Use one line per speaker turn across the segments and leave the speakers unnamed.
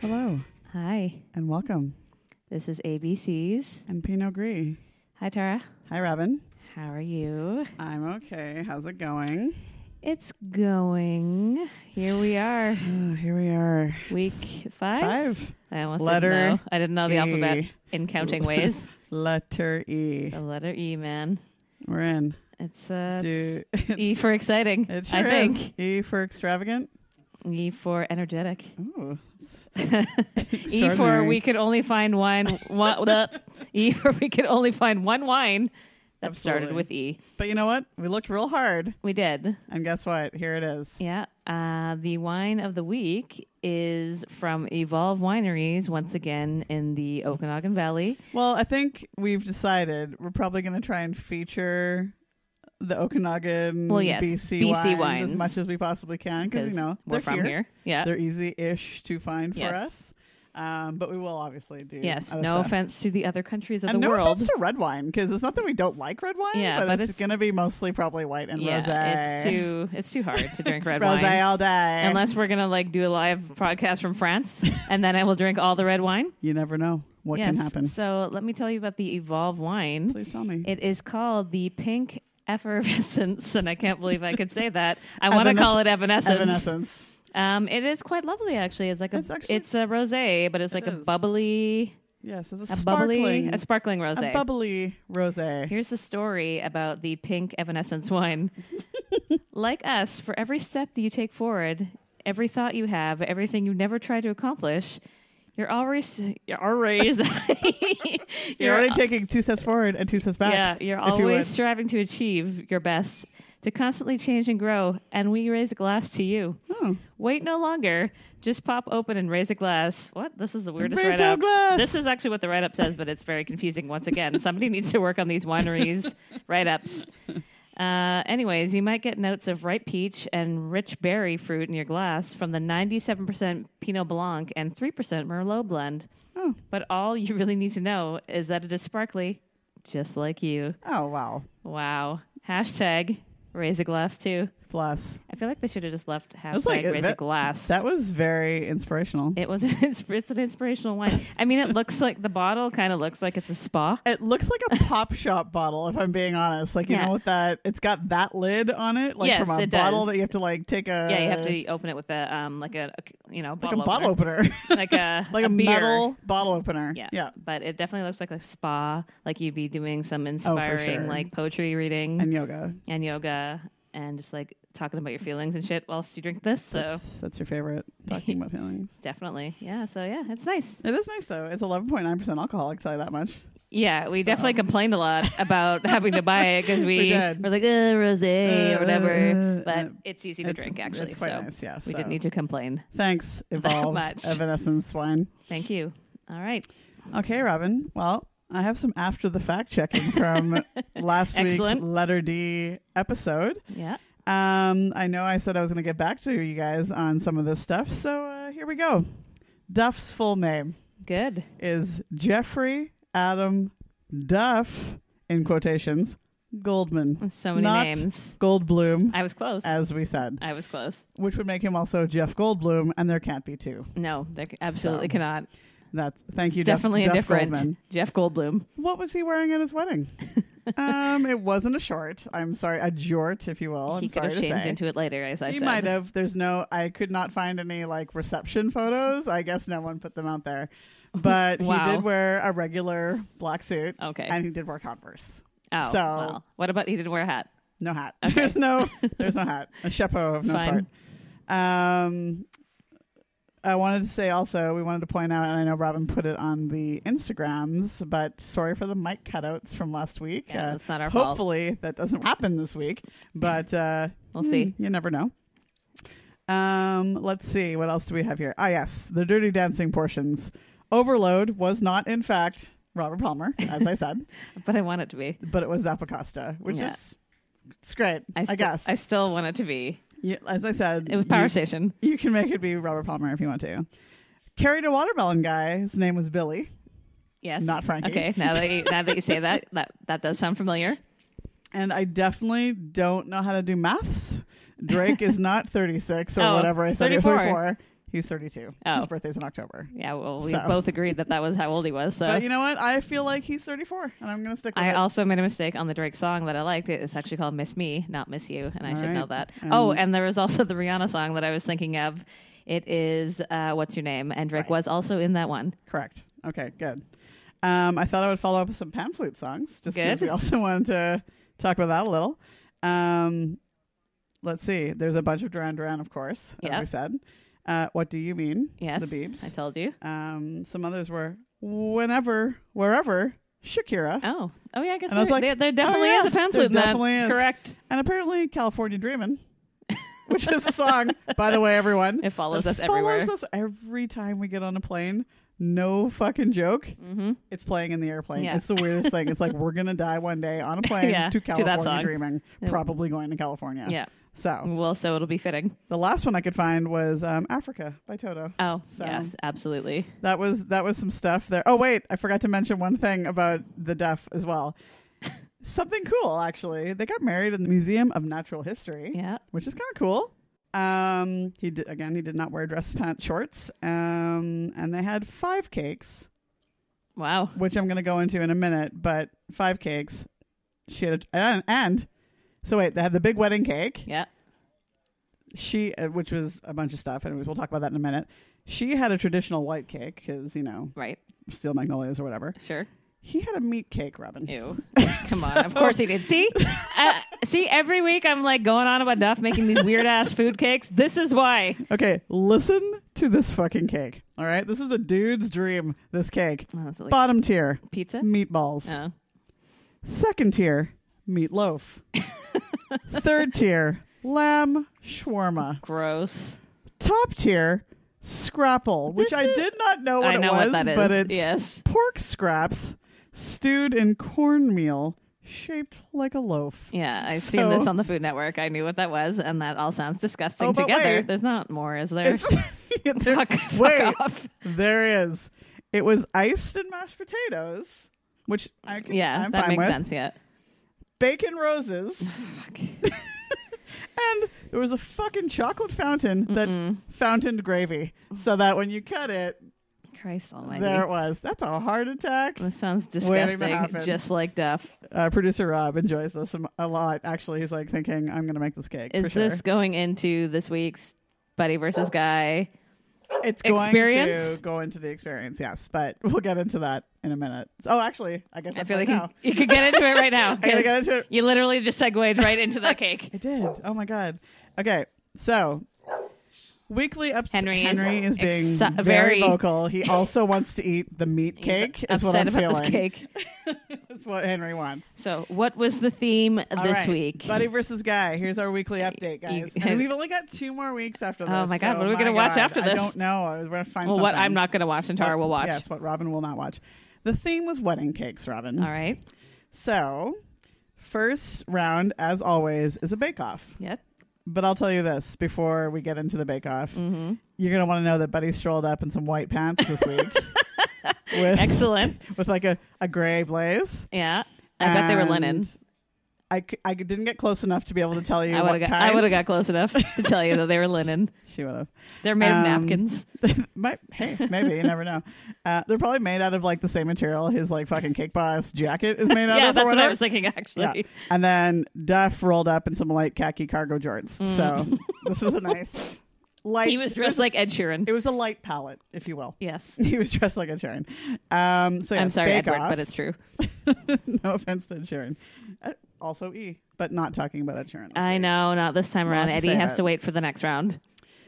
Hello
Hi,
and welcome.
this is ABC's.
I'm Pinot Gris.
Hi, Tara.
Hi, Robin.
How are you?
I'm okay. How's it going?
It's going. Here we are,
Oh, here we are.
week five.
Five.
I almost
Letter
said no. I didn't know the
E.
alphabet in counting ways.
Letter E.
The letter E, man.
We're in.
It's uh,
Do
E
it's-
for exciting.
it sure
I think
is. E for extravagant.
E for energetic.
Ooh. it's
E for
extraordinary.
we could only find wine. One, e for we could only find one wine. That started
Absolutely.
with E.
But you know what? We looked real hard,
We did.
and guess what? Here it is.
Yeah. Uh, the wine of the week is from Evolve Wineries, once again in the Okanagan Valley.
Well, I think we've decided we're probably going to try and feature the Okanagan
Well, yes,
BC,
BC
wines,
wines.
as much as we possibly can because you know
we're
they're
from here. Yeah.
They're easy-ish to find for
Uh, Yes.
us, um, but we will obviously do.
yes.
other
No
stuff.
offense to the other countries of
And
the
no
world.
offense to red wine because it's not that we don't like red wine,
Yeah,
but,
but
it's,
it's-
going to be mostly probably white and
yeah.
rosé.
It's too. It's too hard to drink red
rosé
wine.
all day.
Unless we're gonna like do a live podcast from France, and then I will drink all the red wine.
you never know what
yes.
can happen.
So let me tell you about the Evolve wine.
Please tell me.
It is called the Pink Effervescence, and I can't believe I could say that. I
Evanes-
want to call it evanescence.
Evanescence.
Um, it is quite lovely, actually. It's like a
It's actually-
it's a rosé, but it's like a
is.
bubbly,
Yes, it's a,
a bubbly,
sparkling,
a sparkling rosé.
a bubbly rosé.
Here's the story about the pink evanescence wine. like us, for every step that you take forward, every thought you have, everything you never try to accomplish, you're always you're always
You're already taking two steps forward and two steps back.
Yeah, you're
if you
always
would.
striving to achieve your best, to constantly change and grow, and we raise a glass to you.
Oh.
Wait no longer. Just pop open and raise a glass. What? This is the weirdest
Raise
write
your
up.
glass.
This is actually what the write up says, but it's very confusing once again. Somebody needs to work on these wineries write ups. Uh, anyways, you might get notes of ripe peach and rich berry fruit in your glass from the 97% Pinot Blanc and 3% Merlot blend.
Oh.
But all you really need to know is that it is sparkly, just like you.
Oh wow.
Wow. Hashtag raise a glass too.
Bless.
I feel like they should have just left hashtag
was like-
raise a
that-
glass.
That was very inspirational. It,
It was an ins- it's an inspirational wine. I mean, it looks like the bottle kind of looks like it's a spa.
looks like a pop shop bottle, if I'm being honest. Like you
Yeah.
know with that it's got that lid on it, like
Yes,
from a
it
bottle
does.
that you have to like take a
yeah, you have to open it with a um like a you know
Uh, like a
bottle
bottle
opener.
opener.
like a
like a,
beer.
metal bottle opener.
Yeah.
Yeah. Oh,
but it definitely looks like a spa. Like you'd be doing some
sure.
inspiring like poetry reading and,
And yoga.
yoga and just like talking about your feelings and shit whilst you drink this. So
That's, that's your favorite. Talking about feelings.
definitely, yeah. So yeah, it's nice.
It is nice though. It's eleven point nine percent alcohol, I'll tell you that much.
Yeah, we definitely complained a lot about having to buy it because we,
um, did.
were like, uh, rosé or
Uh,
whatever.
uh,
But it's easy to
it's-
drink, actually.
it's quite
so
nice, yeah,
we
so.
didn't need to complain.
Thanks, Evolve
much.
Evanescence Wine.
Thank you. All right.
Okay, Robin. Well, I have some after the fact checking from last week's
Excellent.
letter D episode.
Yeah.
Um, I know I said I was going to get back to you guys on some of this stuff, so uh, here we go. Duff's full name
Good.
is Jeffrey Adam Duff in quotations Goldman,
So many
Not-
names.
Goldblum,
I was close.
as we said,
I was close.
which would make him also Jeff Goldblum, and there can't be two.
No, there c- absolutely
So,
cannot.
That's thank you,
Definitely
Duff, Duff
indifferent.
Goldman.
Jeff Goldblum.
What was he wearing at his wedding? um, it wasn't a short. I'm sorry, a jort, if you will. I'm
he could
sorry
have
to
changed
say.
into it later, as I
he
said.
might have. There's no. I could not find any like reception photos. I guess no one put them out there. But he
Wow.
did wear a regular black suit.
Okay.
and he did wear Converse.
Oh,
so-
well. What about he didn't wear a hat?
No hat. There's no. There's no hat. A chapeau of no
Fine.
sort. Um. I wanted to say also, we wanted to point out, and I know Robin put it on the Instagrams, but sorry for the mic cutouts from last week.
Yeah,
Uh,
that's not our fault.
Hopefully that doesn't happen this week, but uh,
We'll
hmm,
see.
You never know. Um, let's see what else do we have here. Ah, yes, the Dirty Dancing portions. Overload was not, in fact, Robert Palmer, as I said,
But I want it to be.
but it was Zappacosta, which
Yeah.
is it's great. I,
st-
guess,
I still want it to be.
You- as I said,
It was Power
you,
Station.
you can make it be Robert Palmer if you want to. Carried a watermelon guy. His name was Billy,
Yes.
not Frankie.
Okay, now that you, now that you say that, that that does sound familiar.
and I definitely don't know how to do maths. Drake is not 36 or
Oh,
whatever I said. or
34.
34. He's 32.
Oh.
His birthday's in October.
Yeah, well, we
So.
both agreed that that was how old he was. So
But you know what? I feel like he's 34, and I'm going to stick with
I
it.
also made a mistake on the Drake song that I liked. It- It's actually called Miss Me, not Miss You, and I
All
should
right.
know that.
Um,
oh, and there was also the Rihanna song that I was thinking of. It is uh, What's Your Name? And Drake
Right.
was also in that one.
Correct. Okay, good. Um, I thought I would follow up with some pan flute songs, just because
Good.
we also wanted to talk about that a little. Um, let's see. There's a bunch of Duran Duran, of course, as
Yeah.
we said. Uh, what do you mean? The
Yes.
Beebs.
I told you.
um, some others were whenever, wherever, Shakira,
Oh. Oh, yeah, I guess
And I was
there,
like,
there, there definitely
yeah,
is a pan
there
flute in that.
definitely is.
Correct.
and apparently California Dreamin', which is a song, by the way, everyone.
It follows
that
us everywhere.
Follows us every time we get on a plane. No fucking joke.
Mm-hmm.
It's playing in the airplane.
Yeah.
It's the weirdest thing. It's like we're gonna die one day on a plane
Yeah,
to
to that
California
song.
dreaming,
Yeah.
probably going to California.
Yeah.
So
Well, so it'll be fitting.
the last one I could find was um, Africa by Toto.
Oh,
So-
yes, absolutely.
That was that was some stuff there. Oh wait, I forgot to mention one thing about the deaf as well. Something cool actually. They got married in the Museum of Natural History,
Yeah.
which is kind of cool. Um, he did, again. He did not wear dress pants shorts. Um, and they had five cakes.
Wow.
which I'm going to go into in a minute, but five cakes. She had a, and, and so wait, they had the big wedding cake.
Yeah.
She, uh, which was a bunch of stuff, and we'll talk about that in a minute. She had a traditional white cake because you know
Right.
steel magnolias or whatever.
Sure.
He had a meat cake, Robin.
Ew. Come on. Of course he did. See? Uh, see, every week I'm like going on about Duff making these weird ass food cakes. This is why.
Okay, listen to this fucking cake. All right, this is a dude's dream. This cake,
Oh, is it like
bottom tier,
pizza?
meatballs.
Oh.
Second tier, meatloaf. Third tier, lamb shawarma.
Gross.
top tier scrapple, which I did not know what
I know
it was,
what that is.
but it's
yes.
pork scraps stewed in cornmeal shaped like a loaf.
Yeah, I've seen this
So-
on the Food Network. I knew what that was, and that all sounds disgusting
Oh, but
together.
wait.
There's not more, is there?
It's, there,
fuck, fuck
wait,
off.
there is. It was iced and mashed potatoes, which I can,
Yeah,
I'm
that
fine
makes
with.
sense. Yeah.
Bacon roses,
Fuck.
and there was a fucking chocolate fountain that fountained gravy, so that when you cut it,
Christ almighty.
there it was. That's a heart attack.
This sounds
Wait, it
disgusting.
happened.
Just like Duff.
uh, producer Rob enjoys this am- a lot. Actually, he's like thinking, "I'm going to make this cake
Is
for sure."
this going into this week's Buddy versus Guy?
it's going
experience?
to go into the experience, yes, but we'll get into that in a minute. Oh, actually, I guess
I feel like
now.
you, you could get into it right now.
I gotta
'cause
get into it.
You literally just segued right into that cake.
It did. Oh my god. Okay, so weekly ups.
Henry is
is being
exci-
very
very-
vocal. He also wants to eat the meat cake. Is what I'm
Upset about
feeling.
this cake.
That's what Henry wants.
So, what was the theme this
All right.
week?
buddy versus guy. Here's our weekly update, guys.
you-
And we've only got two more weeks after this.
Oh my God,
so
what are we gonna
my
watch
God,
after
I
this?
don't know. We're gonna find
well,
something.
what I'm not going to watch and Tara will watch.
Yes, what Robin will not watch. The theme was wedding cakes, Robin.
All right.
So, first round, as always, is a bake off.
Yep.
But I'll tell you this before we get into the bake off,
Mm-hmm.
you're gonna want to know that Buddy strolled up in some white pants this week. with,
Excellent.
with like a, a gray blaze.
Yeah. I bet they were linen.
And I, c- I didn't get close enough to be able to tell you
I
what
would have got.
kind.
I would have got close enough to tell you that they were linen.
She would have.
They're made
Um,
of napkins.
Might, hey, maybe you never know. Uh, they're probably made out of like the same material his like fucking cake boss jacket is made out of.
Yeah,
or
that's what I
whatever.
was thinking.
Yeah.
Actually,
And then Duff rolled up in some light khaki cargo jorts. So this was a nice light.
Mm. he was
it was,
dressed like Ed Sheeran.
it was a light palette, if you will.
yes.
He was dressed like a Sharon. Um, so yes,
I'm sorry,
Bake
Edward,
Off.
but it's true.
no offense to Sharon. Uh, also E, but not talking about Sharon.
I know. Not this time
We'll
around.
have to
Eddie
say
has
that.
to wait for the next round.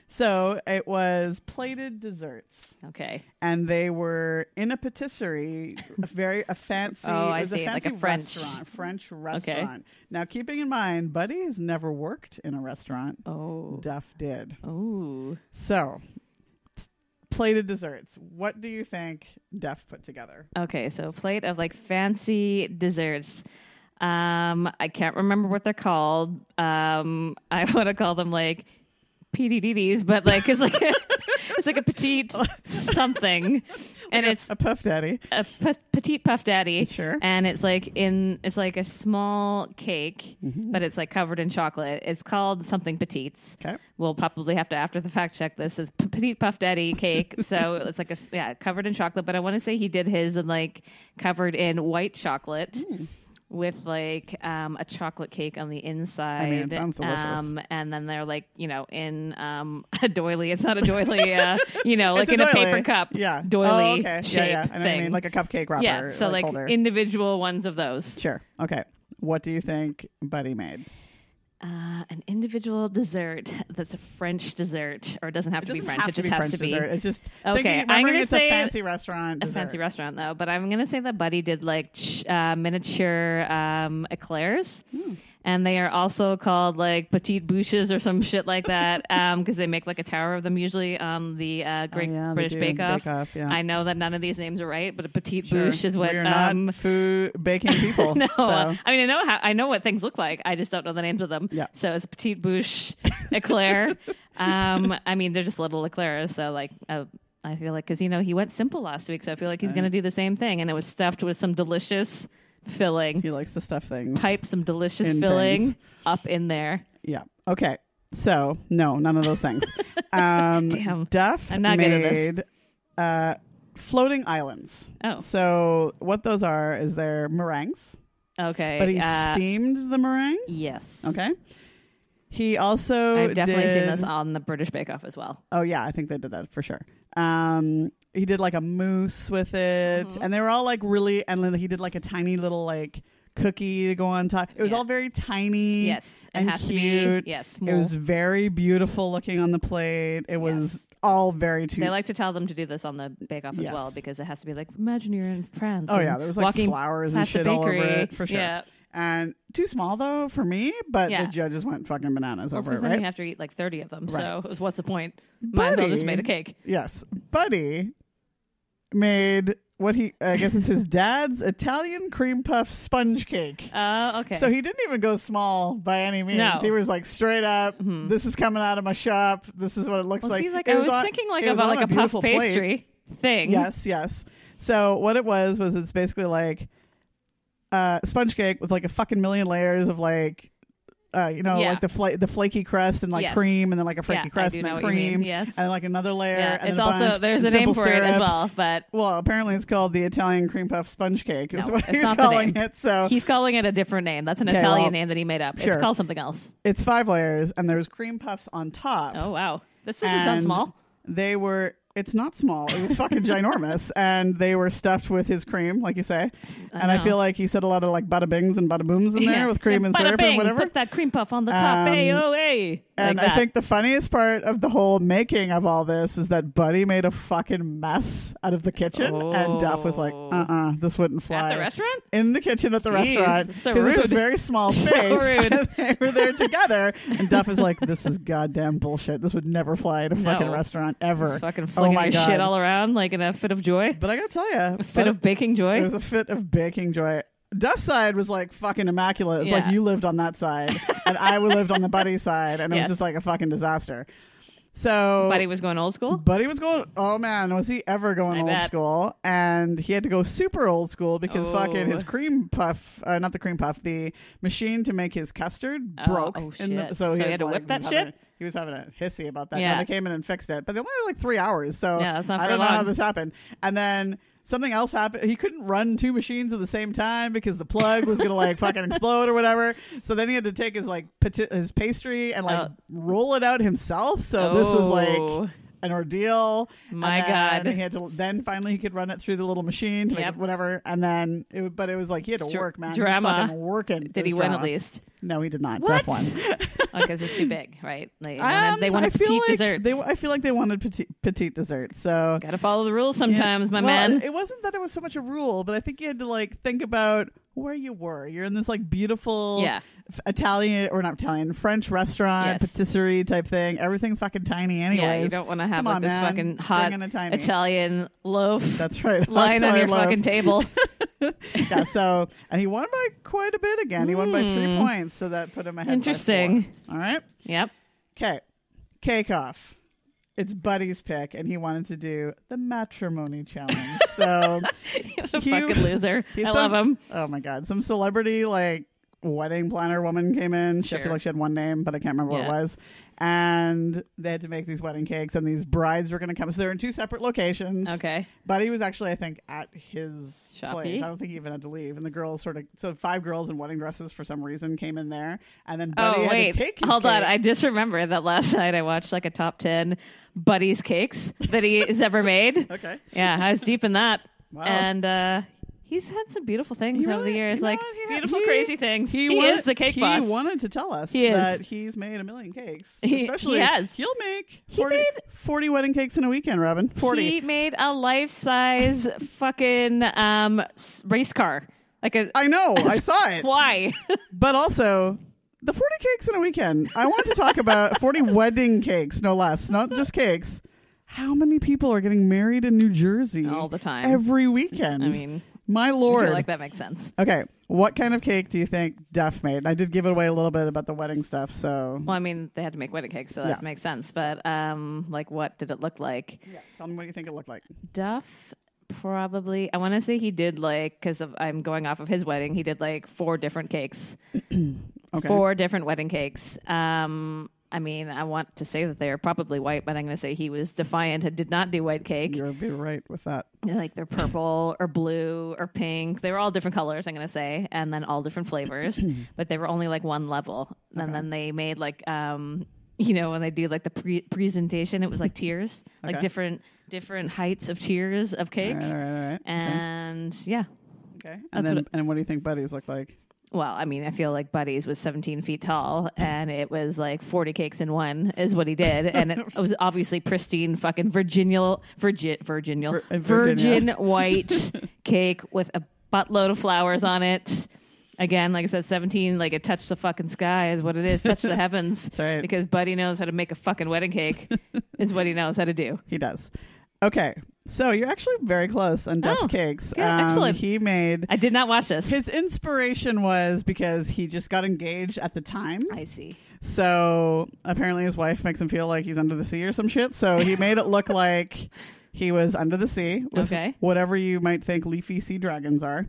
So it was plated desserts,
Okay.
and they were in a patisserie, a very a fancy.
Oh, I
it was
see,
a
like a
fancy
French-
restaurant, French restaurant. Now, keeping in mind, Buddy has never worked in a restaurant.
Oh.
Duff did.
Oh.
So, t- plated desserts. What do you think Duff put together?
Okay, so a plate of like fancy desserts. Um, I can't remember what they're called. Um, I want to call them like PDDs, but like it's like it's like a petite something, and it's
a puff daddy.
a p- petite puff daddy.
Sure.
And it's like in it's like a small cake, but it's like covered in chocolate. It's called something petites.
Okay.
We'll probably have to after the fact check this is p- petite puff daddy cake. so it's like a s- yeah covered in chocolate. But I want to say he did his and like covered in white chocolate.
Hmm.
With like um, a chocolate cake on the inside,
sounds delicious.
Um, and then they're like, you know, in um, a doily. It's not a doily, uh, you know, like
It's
in a
doily.
paper cup,
Yeah.
doily
Oh, okay.
shape
yeah, yeah. I know what
thing.
I mean, like a cupcake wrapper.
Yeah, so like,
holder.
individual ones of those.
sure. Okay. What do you think Buddy made?
Uh, an individual dessert that's a French dessert, or it doesn't have to be
doesn't
French.
have
it just
be
has
French
to be
dessert. It's just
Okay,
Thinking,
I'm
remembering
gonna
it's a
say
fancy restaurant.
a
Dessert.
fancy restaurant, though. But I'm gonna say that Buddy did like ch- uh, miniature um, eclairs,
Hmm.
and they are also called like petite bouches or some shit like that, because they make like a tower of them usually on the uh, Great
Oh, yeah, they
British
do,
Bake
the
Off.
Bake Off, yeah.
I know that none of these names are right, but a petite
Sure.
bouche is what
We're
um,
not food baking people.
No, uh,
so.
I mean I know how I know what things look like. I just don't know the names of them.
Yeah.
So it's petite bouche eclair. um, I mean they're just little eclairs. So like, uh, I feel like because you know he went simple last week, so I feel like he's going to
Uh.
do the same thing. And it was stuffed with some delicious filling.
He likes to stuff things.
Pipe some delicious
In
filling
things.
up in there.
Yeah. Okay. So no, none of those things. Um,
Damn.
Duff
I'm not good
made
at this.
Uh, floating islands.
Oh.
So what those are is they're meringues,
Okay.
but he
uh,
steamed the meringue.
yes.
Okay. He also
I've definitely
did,
seen this on the British Bake Off as well.
Oh yeah, I think they did that for sure. Um, he did like a mousse with it,
Mm-hmm.
and they were all like really, and then he did like a tiny little like cookie to go on top. It was
Yeah.
all very tiny,
Yes. It
and
has to
cute.
be yes.
It was very beautiful looking on the plate. It was all very too.
They like to tell them to do this on the Bake Off as
Yes.
well because it has to be like imagine you're in France.
oh
and
yeah, there was like
walking
flowers and
past the
shit all over
bakery.
it for sure.
Yeah.
And too small though for me, but
Yeah.
the judges went fucking bananas
Also,
over it,
then
right?
you have to eat like thirty of them.
Right.
So what's the point? Might as well just
Buddy.
made a cake.
yes, Buddy made what he I guess it's his dad's Italian cream puff sponge cake.
Oh, okay.
So he didn't even go small by any means.
No.
He was like straight up. This is coming out of my shop. This is what it looks
well,
like.
see, like
It
I was
on-
thinking like
it was
about
on
like a, puff
beautiful plate.
pastry thing.
Yes, yes. So what it was was it's basically like uh sponge cake with like a fucking million layers of like uh, you know,
Yeah.
like the fla- the flaky crust and like
Yes.
cream, and then like a
I
flaky crust
do
and
know
then
what you mean,
cream,
yes.
and then like another layer.
Yeah,
and
it's
then a
also
bunch,
there's a
and simple
name for it as
syrup.
well, but
Well, apparently it's called the Italian cream puff sponge cake. Is
No,
what
it's
he's
not the
calling
name.
it. So
he's calling it a different name. That's an
Okay,
Italian
well,
name that he made up.
sure.
It's called something else.
it's five layers, and there's cream puffs on top.
Oh wow, this doesn't sound
and
small.
They were. It's not small. It was fucking ginormous, and they were stuffed with his cream, like you say. and I
know.
feel like he said a lot of like bada bings and bada booms in there
Yeah.
with cream
Yeah,
and
bada
syrup
bing,
and whatever.
Put that cream puff on the top.
Um,
Hey, oh, hey.
and
Like
I
that.
think the funniest part of the whole making of all this is that Buddy made a fucking mess out of the kitchen, and Duff was like, "Uh,
Oh.
uh this wouldn't fly."
at the restaurant.
in the kitchen at the
Jeez,
restaurant
so
because it's a
rude.
very small space.
rude.
and they were there together, and Duff is like, "This is goddamn bullshit. This would never fly at a fucking
No.
restaurant ever."
Just fucking
oh
flinging
my
your
God.
shit all around like in a fit of joy,
But I gotta tell you,
a fit of baking
it
joy.
was a fit of baking joy. Duff's side was like fucking immaculate. It's
Yeah.
like you lived on that side, and I lived on the buddy side, and it was
Yes.
just like a fucking disaster. So
Buddy was going old school.
Buddy was going, oh man, was he ever going
I
old
bet.
school? And he had to go super old school because
Oh.
fucking his cream puff, uh, not the cream puff, the machine to make his custard
Oh,
broke.
oh,
in the-
shit.
so,
So he
had,
had to
like,
whip that
was having
shit?
a- he was having a hissy about that.
Yeah.
No, they came in and fixed it, but they only had like three hours. So
Yeah, that's not
I
very
don't know how
long.
this happened. And then something else happened. He couldn't run two machines at the same time because the plug was gonna like fucking explode or whatever. So then he had to take his like pati- his pastry and like
Oh.
roll it out himself. So this was like
Oh.
an ordeal.
My
and then
God.
He had to then finally he could run it through the little machine to make
Yep.
it whatever, and then it, would- but it was like he had to
Dra-
work, man.
drama.
He was fucking working.
Did
It
he
was
win at
drama.
least?
No, he did not.
What?
Duff won.
Because it's too big, right? They wanted,
Um,
they wanted
I feel
petite
like
desserts.
They, I feel like they wanted petite, petite dessert. So
Got to follow the rules sometimes, my
well,
man.
It wasn't that it was so much a rule, but I think you had to like think about where you were. You're in this like beautiful
Yeah.
f- Italian or not Italian French restaurant
Yes.
patisserie type thing. Everything's fucking tiny, anyways.
yeah, you don't want to have
Come
like
on,
this
man.
fucking
Bring in a
hot
tiny.
Italian loaf
That's right.
lying on
Sorry,
your
love.
fucking table.
yeah, so and he won by quite a bit again. He won by three
Hmm.
points, so that put him ahead. by four.
Interesting.
All right.
yep.
Okay. Cake off. it's Buddy's pick, and he wanted to do the matrimony challenge. So
He's a
He-
fucking loser. I
he's
love
some-
him.
Oh my god, some celebrity like wedding planner woman came in. She I
Sure.
feel like she had one name, but I can't remember
Yeah.
what it was. And they had to make these wedding cakes, and these brides were going to come. So they're in two separate locations.
Okay.
Buddy was actually, I think, at his
Shoppy?
place. I don't think he even had to leave. And the girls sort of so five girls in wedding dresses for some reason came in there, and then Buddy
oh
had
wait,
to take. His
hold on.
cake.
I just remember that last night I watched like a top ten buddies cakes that he has ever made.
okay.
Yeah, I was deep in that,
Wow.
and uh, he's had some beautiful things
He
over the
really-
years,
you know
like
what? He had-
beautiful
he-
crazy things. He,
wanted-
is the cake
he
boss.
wanted to tell us
He is.
that he's made a million cakes.
He- he
Especially,
has.
will make 40,
made-
40 wedding cakes in a weekend, Robin. 40.
He made a life size fucking um, s- race car. Like a
I know. I saw it.
why?
But also, the 40 cakes in a weekend. I want to talk about 40 wedding cakes, no less, not just cakes. How many people are getting married in New Jersey
All the time.
Every weekend.
I mean,
my
I
lord.
feel like that makes sense.
Okay, what kind of cake do you think Duff made? I did give it away a little bit about the wedding stuff, so
Well, I mean, they had to make wedding cakes, so that
Yeah.
makes sense. But um, like, what did it look like?
tell me what you think it looked like.
Duff probably. I want to say he did like because I'm going off of his wedding. He did like four different cakes,
Okay.
four different wedding cakes. Um, I mean, I want to say that they are probably white, but I'm going to say he was defiant and did not do white cake.
You'll be right with that.
Like they're purple or blue or pink. They were all different colors. I'm going to say, and then all different flavors, but they were only like one level. And then they made like um. You know when they do like the pre- presentation, it was like tiers, like
Okay.
different different heights of tiers of
All
cake.
right, all right, all right.
And yeah.
okay.
that's
And then,
what-
and what do you think Buddies look like?
Well, I mean, I feel like Buddy's was 17 feet tall and it was like 40 cakes in one is what he did. And it was obviously pristine fucking Virginia, Virgin, Virginia,
Vir- uh,
virgin
Virginia.
white cake with a buttload of flowers on it. Again, like I said, 17, like it touched the fucking sky is what it is. Touch the heavens.
That's right.
Because Buddy knows how to make a fucking wedding cake is what he knows how to do.
He does. Okay, so you're actually very close on Duff's
Oh,
cakes. Um,
good, excellent.
He made
I did not watch this.
his inspiration was because he just got engaged at the time.
I see.
So apparently his wife makes him feel like he's under the sea or some shit. So he made it look like he was under the sea with
Okay.
whatever you might think leafy sea dragons are.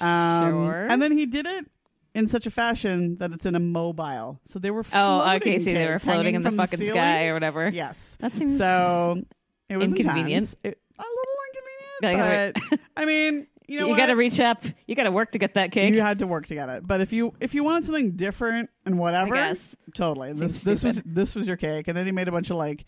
Um,
Sure.
And then he did it in such a fashion that it's in a mobile. So they were floating
Oh, okay. So they were
cakes
floating
hanging
in the
from
fucking
ceiling.
sky or whatever.
Yes.
That seems
so it was
inconvenient.
intense. It, a little
Like,
inconvenient, but I mean, you know,
you
what?
got to reach up. You got to work to get that cake.
You had to work together. But if you if you wanted something different and whatever,
I guess.
totally. This
Seems
this was
stupid.
this was your cake, and then he made a bunch of like.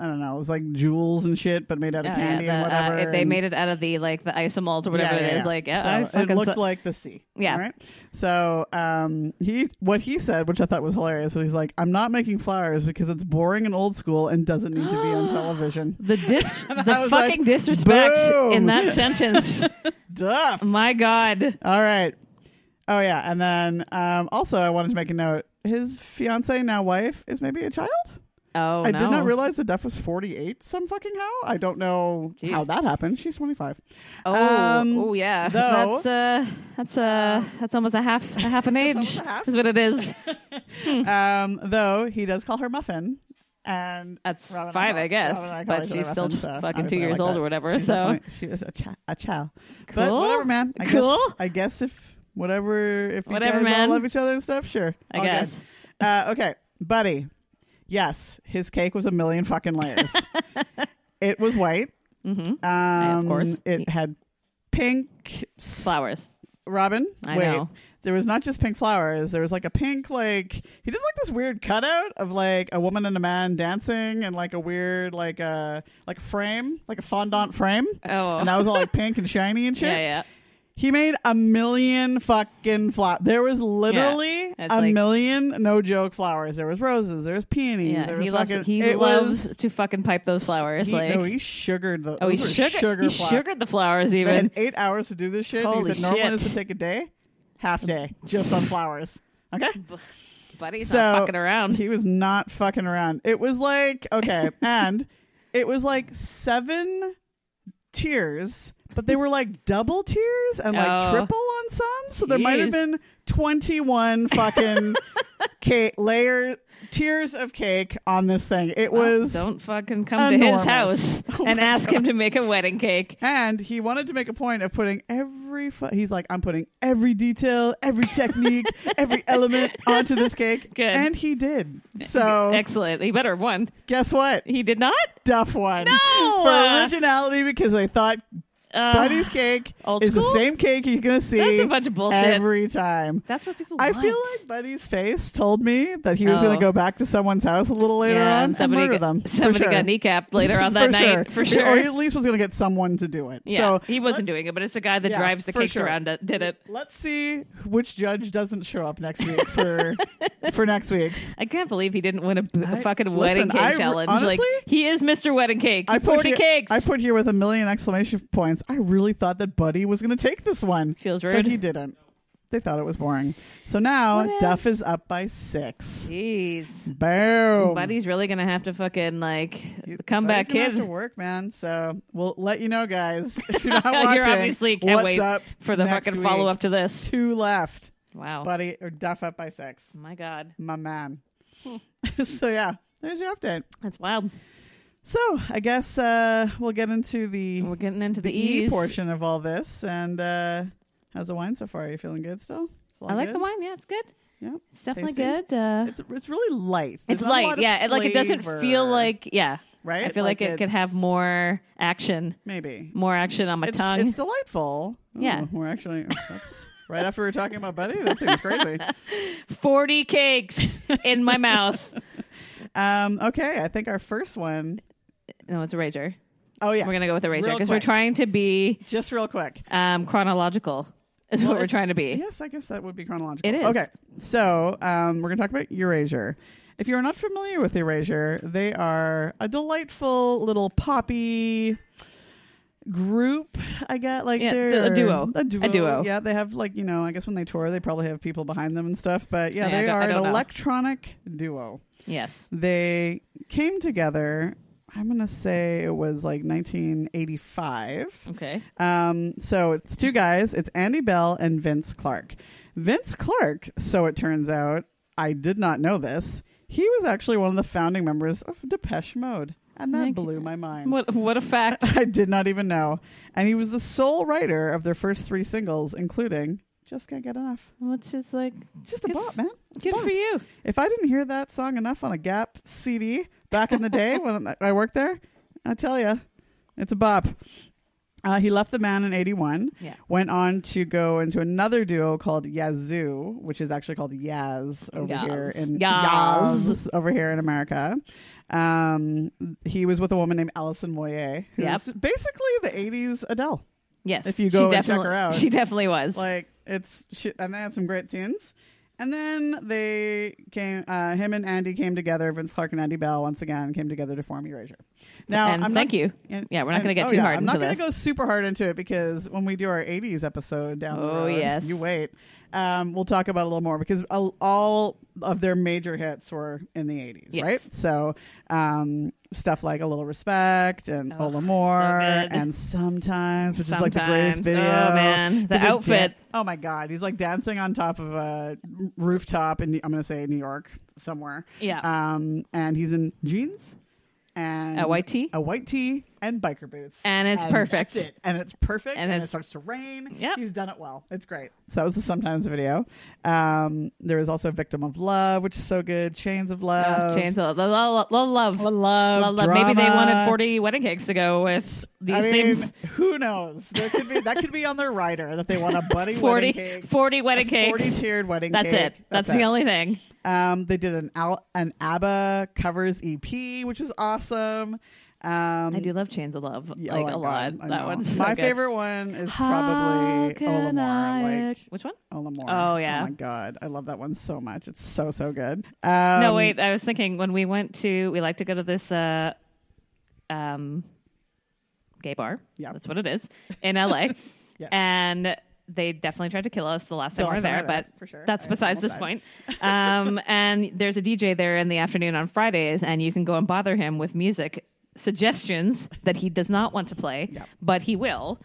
I don't know. It was like jewels and shit, but made out of
Oh,
candy
yeah,
and
the, uh,
whatever.
it- they
and-
made it out of the like the isomalt or whatever it is. Like yeah, I
so it
fucking
looked
su-
like the sea.
Yeah.
All right. So um, he what he said, which I thought was hilarious, was he's like, "I'm not making flowers because it's boring and old school and doesn't need to be on television."
the dis the
I
fucking
was like,
disrespect in
"Boom."
that sentence.
Duff.
My God,
All right. Oh yeah, and then um, also I wanted to make a note. His fiance now wife is maybe a child.
oh
I
no.
did not realize that Duff was 48 some fucking how. I don't know
Jeez.
how that happened. She's 25.
Oh,
Um,
oh yeah,
though-
that's uh, that's uh, that's almost a half a half an age.
almost a half.
Is what it is.
um, though he does call her Muffin. And
That's
Robin and
fine, I guess.
Robin and I call
But
each
she's
other
still
Muffin, so
fucking two
obviously I
years
like
old
that.
or whatever.
She's
so
definitely- she is a, chi- a child. But
Cool.
whatever, man. I
Cool.
Guess, I guess if whatever, if you
Whatever,
guys
man.
all love each other and stuff, sure.
I
All good.
guess.
Uh, okay, buddy. Yes, his cake was a million fucking layers. it was white.
hmm
Um,
of course.
It had pink s-
flowers.
Robin,
I
wait.
know.
There was not just pink flowers. There was like a pink, like he did like this weird cutout of like a woman and a man dancing, and like a weird, like a like a frame, like a fondant frame,
Oh
and that was all like pink and shiny and shit.
yeah, yeah.
He made a million fucking flowers. There was literally
It's
a
like-
million, no joke, flowers. There was roses. There was peonies.
Yeah,
there
he
was
loves,
fucking.
he
it
loves
was.
to fucking pipe those flowers.
He,
like,
no, he sugared the.
oh, he,
those were
sugar, he
flowers.
sugared the flowers
They had
even.
eight hours to do this shit.
Holy
he said normally
shit.
this would take a day, half day, just on flowers. Okay,
Buddy's not
so
fucking around.
He was not fucking around. It was like okay, and it was like seven tiers, but they were like double tiers and like
Oh.
triple on some. So there might
Jeez.
have been twenty one fucking ca- layer tiers of cake on this thing. It
Well,
was
Oh, don't fucking come
enormous.
to his house
Oh
and
my
ask him to make a wedding cake.
And he wanted to make a point of putting every. Fu- he's like, I'm putting every detail, every technique, every element onto this cake.
Good.
And he did. So
Excellent. He better have won.
guess what?
He did not.
Duff one
No!
for originality because I thought
Uh,
Buddy's cake
old
is
school?
the same cake you're gonna see
That's a bunch of bullshit.
every time.
That's what people.
I
want.
feel like Buddy's face told me that he was
Oh.
going to go back to someone's house a little later
yeah,
on
and somebody
and murder
got,
them. for
Somebody
sure.
got kneecapped later on that
for
night
sure.
for sure.
Or he at least was going to get someone to do it.
yeah,
so
he wasn't doing it, but it's the guy that
Yeah,
drives the
for
cakes
sure.
around that did it.
Let's see which judge doesn't show up next week for for next week's.
I can't believe he didn't win a b- a
I-
fucking
listen,
wedding cake
I re-
challenge. like
honestly,
he is Mr. Wedding Cake. He
I put
forty
here,
cakes.
I put here with a million exclamation points. I really thought that Buddy was going to take this one,
Feels rude.
but he didn't. They thought it was boring. So now
What
Duff is up by six.
Jeez,
Boom.
Buddy's really gonna have to fucking like
Oh. You-
come
Buddy's
back,
gonna Have
kid.
to work, man. So we'll let you know, guys. If you're not watching,
You're obviously can't
what's
wait
up
for the
next
fucking Oh.
week.
follow up to this.
Two left,
Wow. Oh
Buddy or Duff up by six.
My God,
My man.
Hmm.
so yeah, there's your update.
that's wild.
So I guess uh, we'll get into the
We're getting into the,
the E
E's.
portion of all this. And uh, how's the wine so far? Are you feeling good still? It's all
I like
good?
the wine. Yeah, it's good.
Yeah,
It's definitely
Tasty.
good. Uh,
It's it's really light. There's
it's
not a lot
light.
of
Yeah, it, like it doesn't feel
flavor,
like yeah.
right.
I feel like, it could
it's-
have more action,
maybe
more action on my
it's,
tongue.
It's delightful. Oh,
Yeah.
we're actually that's right after we were talking about Buddy. That seems crazy.
Forty cakes in my mouth.
Um, okay, I think our first one
No, it's a rager.
Oh yeah,
We're gonna go with a rager
Real
because we're
quick.
trying to be
Just real quick.
um, chronological. Is
Well,
what we're
it's-
trying to be.
Yes, I guess that would be chronological.
It is.
Okay. So um, we're going to talk about Erasure. If you're not familiar with Erasure, they are a delightful little poppy group, I guess. Like
Yeah,
they're
a duo.
A duo.
A duo.
Yeah, they have like, you know, I guess when they tour they probably have people behind them and stuff. But yeah,
Yeah, I
they
don't- I
are an
don't know.
electronic duo.
Yes.
They came together, I'm gonna say it was like nineteen eighty five.
Okay.
Um, so it's two guys. It's Andy Bell and Vince Clark. Vince Clark, so it turns out, I did not know this. He was actually one of the founding members of Depeche Mode, and that
Thank you.
blew my mind.
What what a fact.
I did not even know. And he was the sole writer of their first three singles, including "Just Can't Get Enough."
Which is like
Just a
Good
bop, man.
good
bop.
for you.
If I didn't hear that song enough on a Gap CD back in the day when I worked there, I tell you, it's a bop. Uh, he left the man in 81,
Yeah.
went on to go into another duo called Yazoo, which is actually called Yaz over
Yaz.
here in
Yaz.
Yaz over here in America. Um, he was with a woman named Alison Moyer, who's basically the 80s Adele.
Yes.
If you go and
she
check
definitely,
her out.
She definitely was.
Like it's shit, and they had some great tunes. And then they came. Uh, him and Andy came together. Vince Clark and Andy Bell once again came together to form Erasure. Now,
and
I'm
thank
not,
you.
and-
Yeah, we're not gonna
and-
get
oh,
too
yeah,
hard
I'm not
into
gonna
this.
go super hard into it because when we do our '80s episode down the
Oh,
road,
yes.
you wait. Um, we'll talk about it a little more because all- all of their major hits were in the '80s,
Yes.
right? So um, stuff like "A Little Respect" and
Oh,
"Ola More"
so good.
and "Sometimes," which is like the greatest
Sometimes.
video.
Oh, man. The
He's, like,
outfit.
oh my god, he's like dancing on top of a rooftop in I'm going to say New York somewhere.
Yeah.
Um, and he's in jeans and
A white tee?
a white tee, and biker boots,
And it's perfect.
that's it. And it's perfect,
And
and, it
it's-
starts to rain.
Yep.
he's done it well. It's great. So that was the sometimes video. Um, there was also Victim of Love, which is so good. Chains of
Uh,
Love.
Chains of Love. Love. Love.
La love,
Love, love. Maybe they
drama.
wanted 40 wedding cakes to go with these
I mean,
names.
Who knows? There could be that could be on their rider that they want a buddy
40,
wedding cake,
40 wedding cakes.
forty tiered wedding.
That's
cake.
it. That's, the
it.
only thing.
Um, they did an Al- an ABBA covers EP, which was awesome. Um,
I do love Chains of Love
Yeah,
like
oh my
a lot.
God, I
that
know.
one's so
my
good.
favorite one is
How
probably
can I-
Olamore. Like
Which one?
Olamore.
Oh, yeah.
Oh my god, I love that one so much. It's so so good. Um,
no, wait. I was thinking when we went to, we like to go to this uh, um, gay bar.
Yeah.
that's what it is in LA.
Yes.
And they definitely tried to kill us the last time we were
last time I
there, but
left, for sure.
that's
I
besides this
almost
point. Um, and there's a DJ there in the afternoon on Fridays, and you can go and bother him with music suggestions that he does not want to play,
Yeah.
but he will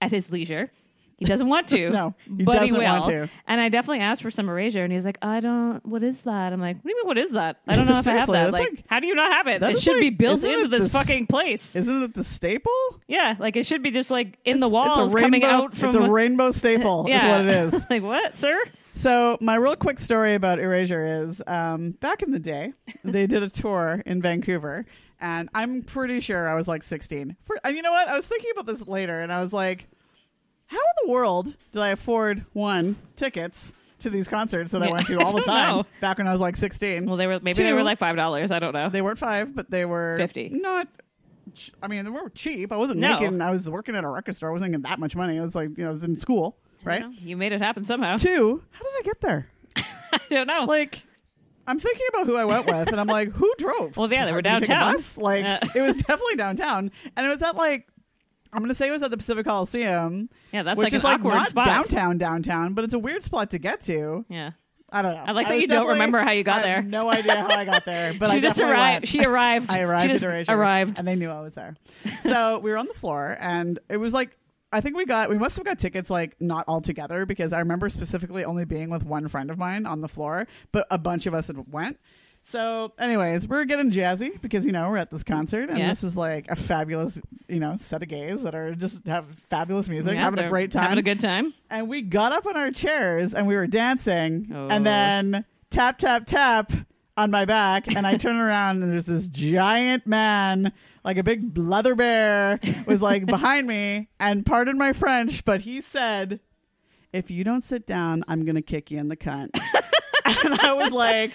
at his leisure. He doesn't want to.
No, he
but he
doesn't
will.
want to.
And I definitely asked for some erasure, and he's like, "I don't. What is that?" I'm like, "What do you mean? What is that? I don't know if I have
Seriously,
that.
that's
Like,
like-
how do you not have it?
that
It
is
should be
like-
built
isn't it
into this,
this-
fucking place.
Isn't it the staple?
yeah, like it should be just like in the
It's- it's a
walls, coming
rainbow-
out from.
It's a rainbow staple. Is
yeah,
what it is.
like what, sir?
So my real quick story about Erasure is um, back in the day they did a tour in Vancouver, and I'm pretty sure I was like 16. For, and you know what? I was thinking about this later, and I was like, how in the world did I afford one tickets to these concerts that I
Yeah,
went to
I
all the
don't
time
know.
back when I was like 16?
Well, they were maybe they were
Two.
like five dollars. I don't know.
They weren't five, but they were
50.
Not. ch- I mean, they were cheap. I wasn't
No.
making. I was working at a record store. I wasn't making that much money. I was like, you know, I was in school,
I
right?
don't know. You made it happen somehow.
Two. How did I get there?
I don't know.
like I'm thinking about who I went with, and I'm like, who drove?
Well, yeah, they were
Did you take a
downtown.
bus? Like
Yeah.
it was definitely downtown, and it was at like I'm going to say it was at the Pacific Coliseum.
Yeah, that's
which
like
is
an
like
awkward
not
spot.
downtown, downtown, but it's a weird spot to get to.
yeah.
I don't know.
I like that
was
you don't
definitely-
remember how you
I
got
have
there.
no idea how I got there, but
she
I
just
definitely
arrived.
went.
She arrived.
I
She
arrived
just
at Erasure,
arrived.
and they knew I was there. So we were on the floor, and it was like I think we got we must have got tickets like not all together because I remember specifically only being with one friend of mine on the floor, but a bunch of us had went. So, anyways, we're getting jazzy because you know we're at this concert, and
Yeah.
this is like a fabulous you know set of gays that are just have fabulous music,
Yeah,
having a
they're
great time,
Having a good time.
and we got up on our chairs and we were dancing
Oh.
and then tap tap tap on my back and i turn around and there's this giant man like a big leather bear was like behind me and pardon my french but he said if you don't sit down i'm gonna kick you in the cunt and i was like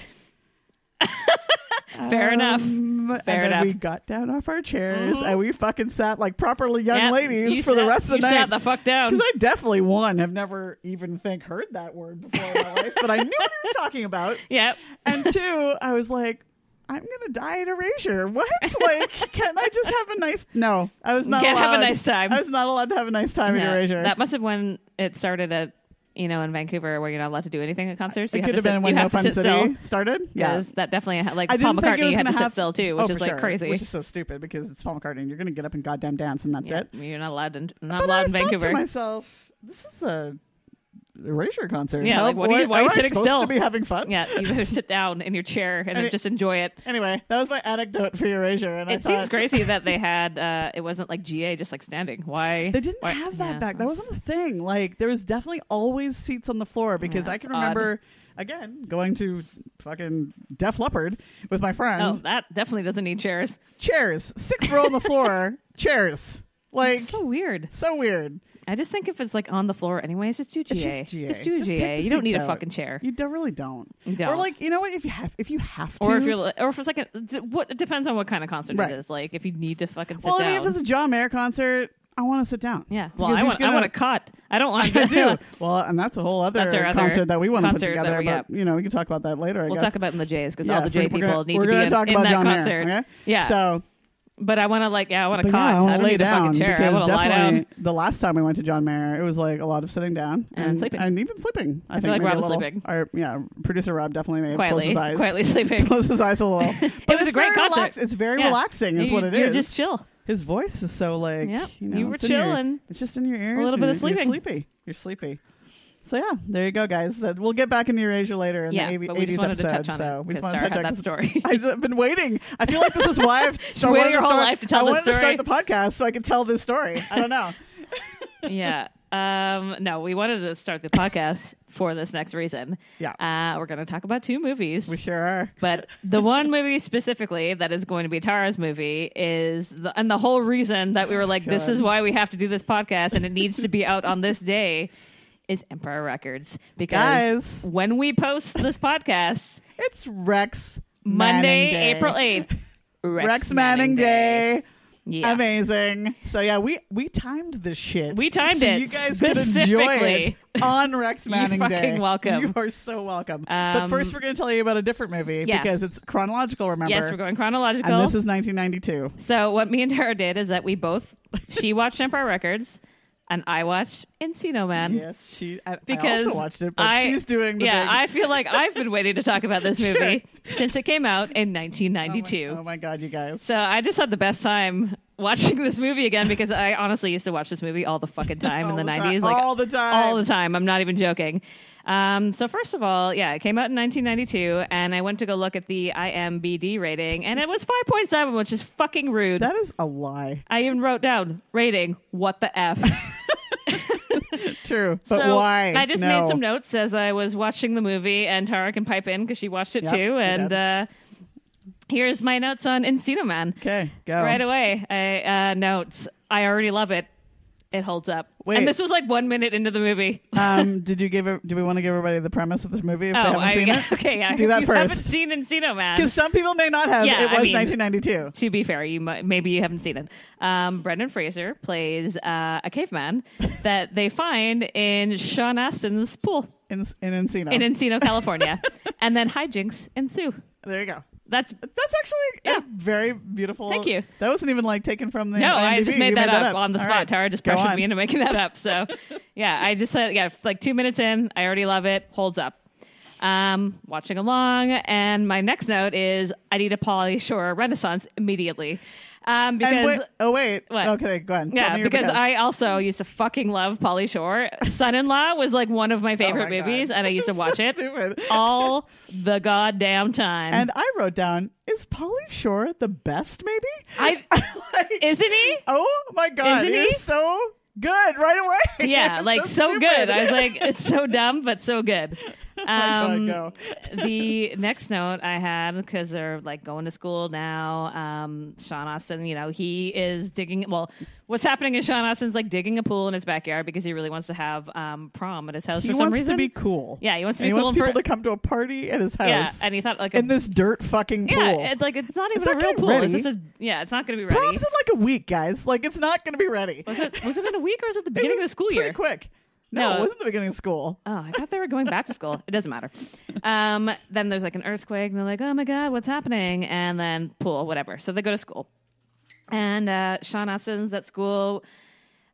Fair enough.
um, and
Fair
then
enough. Mm-hmm.
we got down off our chairs and we fucking sat like properly young
Yep.
ladies
You
for the
sat-
rest of the
you
night
Sat the fuck down.
because I definitely one have never even think heard that word before in my life, but I knew what he was talking about.
Yep.
And two, I was like, I'm gonna die at erasure. What? Like, can I just have a nice? No, I was not
Can't
allowed.
have a nice time.
I was not allowed to have a nice time
Yeah.
at erasure.
That must have when it started at you know in Vancouver where you're not allowed to do anything at concerts.
it
you
could
have
have been
to sit,
when
you
No
have to
Fun
sit
City
still.
started.
Yeah,
Yeah.
this- that definitely like
I
Paul
didn't think it
McCartney
was
had to
gonna
sit
have
still too,
oh,
which
for
is like
sure,
crazy.
Which is so stupid because it's Paul McCartney. and You're gonna get up and goddamn dance, and that's
Yeah,
it.
You're not allowed in not
But
allowed
I
in
thought
Vancouver.
to myself, this is a erasure concert.
Yeah,
How-
like, what are you- why are
am
you
I
sitting
supposed
still?
to be having fun?
yeah, you better sit down in your chair and, then
it-
just enjoy it.
Anyway, that was my anecdote for Erasure, and I
It
thought
seems crazy that they had uh, it wasn't like GA just like standing. Why
they didn't
why-
have that
yeah,
back. That
that's- Oh,
wasn't a thing. Like there was definitely always seats on the floor because I
that's
can
odd.
remember again going to fucking Def Leppard with my friend.
Oh, that definitely doesn't need chairs.
Chairs, six row on the floor, chairs. Like
It's so weird.
so weird.
I just think if it's like on the floor, anyways, it's do GA.
It's just GA.
do
Just take
GA.
the
You don't need
seats
a
out.
fucking chair.
You don't really don't.
You
Or
don't.
like you know what if you have if you have to
Or if you're, or if it's like a, d- what it depends on what kind of concert
Right.
it is. Like if you need to fucking sit
well
down.
I mean if it's a John Mayer concert I want to sit down.
yeah. Well,
Because
I
he's
want,
gonna-
I want a cot. I don't want.
I do. Well, and that's a whole other
That's our other
concert that we want to put
concert that
together.
we- yeah.
But you know, we can talk about that later. I
We'll
guess.
talk about it in the J's because all the
we're
J people
gonna-
need
we're
to be
gonna
in,
talk
in
about
that
John Mayer,
concert.
okay?
Yeah.
So,
but I want to like, yeah, I want a
but
cot.
yeah, I want
I
to
don't
lay
need a
down
fucking chair. I
because
want to lie
definitely
down.
the last time we went to John Mayer, it was like a lot of sitting down
And sleeping.
and even sleeping. I,
I feel
think
like
maybe
Rob
a
was
little,
sleeping.
Our, yeah, producer Rob definitely may have
Quietly,
closed his eyes.
quietly sleeping.
Closed his eyes a little. But
was
it's
a great
very
concert.
relax- it's very
Yeah.
relaxing, is
You-
what it is.
You're just chill.
His voice is so like
Yep.
you know,
You were
it's in your-
chilling.
it's just in your ears.
little
and
bit of
you're-
sleeping.
You're sleepy. You're sleepy. So yeah, there you go, guys. That we'll get back into Eurasia later in
Yeah,
the 80- 80s
but we just wanted to
episode.
touch on
so
it,
we just want
'cause
to
Sarah
touch
had
on
that
it 'cause
story.
I've been waiting. I feel like this is why I've I
waiting
wanted
your
to
whole
start-
life to tell
I
this
wanted to
story.
start the podcast so I could tell this story. I don't know.
yeah. Um, no, we wanted to start the podcast for this next reason.
Yeah.
Uh, we're going to talk about two movies.
we sure are.
but the one movie specifically that is going to be Tara's movie is, the, and the whole reason that we were like, this
God.
is why we have to do this podcast and it needs to be out on this day, is Emperor Records. Because
Guys.
when we post this podcast,
It's Rex
Monday,
Manning Day.
April 8th,
Rex, Manning, Day.
Yeah.
Amazing. So yeah, we we timed this shit.
We timed
so
it
You guys could enjoy it
specifically.
on Rex Manning
fucking
Day.
welcome.
You are so welcome.
Um,
but first, we're going to tell you about a different movie
Yeah.
because it's chronological. Remember?
Yes, we're going chronological.
And this is 1992.
So what me and Tara did is that we both she watched Empire Records and I watched Encino Man.
Yes, she. I, I
Because
also watched it, but
I-
she's doing the
yeah,
big.
I feel like I've been waiting to talk about this
Sure.
movie since it came out in
oh my-
1992.
Oh my god, you guys!
So I just had the best time watching this movie again because I honestly used to watch this movie all the fucking time in
All
the,
the time.
90s. Like
All the time.
All the time. I'm not even joking. Um, so first of all, yeah, it came out in 1992 and I went to go look at the IMBD rating and it was 5.7, which is fucking rude.
That is a lie.
I even wrote down rating, what the F.
True. But
so
why?
I just
No.
made some notes as I was watching the movie, and Tara can pipe in because she watched it
Yep,
too.
I
And
did.
uh, here's my notes on Encino Man.
Okay, go.
Right away, I uh, notes. I already love it. It holds up.
Wait.
And this was like one minute into the movie.
um, did you give? Do we want to give everybody the premise of this movie if they haven't
Oh, I,
seen it?
okay, yeah.
Do
if
that
you
first.
haven't seen Encino Man.
Because some people may not have.
Yeah,
it
I
was
mean-
1992.
to be fair, you might, maybe you haven't seen it. Um, Brendan Fraser plays uh, a caveman that they find in Sean Astin's pool
In, in Encino.
in Encino, California, and then hijinks ensue.
there you go.
That's
That's actually a very beautiful.
Thank you.
That wasn't even like taken from the.
no, I
IMDb.
just
You
made that, up,
up
on the
All
spot.
right.
Tara just
Go
pressured
on.
me into making that up. So, yeah, I just said, yeah, like two minutes in, I already love it. Holds up. Um, watching along, and my next note is I need a Polly Shore Renaissance immediately. Um, because
And wait, oh wait.
What?
Okay, go on. Tell
Yeah,
me your
because, I also used to fucking love Polly Shore. Son in Law was like one of my favorite
Oh my God.
movies, and I used to watch
So
it
stupid.
all the goddamn time.
And I wrote down: Is Polly Shore the best? Maybe.
I-
Like,
Isn't he?
oh my god!
Isn't
he
he?
is so good right away.
Yeah, like so,
stupid.
good. I was like, it's so dumb, but so good.
God,
Um,
go.
the next note I had because they're like going to school now. Um, Sean Austin, you know, he is digging. Well, what's happening is Sean Austin's like digging a pool in his backyard because he really wants to have um, prom at his house
he
for some
wants
reason.
to be cool.
Yeah, he wants to
And
be
he
cool
wants people
for-
to come to a party at his house.
yeah, and he thought like a,
in this dirt fucking pool.
yeah, it, like it's not even
It's
a
not
real
getting
pool. It's
ready.
just a yeah, it's not going to be ready.
Prom's in like a week, guys. Like it's not going to be ready.
was it was it in a week or was it the
It
beginning of the
was
school
pretty
year?
quick. No,
No.
it wasn't the beginning of school.
Oh, I thought they were going back to school. It doesn't matter. Um, then there's like an earthquake, and they're like, "Oh my god, what's happening?" And then pool, whatever. So they go to school, and uh, Sean Austin's at school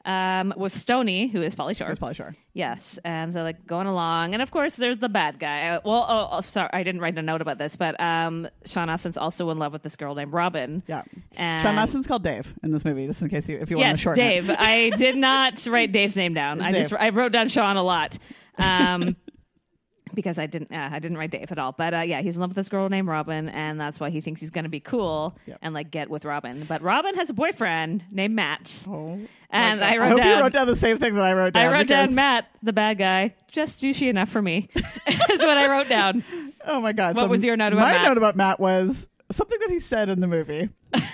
um, with Stony, who is Polly Shore.
It's probably sure.
Yes, and so like going along, and of course there's the bad guy. Uh, Well, oh, oh, sorry, I didn't write a note about this, but um, Sean Austin's also in love with this girl named Robin.
Yeah.
and
Sean Austin's called Dave in this movie, just in case you if you want
Yes,
to shorten it.
Dave. I did not write Dave's name down. I just
Dave.
I wrote down Sean a lot. Um because I didn't uh, I didn't write Dave at all. But uh, yeah, he's in love with this girl named Robin and that's why he thinks he's going to be cool
Yep.
and like get with Robin. But Robin has a boyfriend named Matt.
Oh, my
And
God.
I wrote
hope
down-
you wrote down the same thing that I wrote down.
I wrote down
because-
Matt, the bad guy, just douchey enough for me. is what I wrote down.
Oh my god!
What
So
was your note about
my
Matt?
note about Matt was something that he said in the movie,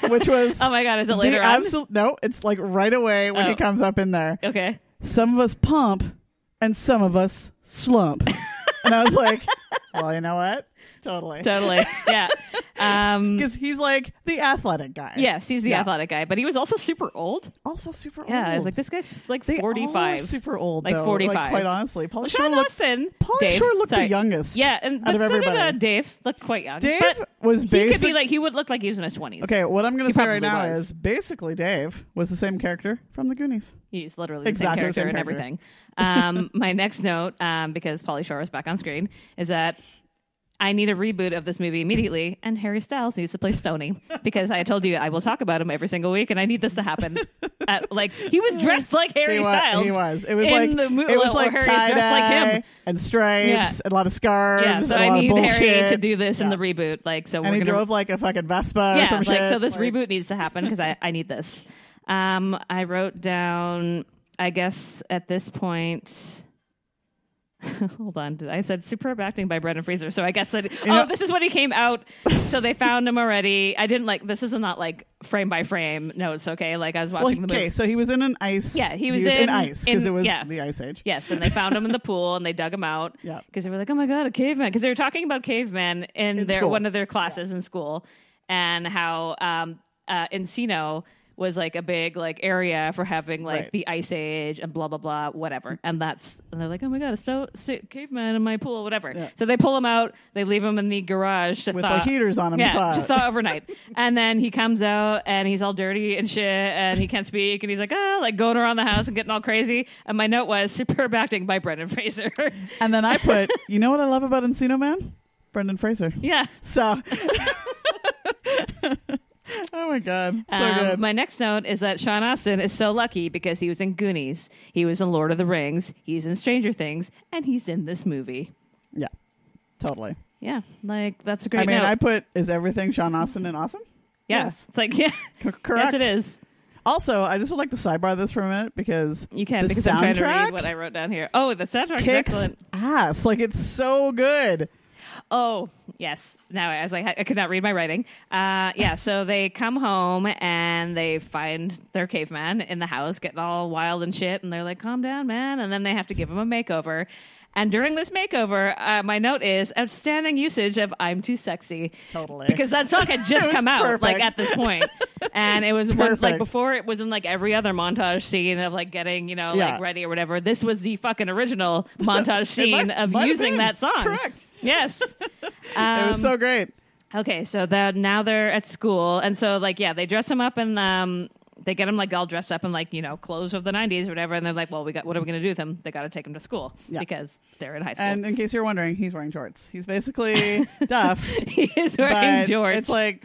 which was
Oh my god, is it
the
later on?
absolute no. It's like right away when
Oh.
he comes up in there.
okay.
Some of us pump, and some of us slump. and I was like, well, you know what? Totally.
Totally. Yeah. Um
Because he's like the athletic guy.
Yes, he's the
Yeah.
athletic guy, but he was also super old.
Also super old.
Yeah, I was like, this guy's like
They all are
45.
super old.
Like
though,
45.
quite honestly, Paul Shore
Sean
looked.
Austin.
Paul
Dave,
Shore looked
sorry.
the youngest.
Yeah, and
out of
but so did,
everybody.
uh, Dave looked quite young.
Dave
but
was
he could
basically
be like he would look like he was in his twenties.
Okay, what I'm going
He
to say right
probably
now
was.
is basically Dave was the same character from the Goonies.
he's literally the
Exactly the
same character
same
and
character.
everything. Um, my next note, um, because Polly Shore is back on screen, is that. I need a reboot of this movie immediately, and Harry Styles needs to play Stony because I told you I will talk about him every single week, and I need this to happen. At, like he was dressed like Harry
he
Styles.
was. He was. It was
in
like
the mo-
it was
or
like
Harry
tie
dressed
dye
like him.
and stripes
Yeah.
and a lot of scarves
Yeah, so
and a
I
lot
need
of bullshit.
Harry to do this in
Yeah.
the reboot. Like, so
and
we're
he
gonna
drove like a fucking Vespa or
yeah,
some
like
shit.
so this
Like,
reboot needs to happen because I, I need this. Um, I wrote down. I guess at this point. Hold on, did- I said superb acting by Brendan Fraser. So I guess that oh,
know-
this is when he came out. So they found him already. I didn't like this. Is not like frame by frame notes. Okay, like I was
Well,
watching the movie.
okay, so he was in an ice.
Yeah, he was in-
ice because
in-
it was
yeah.
the ice age.
Yes, and they found him in the pool and they dug him out.
Yeah.
because they were like, "Oh my god, a caveman!" Because they were talking about cavemen in,
In
their
school.
one of their classes in school, and how um, uh, Encino was like a big like area for having like
Right. Mm-hmm.
the ice age and blah blah blah whatever. And that's and they're like, "Oh my god, a so sick caveman in my pool, whatever."
Yeah.
So they pull him out. They leave him in the garage to
With
thaw.
like heaters on him.
Yeah,
thought.
to thaw overnight. and then he comes out and he's all dirty and shit and he can't speak and he's like, ah, like going around the house and getting all crazy. And my note was superb acting by Brendan Fraser.
And then I put, you know what I love about Encino Man? Brendan Fraser.
yeah.
So Oh my god, so
Um,
good.
My next note is that Sean Austin is so lucky because he was in Goonies, he was in Lord of the Rings, he's in Stranger Things, and he's in this movie.
yeah, totally.
Yeah, like that's a great
I mean,
note.
I put is everything Sean Austin and awesome?
yeah,
yes.
it's like yeah,
C- correct.
yes, it is.
Also, I just would like to sidebar this for a minute because
You can
the
because
soundtrack
I'm trying to read what I wrote down here. Oh, the soundtrack is
kicks
excellent.
ass. Like it's so good.
Oh, yes. Now I was like, I could not read my writing. Uh, yeah, so they come home and they find their caveman in the house getting all wild and shit. And they're like, calm down, man. And then they have to give him a makeover. And during this makeover, uh, my note is outstanding usage of I'm Too Sexy.
Totally.
Because that song had just
was
come out, like
perfect.
at this point. And it was one, like
Perfect.
before it was in like every other montage scene of like getting, you know,
Yeah.
like ready or whatever. This was the fucking original montage
It might-
scene of
might have
using
been.
that song. Um,
Correct.
Yes.
it was so great.
Okay, so that now they're at school, and so like yeah, they dress him up and um, they get him like all dressed up in like you know clothes of the '90s or whatever, and they're like, well, we got what are we gonna do with him? They got to take him to school
Yeah.
because they're in high school.
And in case you're wondering, he's wearing shorts. He's basically Duff,
he is wearing
but
jorts.
it's like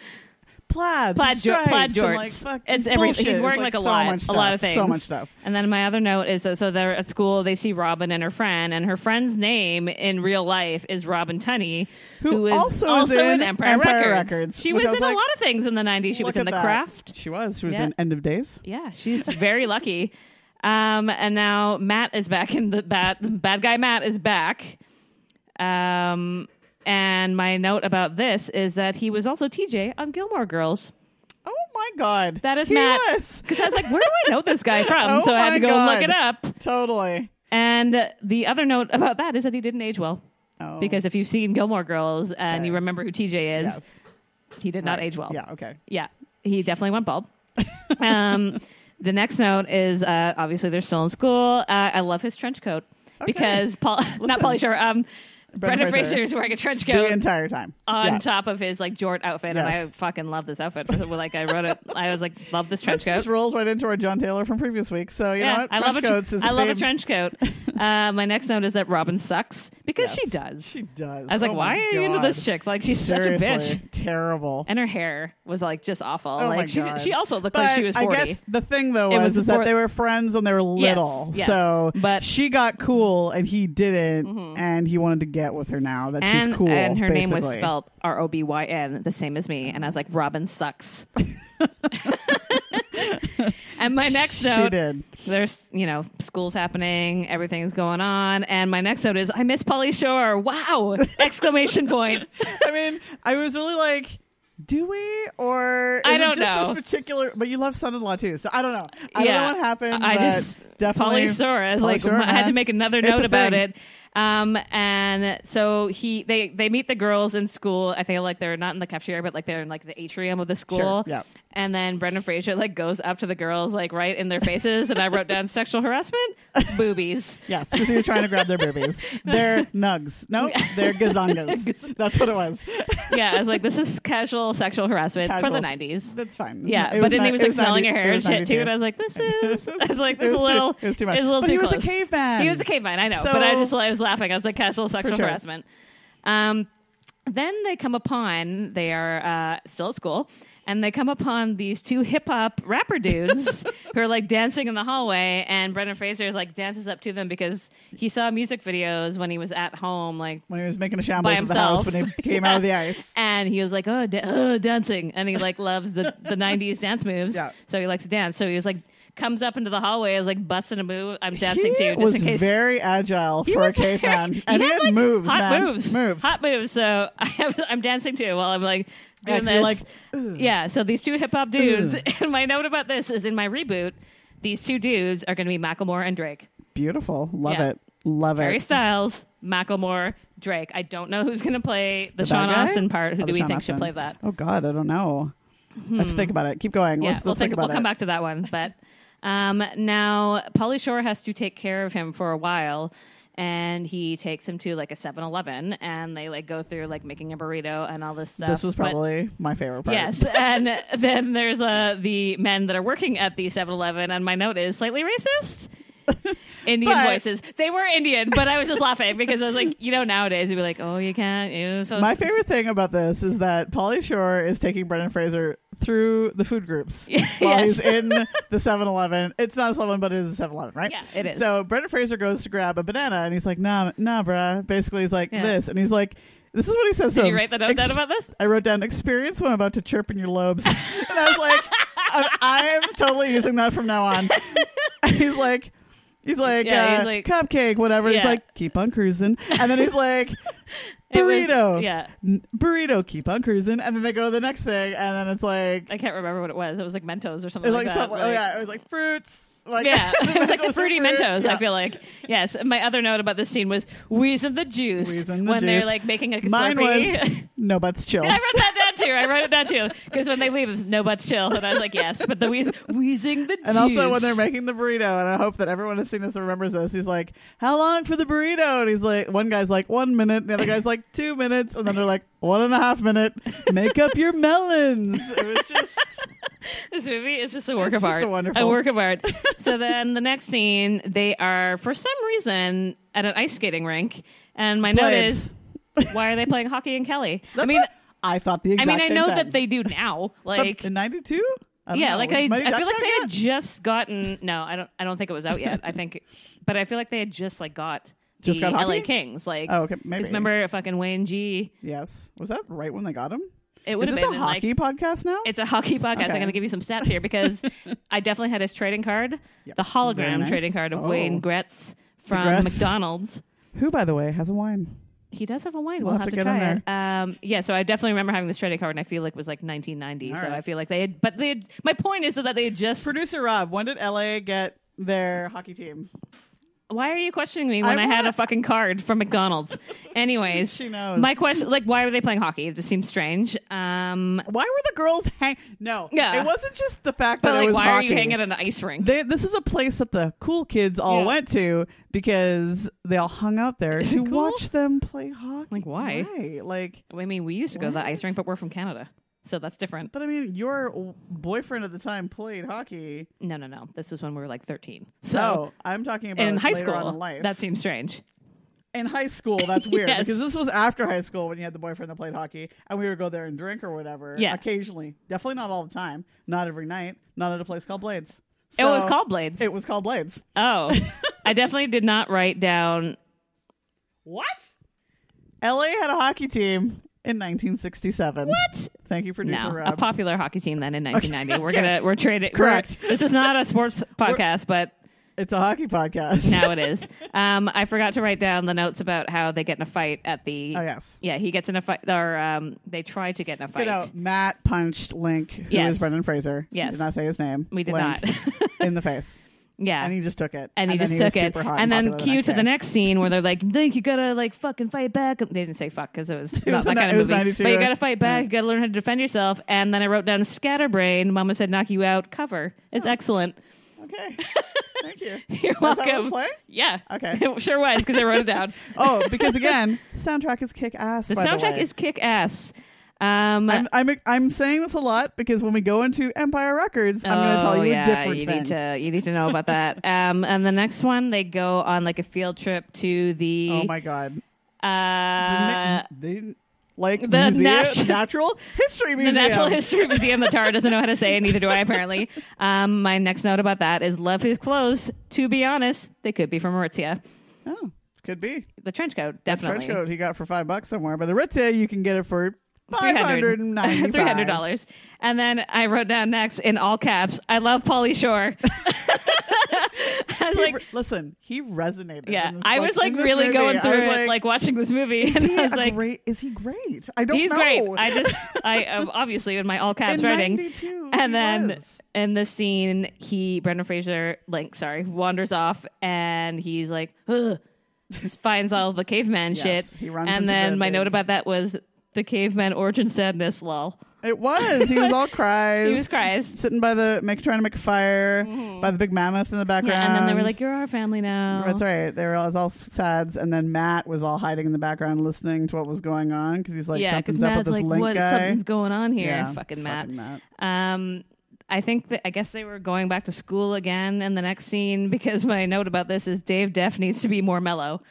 plaids,
plaid,
and
jo-
stripes,
plaid jorts.
and like fuck
it's everything.
bullshit.
He's
It's,
wearing
like,
like, a
so
lot,
much
a lot of
stuff.
things,
So much stuff.
And then my other note is that so they're at school. They see Robin and her friend, and her friend's name in real life is Robin Tunney,
Who
is
also is in
Empire,
Empire
Records.
Records,
She
which
was,
I was
in
like,
a lot of things in the '90s. She was
Look
in
at
The
that.
Craft.
She was. She was
Yeah.
in End of Days.
Yeah, she's very lucky. Um, and now Matt is back in the bad bad guy. Matt is back. Um, and my note about this is that he was also TJ on Gilmore Girls.
Oh my god,
That is
he
Matt.
Was.
Because I was like, where do I know this guy from?
Oh
so I had
my
to go
God.
look it up.
Totally.
And the other note about that is that he didn't age well.
Oh,
Because if you've seen Gilmore Girls and
Okay.
you remember who TJ is,
yes,
he did not
Right.
age well.
Yeah. Okay.
Yeah, he definitely went bald. um, the next note is uh, obviously they're still in school. Uh, I love his trench coat because Paul, not Paulie Shore, um, Brendan
Fraser.
Fraser. is wearing a trench
The
coat
entire time.
on
yeah.
top of his like jort outfit, and I
Yes.
fucking love this outfit. like I wrote it, I was like, love this trench
This
coat.
just rolls right into our John Taylor from previous week. So you know what?
I love
Trench
a tre-
coats is
I love a
thing.
trench coat. Uh, my next note is that Robin sucks because she
Yes.
does.
She does.
I was like,
Oh
why
my
are you into
God.
this chick? Like she's
Seriously,
such a bitch.
Terrible.
And her hair was like just awful.
oh
like
my
she,
God.
she also looked
but
like she was forty.
I guess the thing though
It
was,
was
is that
before-
they were friends when they were little.
yes.
So
But- Mm-hmm.
she got cool and he didn't, and he wanted to get with her now that
and,
she's cool.
And her name was
basically.
spelled R O B Y N, the same as me. And I was like, Robin sucks. and my next
She
note,
did.
there's you know school's happening, everything's going on, and my next note is I miss Polly Shore. Wow! Exclamation point.
I mean, I was really like, do we or is
I don't
it just
know.
this particular? But you love son-in-law too, so I don't know. I
yeah.
don't know what happened.
I
but
just
definitely
Polysaurus. Like
Polysaurus,
I had to
man.
make another
It's
note
a
about
thing.
it. Um, and so he they they meet the girls in school. I feel like they're not in the cafeteria, but like they're in like the atrium of the school.
yeah.
And then Brendan Fraser like goes up to the girls like right in their faces, and I wrote down sexual harassment, boobies.
Yes, because he was trying to grab their boobies. They're nugs. No, they're gazongas. That's what it was.
Yeah, I was like, this is casual sexual harassment for
Casuals.
the '90s.
That's fine.
Yeah,
It
but then
ni-
he was
it
like smelling
90
her hair
it
and
was
shit too,
92.
and I was like, this is. I was like,
It
this is
was
a
too-
little.
it was too much.
a little
but
too
he was
close.
a caveman.
He was a caveman, I know,
So-
but I just I was laughing. I was like casual sexual
sure.
harassment. Um, then they come upon they are uh, still at school, and they come upon these two hip hop rapper dudes who are like dancing in the hallway, and Brendan Fraser is like dances up to them because he saw music videos when he was at home, like
when he was making a shambles
by
of the house
himself
when he came out of the ice.
and he was like, "Oh, da- oh dancing," and he like loves the the '90s dance moves.
Yeah.
So he likes to dance. So he was like, comes up into the hallway, is like busting a move. I'm dancing
he
too, just
was
in case.
very agile for a
was very-
caveman,
he
and he
had,
had
like,
moves,
hot
man.
moves,
moves.
hot moves. So I have, I'm dancing too while I'm like
Yeah,
doing
'cause
this.
you're like, "Ugh."
yeah. So these two hip hop dudes. And my note about this is in my reboot. These two dudes are going to be Macklemore and Drake.
Beautiful. Love
Yeah.
it. Love
Harry
it.
Styles, Macklemore, Drake. I don't know who's going to play the,
The
Sean
bad guy?
Austin part. Who
Oh, the
do we
Sean
think
Austin.
should play that? Hmm.
Oh God, I don't know. I have to think about it. Keep going.
Yeah,
let's
we'll,
let's
think,
think about
we'll come
it.
back to that one. But um, now, Polly Shore has to take care of him for a while, and he takes him to like a 7-Eleven, and they like go through like making a burrito and all this stuff.
This was
But-
probably my favorite part.
Yes, and then there's uh, the men that are working at the 7-Eleven, and my note is slightly racist. Indian
But-
voices. They were Indian, but I was just laughing because I was like, you know, nowadays you'd be like, oh, you can't. You so
My favorite thing about this is that Polly Shore is taking Brendan Fraser through the food groups
Yeah,
while
yes.
he's in the 7-Eleven. It's not a 7-Eleven, but it is a 7-Eleven, right?
Yeah, it is.
So Brendan Fraser goes to grab a banana, and he's like, "Nah, nah, bruh." Basically, he's like
Yeah.
this, and he's like, "This is what he says."
Did
to
you
him.
write that note down about this?
I wrote down experience when I'm about to chirp in your lobes, and I was like, I, "I'm totally using that from now on." he's like. He's like,
Yeah,
uh,
he's like-
cupcake, whatever. He's
Yeah.
like, keep on cruising. And then he's like,
It was-
burrito.
yeah.
N- burrito, keep on cruising. And then they go to the next thing, and then it's like,
I can't remember what it was. It was like Mentos or something
it's like,
like, that.
something, oh
like-
yeah, it was like fruits. Like,
Yeah, it was like the
just
fruity
fruit.
Mentos.
Yeah.
I feel like yes. And my other note about this scene was wheezing the juice
Wheezing the
when they're
juice.
like making a
Mine
Slurpee.
was no butts chill.
I wrote that down too. I wrote it down too because when they leave, it's no butts chill, and I was like, yes. But the wheeze, wheezing the
And
juice.
also when they're making the burrito, and I hope that everyone has seen this and remembers this. He's like, "How long for the burrito?" And he's like, "One guy's like one minute, the other guy's like two minutes, and then they're like one and a half minute. Make up your melons." It was just
this movie is just a work
It's
of
just
art.
a wonderful-
work of art. so then the next scene, they are for some reason at an ice skating rink, and my
Blades.
note is, why are they playing hockey in Kelly? I
That's
mean,
what- I thought the
I
exact
mean, I
same
know
thing.
that they do now.
But
Like
in '92.
yeah, like I, I
Mighty
feel
Ducks
like
out
they
yet?
had just gotten. No, I don't. I don't think it was out yet. I think, but I feel like they had just like got
Just
the
got hockey?
L.A. Kings. Like,
Oh, okay,
'cause
maybe.
remember fucking Wayne G.
Yes. Was that right when they got him?
It would
Is
have
this
been
a
in,
hockey
Like,
podcast now?
it's a hockey podcast.
Okay.
I'm going to give you some stats here because I definitely had his trading card,
Yep.
the hologram
Very nice.
trading card of
Oh.
Wayne Gretz from
Gretz.
McDonald's.
Who, by the way, has a wine?
He does have a wine.
We'll
We'll,
have
have,
to get
to, try
in
it. Um, yeah, so I definitely remember having this trading card, and I feel like it was like 1990.
All
so
right.
I feel like they had, but they had, my point is that they had just
Producer Rob, when did LA get their hockey team?
Why are you questioning me when
I'm
i had
not-
a fucking card from McDonald's? Anyways,
She knows.
My question, like, why were they playing hockey? It just seems strange. Um,
Why were the girls hang? No,
Yeah.
it wasn't just the fact
but
that it
like,
was
why
hockey.
are you hanging at an ice rink?
they, this is a place that the cool kids all
Yeah.
went to because they all hung out there
Is it
to
cool?
watch them play hockey.
Like, why?
Like,
I mean, we used to go to the ice rink, but we're from Canada, so that's different.
but I mean, your w- boyfriend at the time played hockey.
No, no, no. This was when we were like 13. So.
So I'm talking about
in high
Oh, later
school,
on in life.
that seems strange.
in high school, that's weird
Yes.
because this was after high school when you had the boyfriend that played hockey, and we would go there and drink or whatever.
Yeah.
occasionally, definitely not all the time, not every night, not at a place called Blades.
it was
So-
called Blades.
It was called Blades.
oh, I definitely did not write down.
What? LA had a hockey team in 1967. What? Thank you, producer
No, a
Rob.
popular hockey team then in 1990. We're
okay.
gonna we're trading.
Correct.
We're, this is not a sports podcast, but
it's a hockey podcast.
now it is. Um, I forgot to write down the notes about how they get in a fight at the.
Oh, yes.
Yeah, he gets in a fight, or um, they try to get in a fight.
Get out. Matt punched Link, who is
Yes.
Brendan Fraser. We
Yes.
did not say his name.
We did
Link,
not.
in the face.
yeah.
And he just took it.
And he
then
just
was
took it,
super hot
and then
popular
cue to
day.
the next scene where they're like, "Link, you gotta like fucking fight back." They didn't say "fuck" because it was not
was
that
a-
kind
it
of
was
movie.
92,
But you
right?
gotta fight back. You gotta learn how to defend yourself. And then I wrote down "scatterbrain." Mama said, "knock you out." Cover. It's excellent.
Okay. Thank you.
You're
That's
welcome.
Oh. How it was playing?
Yeah.
Okay.
It sure was because I wrote it down.
Oh, because again, soundtrack is kick ass.
The soundtrack is kick ass. Um,
I'm, I'm I'm saying this a lot because when we go into Empire Records, I'm going to
Oh,
tell you
yeah,
a different
you
thing.
Need to, you need to know about that. um, and the next one, they go on like a field trip to the
oh my god.
uh,
They didn't- like
the
museum,
nat-
natural history
the
museum.
Natural History Museum that Tara doesn't know how to say, and neither do I apparently. Um, my next note about that is love his clothes. To be honest, they could be from Aritzia.
Oh, could be
The trench coat,
A trench
definitely.
coat he got for five bucks somewhere, but Aritzia you can get it for five hundred and ninety-five.
$300. And then I wrote down next in all caps, I love Polly Shore. I was
He
like,
re- listen, he resonated.
yeah,
in this,
I was like
in this
really
movie.
going
I
through
was
it, like, watching this movie.
is
and
he
I was
a
like,
great? Is he great? I don't
He's
know.
great. I just, I um, obviously in my all caps
In
writing,
92, he
and then
was.
in the scene, he Brendan Fraser, Link, sorry, wanders off, and he's like, Ugh, finds all the caveman
Yes,
shit,
he runs into
and then
the
my note
big-
about that was the caveman origin sadness. Lol,
it was. He was all cries.
he was cries.
sitting by the make trying to make a fire by the big mammoth in the background.
Yeah, and then they were like, "You're our family now."
That's right. They were all, it was all sads, and then Matt was all hiding in the background listening to what was going on because he's like,
yeah, because
something's up with
Matt's
this
like,
link
"What?
guy.
Something's going on here."
Yeah,
fucking Matt. Um, I think that I guess they were going back to school again in the next scene because my note about this is Dave Deff needs to be more mellow.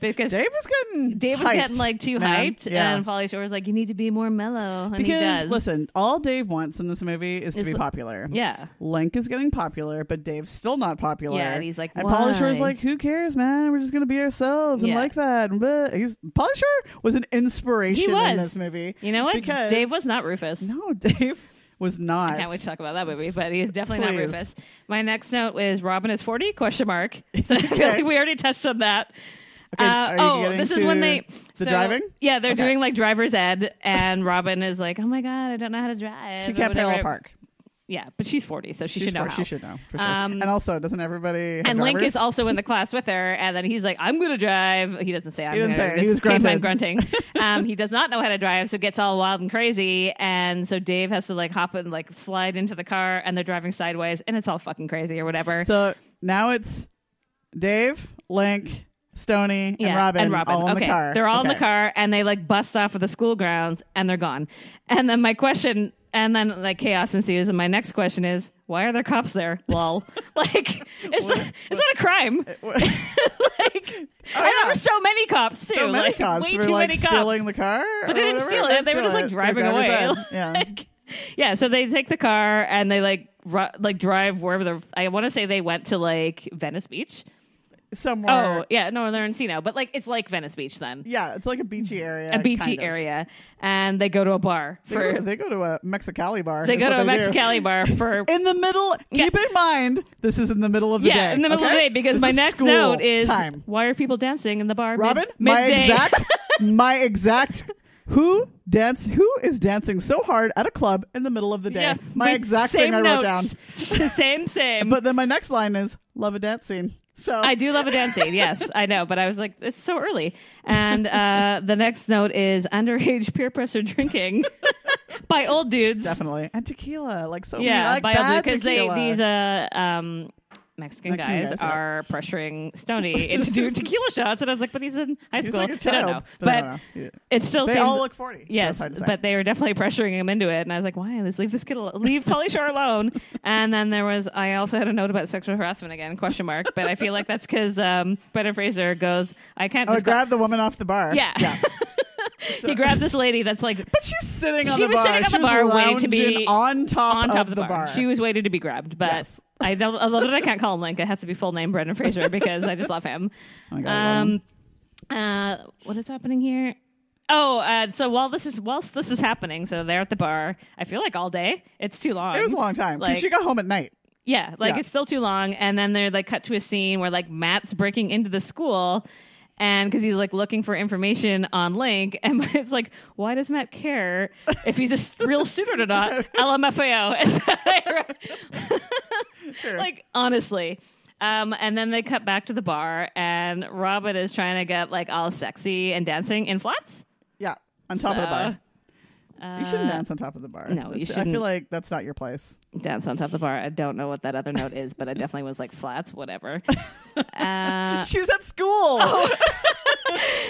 because
Dave was getting
Dave was
hyped,
getting like too
man.
hyped,
Yeah.
and Polly Shore was like, "You need to be more mellow." And he
because
does.
listen, all Dave wants in this movie is to
Is
be
the-
popular.
yeah,
Link is getting popular, but Dave's still not popular.
Yeah, and he's like,
and Polly Shore's
"Why?"
like, "Who cares, man? We're just gonna be ourselves and
Yeah.
like that." And blah. He's Polly Shore was an inspiration in
was.
this movie.
you know what?
Because
Dave was not Rufus.
No, Dave was not.
I can't wait to talk about that movie, but he is definitely
Please.
not Rufus. My next note is Robin is forty question mark. So I feel like we already touched on that.
Okay,
Uh,
are you
oh,
getting
this is
to
when they
the
so-
driving?
Yeah, they're
Okay.
doing like driver's ed, and Robin is like, "Oh my god, I don't know how to drive."
She
or
can't parallel
whatever.
park.
Yeah, but she's forty, so she
She's
should know.
for-
how.
She should know for sure.
Um,
and also, doesn't everybody? Have
and Link
drivers?
is also in the class with her, and then he's like, "I'm gonna drive." He doesn't say. I'm
didn't
gonna
say it.
drive.
He
It's
was grunting.
caveman grunting. Um, he does not know how to drive, so gets all wild and crazy, and so Dave has to like hop and like slide into the car, and they're driving sideways, and it's all fucking crazy or whatever.
So now it's Dave, Link, Stony, and Robin. all in
okay.
the car.
They're all in
Okay.
the car and they like bust off of the school grounds and they're gone. And then my question and then like chaos ensues and my next question is why are there cops there? Lol. like it's not, it's not a crime. like and
Oh, yeah.
there were so many cops too.
So many
like,
cops
way
were
too
like
many cops.
stealing the car.
But they didn't steal it. They were just like driving away.
Yeah.
Like, yeah. So they take the car and they like ru- like drive wherever they're. I want to say they went to like Venice Beach.
Somewhere.
Oh yeah, no, they're in Encino, but like it's like Venice Beach then,
Yeah, it's like a beachy area.
a beachy
kind of.
area, and they go to a bar
They go,
for they,
they go to a Mexicali bar. is
go
what
to a
they do.
Mexicali bar for
In the middle. Keep in mind, this is in the middle of the day.
yeah in the middle of the
okay?
day because
This
my
is
next
school
note is
time.
why are people dancing in the bar? mid-
Robin, my
midday?
exact, my exact. Who dance? Who is dancing so hard at a club in the middle of the day?
Yeah,
my
wait,
exact
same
thing I wrote down.
notes. same same.
But then my next line is love a dance scene. So
I do love a dance scene. Yes, I know, but I was like, it's so early. And uh, the next note is underage peer pressure drinking by old dudes.
definitely and tequila, like so. many-
yeah,
like
by
bad
because they
tequila.
these uh um Mexican,
Mexican
guys,
guys, yeah.
are pressuring Stony into doing tequila shots, and I was like, but he's in high
He's
school.
like a
I don't
child.
know,
But I
but
don't know. Yeah.
it still
They
seems,
all look forty. so
Yes,
it's hard to say.
but they were definitely pressuring him into it, and I was like, "Why? Let's leave this kid, al- leave Polly Shore alone." and then there was, I also had a note about sexual harassment again, question mark. But I feel like that's because um, Brendan Fraser goes, "I can't."
oh,
discuss-"
grab the woman off the bar.
yeah, he grabs this lady that's like
but she's sitting on
She
the
was
bar.
sitting on
she
the bar
was
waiting to be
lounging on top
on top of the,
the
bar. She was waiting to be grabbed, but
Yes.
I don't. I love that I can't call him Link. It has to be full name Brendan Fraser because I just love him.
Oh my God, I love
um, uh, what is happening here? Oh, uh, so while this is whilst this is happening, so they're at the bar. I feel like all day. It's too long.
it was a long time because
Like-
she got home at night.
Yeah, like
Yeah.
it's still too long. And then they're like cut to a scene where like Matt's breaking into the school. And because he's like looking for information on Link, and it's like, why does Matt care if he's a s- real student or not? LMFAO. It's like-
Sure.
like honestly. Um, and then they cut back to the bar, and Robin is trying to get like all sexy and dancing in flats.
yeah, on top of the
Uh,
bar. You shouldn't dance on top of the bar.
no, you
That's- I
shouldn't.
feel like that's not your place.
Dance on top of the bar. I don't know what that other note is, but I definitely was like flats, whatever. Uh, Oh.
She was at school.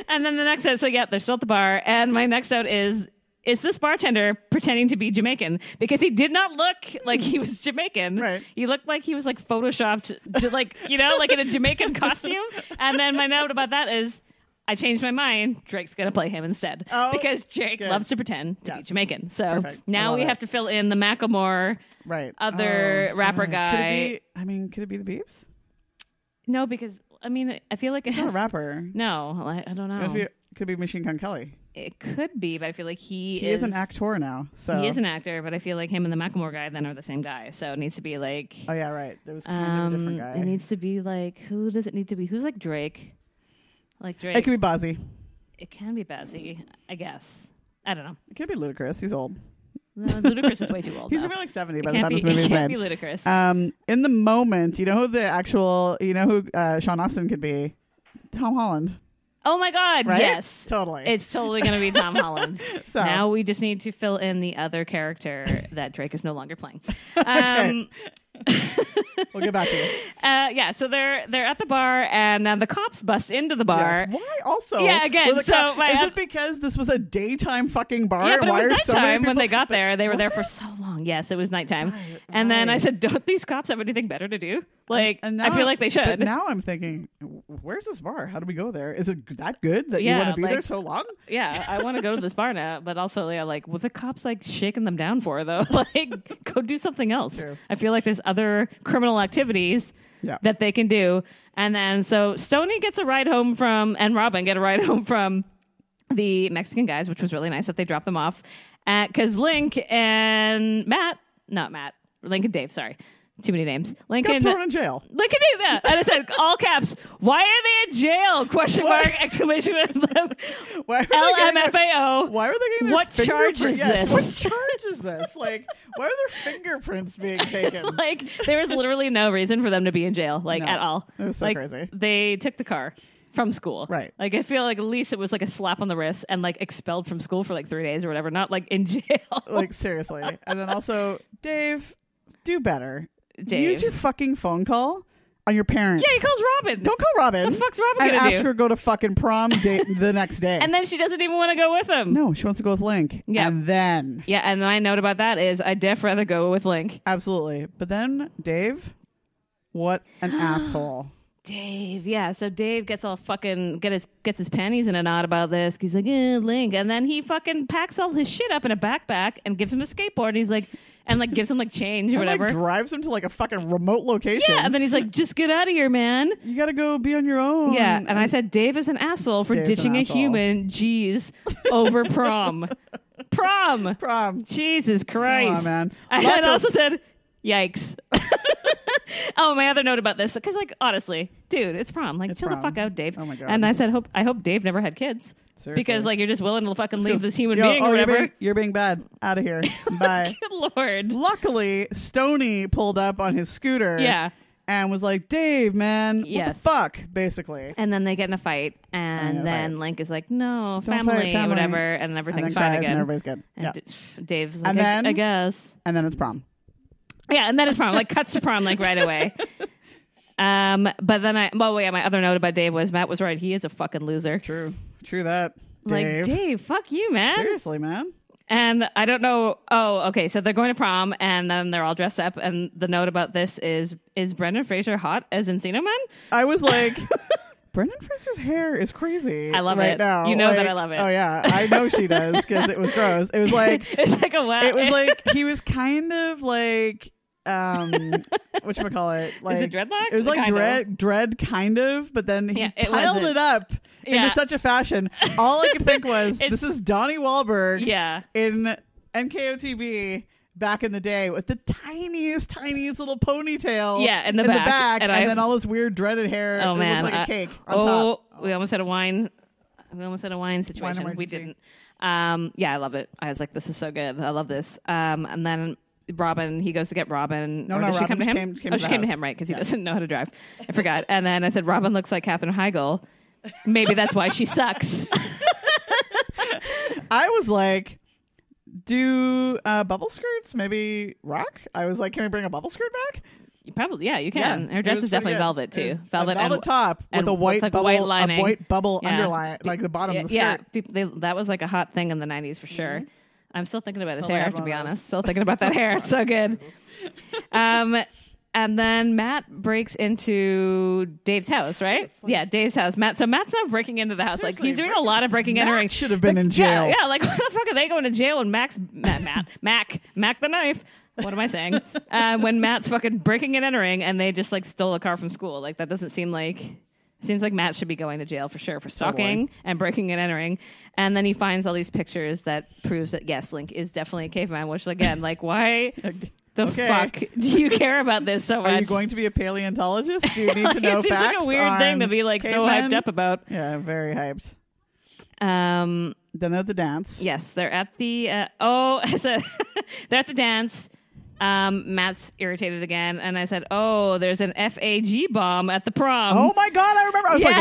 And then the next note, so yeah, they're still at the bar. And my next note is, is this bartender pretending to be Jamaican? Because he did not look like he was Jamaican.
Right.
He looked like he was like photoshopped, to, like, you know, like in a Jamaican costume. And then my note about that is, I changed my mind. Drake's going to play him instead.
Oh,
because Drake
good.
loves to pretend to be
Yes.
Jamaican. So
Perfect. I
now
love
we
it.
have to fill in the Macklemore.
right. Oh,
Other rapper
Could
guy.
it be? I mean, could it be the Beeps?
No, because, I mean, I feel like it
Not a
has-
rapper.
No, I, I don't
It must
know.
be- could be Machine Gun Kelly.
It could be, but I feel like he,
He is an actor now. So
He is an actor, but I feel like him and the Macklemore guy then are the same guy. So it needs to be like,
Oh yeah, right. There was kind of a
um,
different guy.
it needs to be like, who does it need to be? Who's like Drake? Like Drake.
it could be Bozzy.
be Bazzy, I guess. I don't know.
It could be Ludacris. He's old.
No, Ludacris is way too old.
He's
though.
gonna be like seventy
It
by the
can't
time
be,
this movie
it
is
can't
made.
be Ludacris.
Um, in the moment, you know who the actual, you know who uh, Sean Austin could be? Tom Holland,
oh my God!
right?
Yes,
totally.
it's totally going to be Tom Holland.
So-
Now we just need to fill in the other character that Drake is no longer playing. Um,
We'll get back to you.
Uh, yeah, so they're they're at the bar, and uh, the cops bust into the bar.
Yes. Why also?
Yeah, again,
were the
so
cop-
my
is
oth-
it because this was a daytime fucking bar?
Yeah, but
Why
it
are
was
so many
nighttime
people
when they got there. They were
Was
there
it?
for so long. Yes, it was nighttime. and then I
right.
said, "Don't these cops have anything better to do?" Like,
And
I
now
feel like they should.
But now I'm thinking, w- where's this bar? How do we go there? Is it that good that
Yeah,
you want to be there
like-
so long?
yeah, I want to go to this bar now, but also, yeah, like, what the cops like shaking them down for though? Like, go do something else.
True.
I feel like there's other criminal activities
Yeah.
that they can do. And then so Stony gets a ride home from, and Robin get a ride home from the Mexican guys, which was really nice that they dropped them off. Because Link and Matt, not Matt, Link and Dave, sorry, too many names. Link
Got
and
thrown in jail.
Look at that. And I said, all caps, why are they in jail? Question mark, exclamation mark.
Why are they getting their-
LMFAO.
Why are they getting their
What charge
fingerprint-
is
yes,
this?
What charge is this? Like, why are their fingerprints being taken?
Like, there was literally no reason for them to be in jail, like,
No.
at all.
It was so
Like,
crazy.
They took the car from school.
Right.
Like, I feel like at least it was like a slap on the wrist and like expelled from school for like three days or whatever, not like in jail.
like seriously. And then also, Dave, do better.
Dave.
Use your fucking phone call on your parents.
yeah, he calls Robin.
Don't call Robin.
The fuck's Robin
and
gonna
ask
do?
her to go to fucking prom date the next day.
and then she doesn't even want to go with him.
no, she wants to go with Link.
Yeah.
And then
Yeah, and my note about that is I'd def rather go with Link.
absolutely. But then Dave, what an asshole.
Dave, yeah. So Dave gets all fucking get his gets his panties in a knot about this. He's like, eh, Link, and then he fucking packs all his shit up in a backpack and gives him a skateboard. And he's like, and like gives him like change or
And,
whatever.
Like drives him to like a fucking remote location.
yeah, and then he's like, just get out of here, man.
you gotta go be on your own.
Yeah, and I said Dave is an asshole for
Dave's an
ditching a
asshole.
human. Jeez, over prom, prom.
prom.
Jesus Christ,
man.
I
Lack
had
of-
also said, yikes. oh, my other note about this because, like, honestly, dude, it's prom. Like, chill
prom.
the fuck out, Dave.
Oh my God.
And I said, hope I hope Dave never had kids
Seriously.
because, like, you're just willing to fucking leave this human
Yo,
being
oh,
or
you're
whatever.
being- you're being bad. Out of here. Bye.
Good lord.
Luckily, Stony pulled up on his scooter.
Yeah.
And was like, Dave, man, what
Yes.
the fuck, basically.
And then they get in a fight, and
in a
then
fight.
Link is like, "No,
Don't
family,
fight, family.
whatever," and
And then
everything's fine
cries and
again.
everybody's good.
And
yeah.
D- Dave's like,
And
I,
then-
I guess.
and then it's prom.
Yeah, and then it's prom. Like cuts to prom like right away. Um, but then I well yeah, my other note about Dave was Matt was right. He is a fucking loser.
True. True that.
Like Dave, fuck you, man.
Seriously, man.
And I don't know. Oh, okay. So they're going to prom, and then they're all dressed up. And the note about this is: Is Brendan Fraser hot as Encino Man?
I was like, Brendan Fraser's hair is crazy.
I love
right
it.
Now.
You know that
Like,
I love it.
Oh yeah, I know she does because it was gross. It was like
it's like a wow.
it was like he was kind of like um what you call it like
dreadlocks?
it was like
Kind of.
dread dread kind of but then he
Yeah, it
piled
wasn't.
it up
Yeah.
into such a fashion all i could think was
It's-
this is donnie Wahlberg
yeah.
in nkotb back in the day with the tiniest tiniest little ponytail
Yeah, in the back.
and,
And I-
then all this weird dreaded hair
Oh
that
man.
looked like
I-
a cake on
oh,
top
we almost had a wine. We almost had a wine situation. we
emergency.
didn't. Um, yeah, I love it. I was like, this is so good. I love this. Um, and then Robin, he goes to get Robin.
No,
or
no,
does she
Robin
come to him?
came- came
oh,
to
she
the
came to
house.
him, right? Because he doesn't know how to drive. I forgot. and then I said, Robin looks like Katherine Heigl. Maybe that's why she sucks.
I was like, do uh, bubble skirts maybe rock? I was like, can we bring a bubble skirt back?
You probably, yeah, you can.
Yeah,
Her
it
dress
was
is
pretty
definitely
good.
velvet too,
It-
velvet
a velvet
and
top
and
with a white
with, like,
bubble,
white
a
lining.
white bubble
Yeah.
underline, like the bottom
yeah,
of the
yeah,
skirt. Mm-hmm.
peop- they- that was like a hot thing in the '90s for sure. I'm still thinking about his
Totally
hair,
had
to be
one of those.
honest. Still thinking about that hair. It's so good. Um, and then Matt breaks into Dave's house, right? yeah, Dave's house. Matt. So Matt's now breaking into the house. like
Seriously,
he's doing a lot of breaking and entering.
That should have been in jail.
Yeah, yeah. Like, what the fuck are they going to jail when Max, Matt, Matt, Mac, Mac the knife? What am I saying? uh, when Matt's fucking breaking and entering, and they just like stole a car from school. Like, that doesn't seem like. Seems like Matt should be going to jail for sure for stalking and breaking and entering. And then he finds all these pictures that proves that yes, Link is definitely a caveman. Which again, like, why the
Okay.
fuck do you care about this so much?
Are you going to be a paleontologist? Do you need
Like,
to know
it seems
facts?
like a weird thing
on
to be like
cavemen?
so hyped up about.
Yeah, very hyped.
Um,
Then there's the dance.
Yes, they're at the uh, oh, I said they're at the dance. Um, Matt's irritated again, and I said, "Oh, there's an FAG bomb at the prom."
Oh my god, I remember. I was like,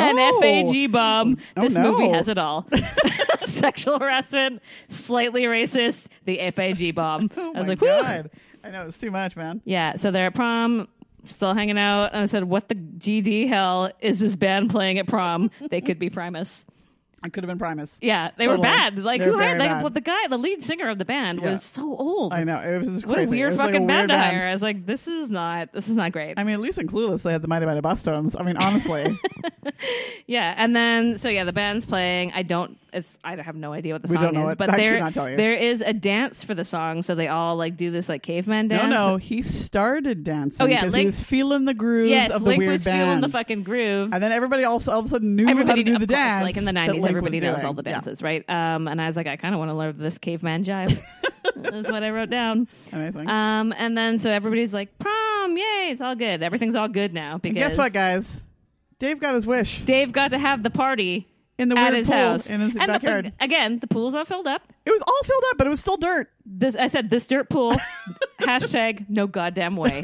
oh no,
an FAG bomb.
Oh,
this
no.
movie has it all: sexual harassment, slightly racist, the FAG bomb.
Oh
I was
my
like, "Whew."
god, I I know it's too much, man.
Yeah, so they're at prom, still hanging out. And I said, What the GD hell is this band playing at prom? they could be Primus.
I could have been Primus.
Yeah, they were
Totally.
bad. Like,
They're
who
very
hired, like,
bad.
well, the guy, the lead singer of the band
Yeah.
was so old.
I know it was just
what a
crazy. It
weird
was like
fucking
weird
band to hire. I was like, This is not, this is not great.
I mean, at least in Clueless, they had the Mighty Mighty Boston's. I mean, honestly,
Yeah, and then so yeah, the band's playing. I don't. It's I have no idea what the
We
song
don't know
is,
it.
but
I
there
cannot tell you.
there is a dance for the song. So they all like do this like caveman
no,
dance.
no, he started dancing
Oh, yeah,
because he
Link-
was feeling the grooves
yes,
of the
Link
weird
was feeling
band,
the fucking groove.
and then everybody also all of a sudden knew
everybody
how to do
of
the
course,
dance.
like in the
that
nineties,
Link was
everybody knows
doing.
all the
Yeah.
dances, right? Um, and I was like, I kind of want to learn this caveman jive. That's what I wrote down.
Amazing.
Um, and then so everybody's like, prom, yay! It's all good. Everything's all good now because
And guess what, guys? Dave got his wish
Dave got to have the party.
in the
at
weird
his
pool
house
in his
And the-
backyard.
again, the pool's all filled up.
it was all filled up, but it was still dirt.
this I said this dirt pool hashtag no goddamn way.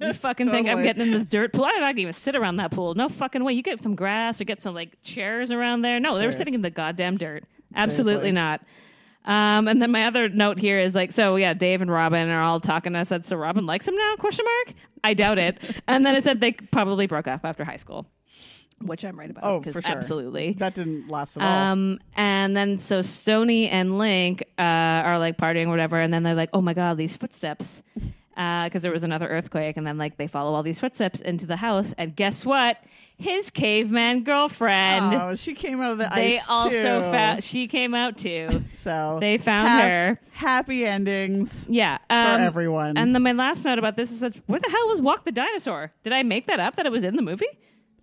You fucking think I'm
Totally.
getting in this dirt pool? I'm not gonna even sit around that pool. No fucking way. You get some grass or get some like chairs around there. No, they were
Serious.
sitting in the goddamn dirt. Absolutely
Seriously.
not. Um, and then my other note here is like, so yeah, Dave and Robin are all talking. I said, so Robin likes him now? Question mark. I doubt it. and then it said they probably broke up after high school, which I'm right about.
Oh,
'cause
for sure.
absolutely.
That didn't last at all.
Um, and then so Stony and Link uh, are like partying or whatever, and then they're like, "Oh my god, these footsteps!" Because there was another earthquake, and then like they follow all these footsteps into the house, and guess what? His caveman girlfriend.
oh, she came out of the
they
ice too.
also found. She came out too.
so
they found
hap-
her.
Happy endings.
yeah, um,
everyone.
And then my last note about this is that where the hell was Walk the Dinosaur? Did I make that up? That it was in the movie?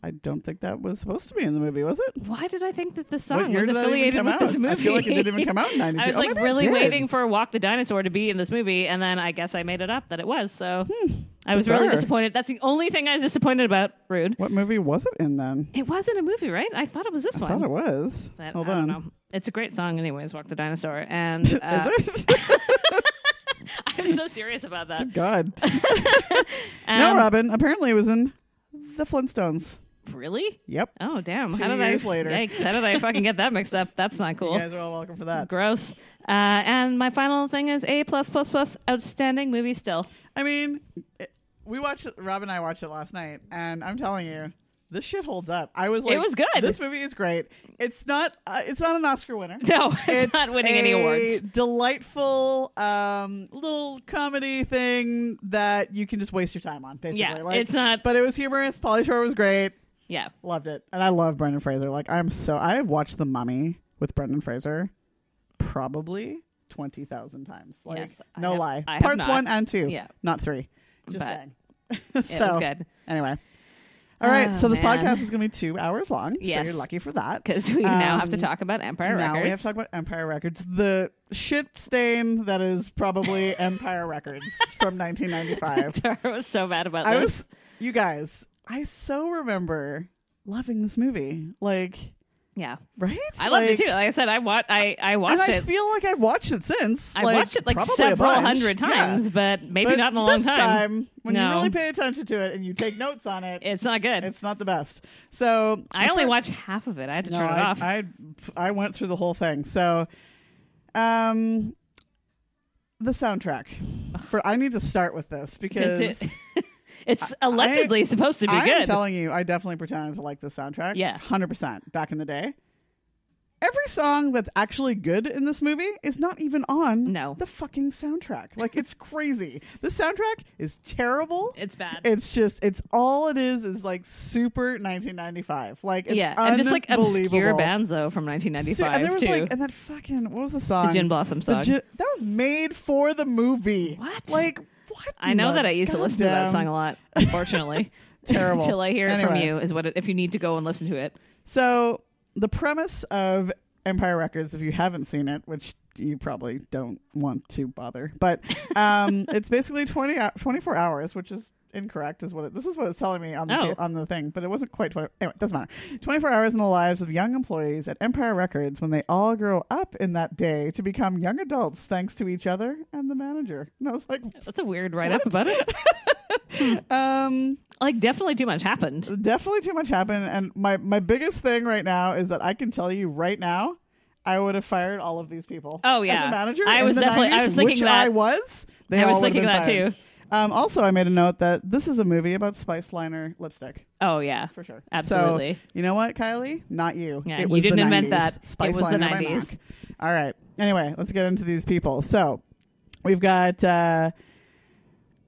I don't think that was supposed to be in the movie, was it?
Why did I think that the
What
song
year
was
did that even
affiliated
come
with this
out?
movie?
I feel like it didn't even come out in 92.
I was
Oh,
like
maybe it
really
did.
waiting for Walk the Dinosaur to be in this movie, and then I guess I made it up that it was. So I was
Hmm.
really
bizarre.
disappointed. That's the only thing I was disappointed about. Rude.
What movie was it in then?
It wasn't a movie, right? I thought it was this
I
one.
thought it was.
But
Hold
I
on.
don't know. It's a great song, anyways. Walk the Dinosaur, and uh,
Is it?
I'm so serious about that.
God.
Um,
no, Robin. Apparently, it was in The Flintstones.
Really?
Yep.
Oh damn!
Two
how did
years
I,
later.
Yikes! How did I fucking get that mixed up? That's not cool.
You guys are all welcome for that.
Gross. Uh, and my final thing is A plus plus plus outstanding movie still.
I mean, it, we watched it, Rob and I watched it last night, and I'm telling you, this shit holds up. I was like,
was good.
This movie is great. It's not. Uh, it's not an Oscar winner.
No, it's, not winning any
a
awards.
Delightful um, little comedy thing that you can just waste your time on. Basically,
Yeah,
like,
it's not-
But it was humorous. Polly Shore was great.
Yeah,
Loved it, and I love Brendan Fraser. Like I'm so I have watched The Mummy with Brendan Fraser probably twenty thousand times. Like
Yes, I
no
have-
lie,
I have
parts
not.
one and two,
Yeah.
not three. Just
But
saying.
it
so
was good
anyway, all right.
Oh,
so this
man.
podcast is going to be two hours long. So
Yes.
you're lucky for that.
because we now have to
Um,
talk about Empire
Now
Records.
we have to talk about Empire Records, the shit stain that is probably Empire Records from 1995.
Tara was so bad about
I
this.
was, you guys, I so remember loving this movie. Like,
yeah,
right?
I loved it
Like,
too. Like I said, I watched. I I
And
watched
I
it.
feel like I've watched it since.
I watched it like
probably a
several
bunch.
hundred
Yeah.
times, but maybe
But
not in a long
this
time.
when
No.
you really pay attention to it and you take notes on it,
It's not good.
it's not the best. So
I only
for-
watched half of it. I had to
No,
turn it
I,
off.
I I went through the whole thing. So, um, the soundtrack for I need to start with this because
'Cause it- it's allegedly supposed to be
I am
good.
telling you, I definitely pretended to like the soundtrack.
Yeah.
hundred percent back in the day. Every song that's actually good in this movie is not even on
No.
the fucking soundtrack. Like it's crazy. The soundtrack is terrible.
it's bad.
It's just it's all it is is like super 1995. Like it's
yeah, and just like obscure
unbelievable.
bands though from
So-
1995
and there was
too.
like and that fucking what was the song?
The Gin Blossom
The
song.
gin- that was made for the movie.
What?
Like what?
I
in
know
the
that I used to listen to
goddamn-
that song a lot, unfortunately.
Terrible.
Till I hear it from
Anyway.
you is what it, if you need to go and listen to it.
So the premise of Empire Records, if you haven't seen it, which you probably don't want to bother, but um, it's basically 20, hou- 24 hours, which is incorrect is what it, this is what it's telling me on the
Oh.
ta- on the thing but it wasn't quite 20 anyway doesn't matter 24 hours in the lives of young employees at empire records when they all grow up in that day to become young adults thanks to each other and the manager and i was like
That's a weird write up about it.
um
Like definitely too much happened.
definitely too much happened and my my biggest thing right now is that i can tell you right now I would have fired all of these people.
Oh, yeah.
as a manager,
I
in
was
the
definitely-
90s,
I was thinking
which
that.
I was. They
I was
all would have
thinking
been
that,
fired.
too.
Um, also, I made a note that this is a movie about spice liner lipstick
Oh yeah,
for sure.
Absolutely.
So, you know what, Kylie? Not you.
Yeah,
it
you
was
didn't
the
invent
90s.
that. It
Spice
was the
liner by
90s.
Mac. All right. Anyway, let's get into these people. So we've got uh,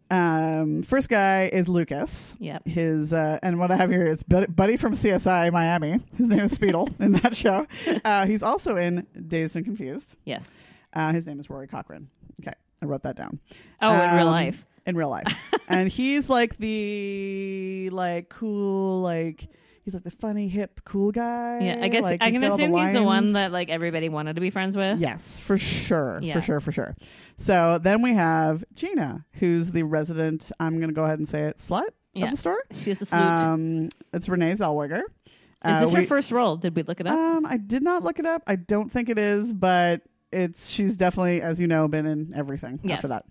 um, first guy is Lucas.
Yep.
His uh, and what I have here is Bud- Buddy from CSI Miami. His name is Speedle in that show. Uh, he's also in Dazed and Confused.
Yes.
Uh, his name is Rory Cochran. Okay, I wrote that down.
Oh, in real
Um,
life.
In real life, and he's like the like cool like he's like the funny hip cool guy.
Yeah, I guess
Like,
I
he's
can
got all
assume he's the one
lines.
that like everybody wanted to be friends with.
Yes, for sure,
Yeah.
for sure, for sure. So then we have Gina, who's the resident. I'm going to go ahead and say it slut
Yeah.
of the store.
She's a sweet.
Um, it's Renee Zellweger.
Is this
Uh,
her
we-
first role? Did we look it up?
Um, I did not look it up. I don't think it is, but it's she's definitely, as you know, been in everything
Yes.
after that.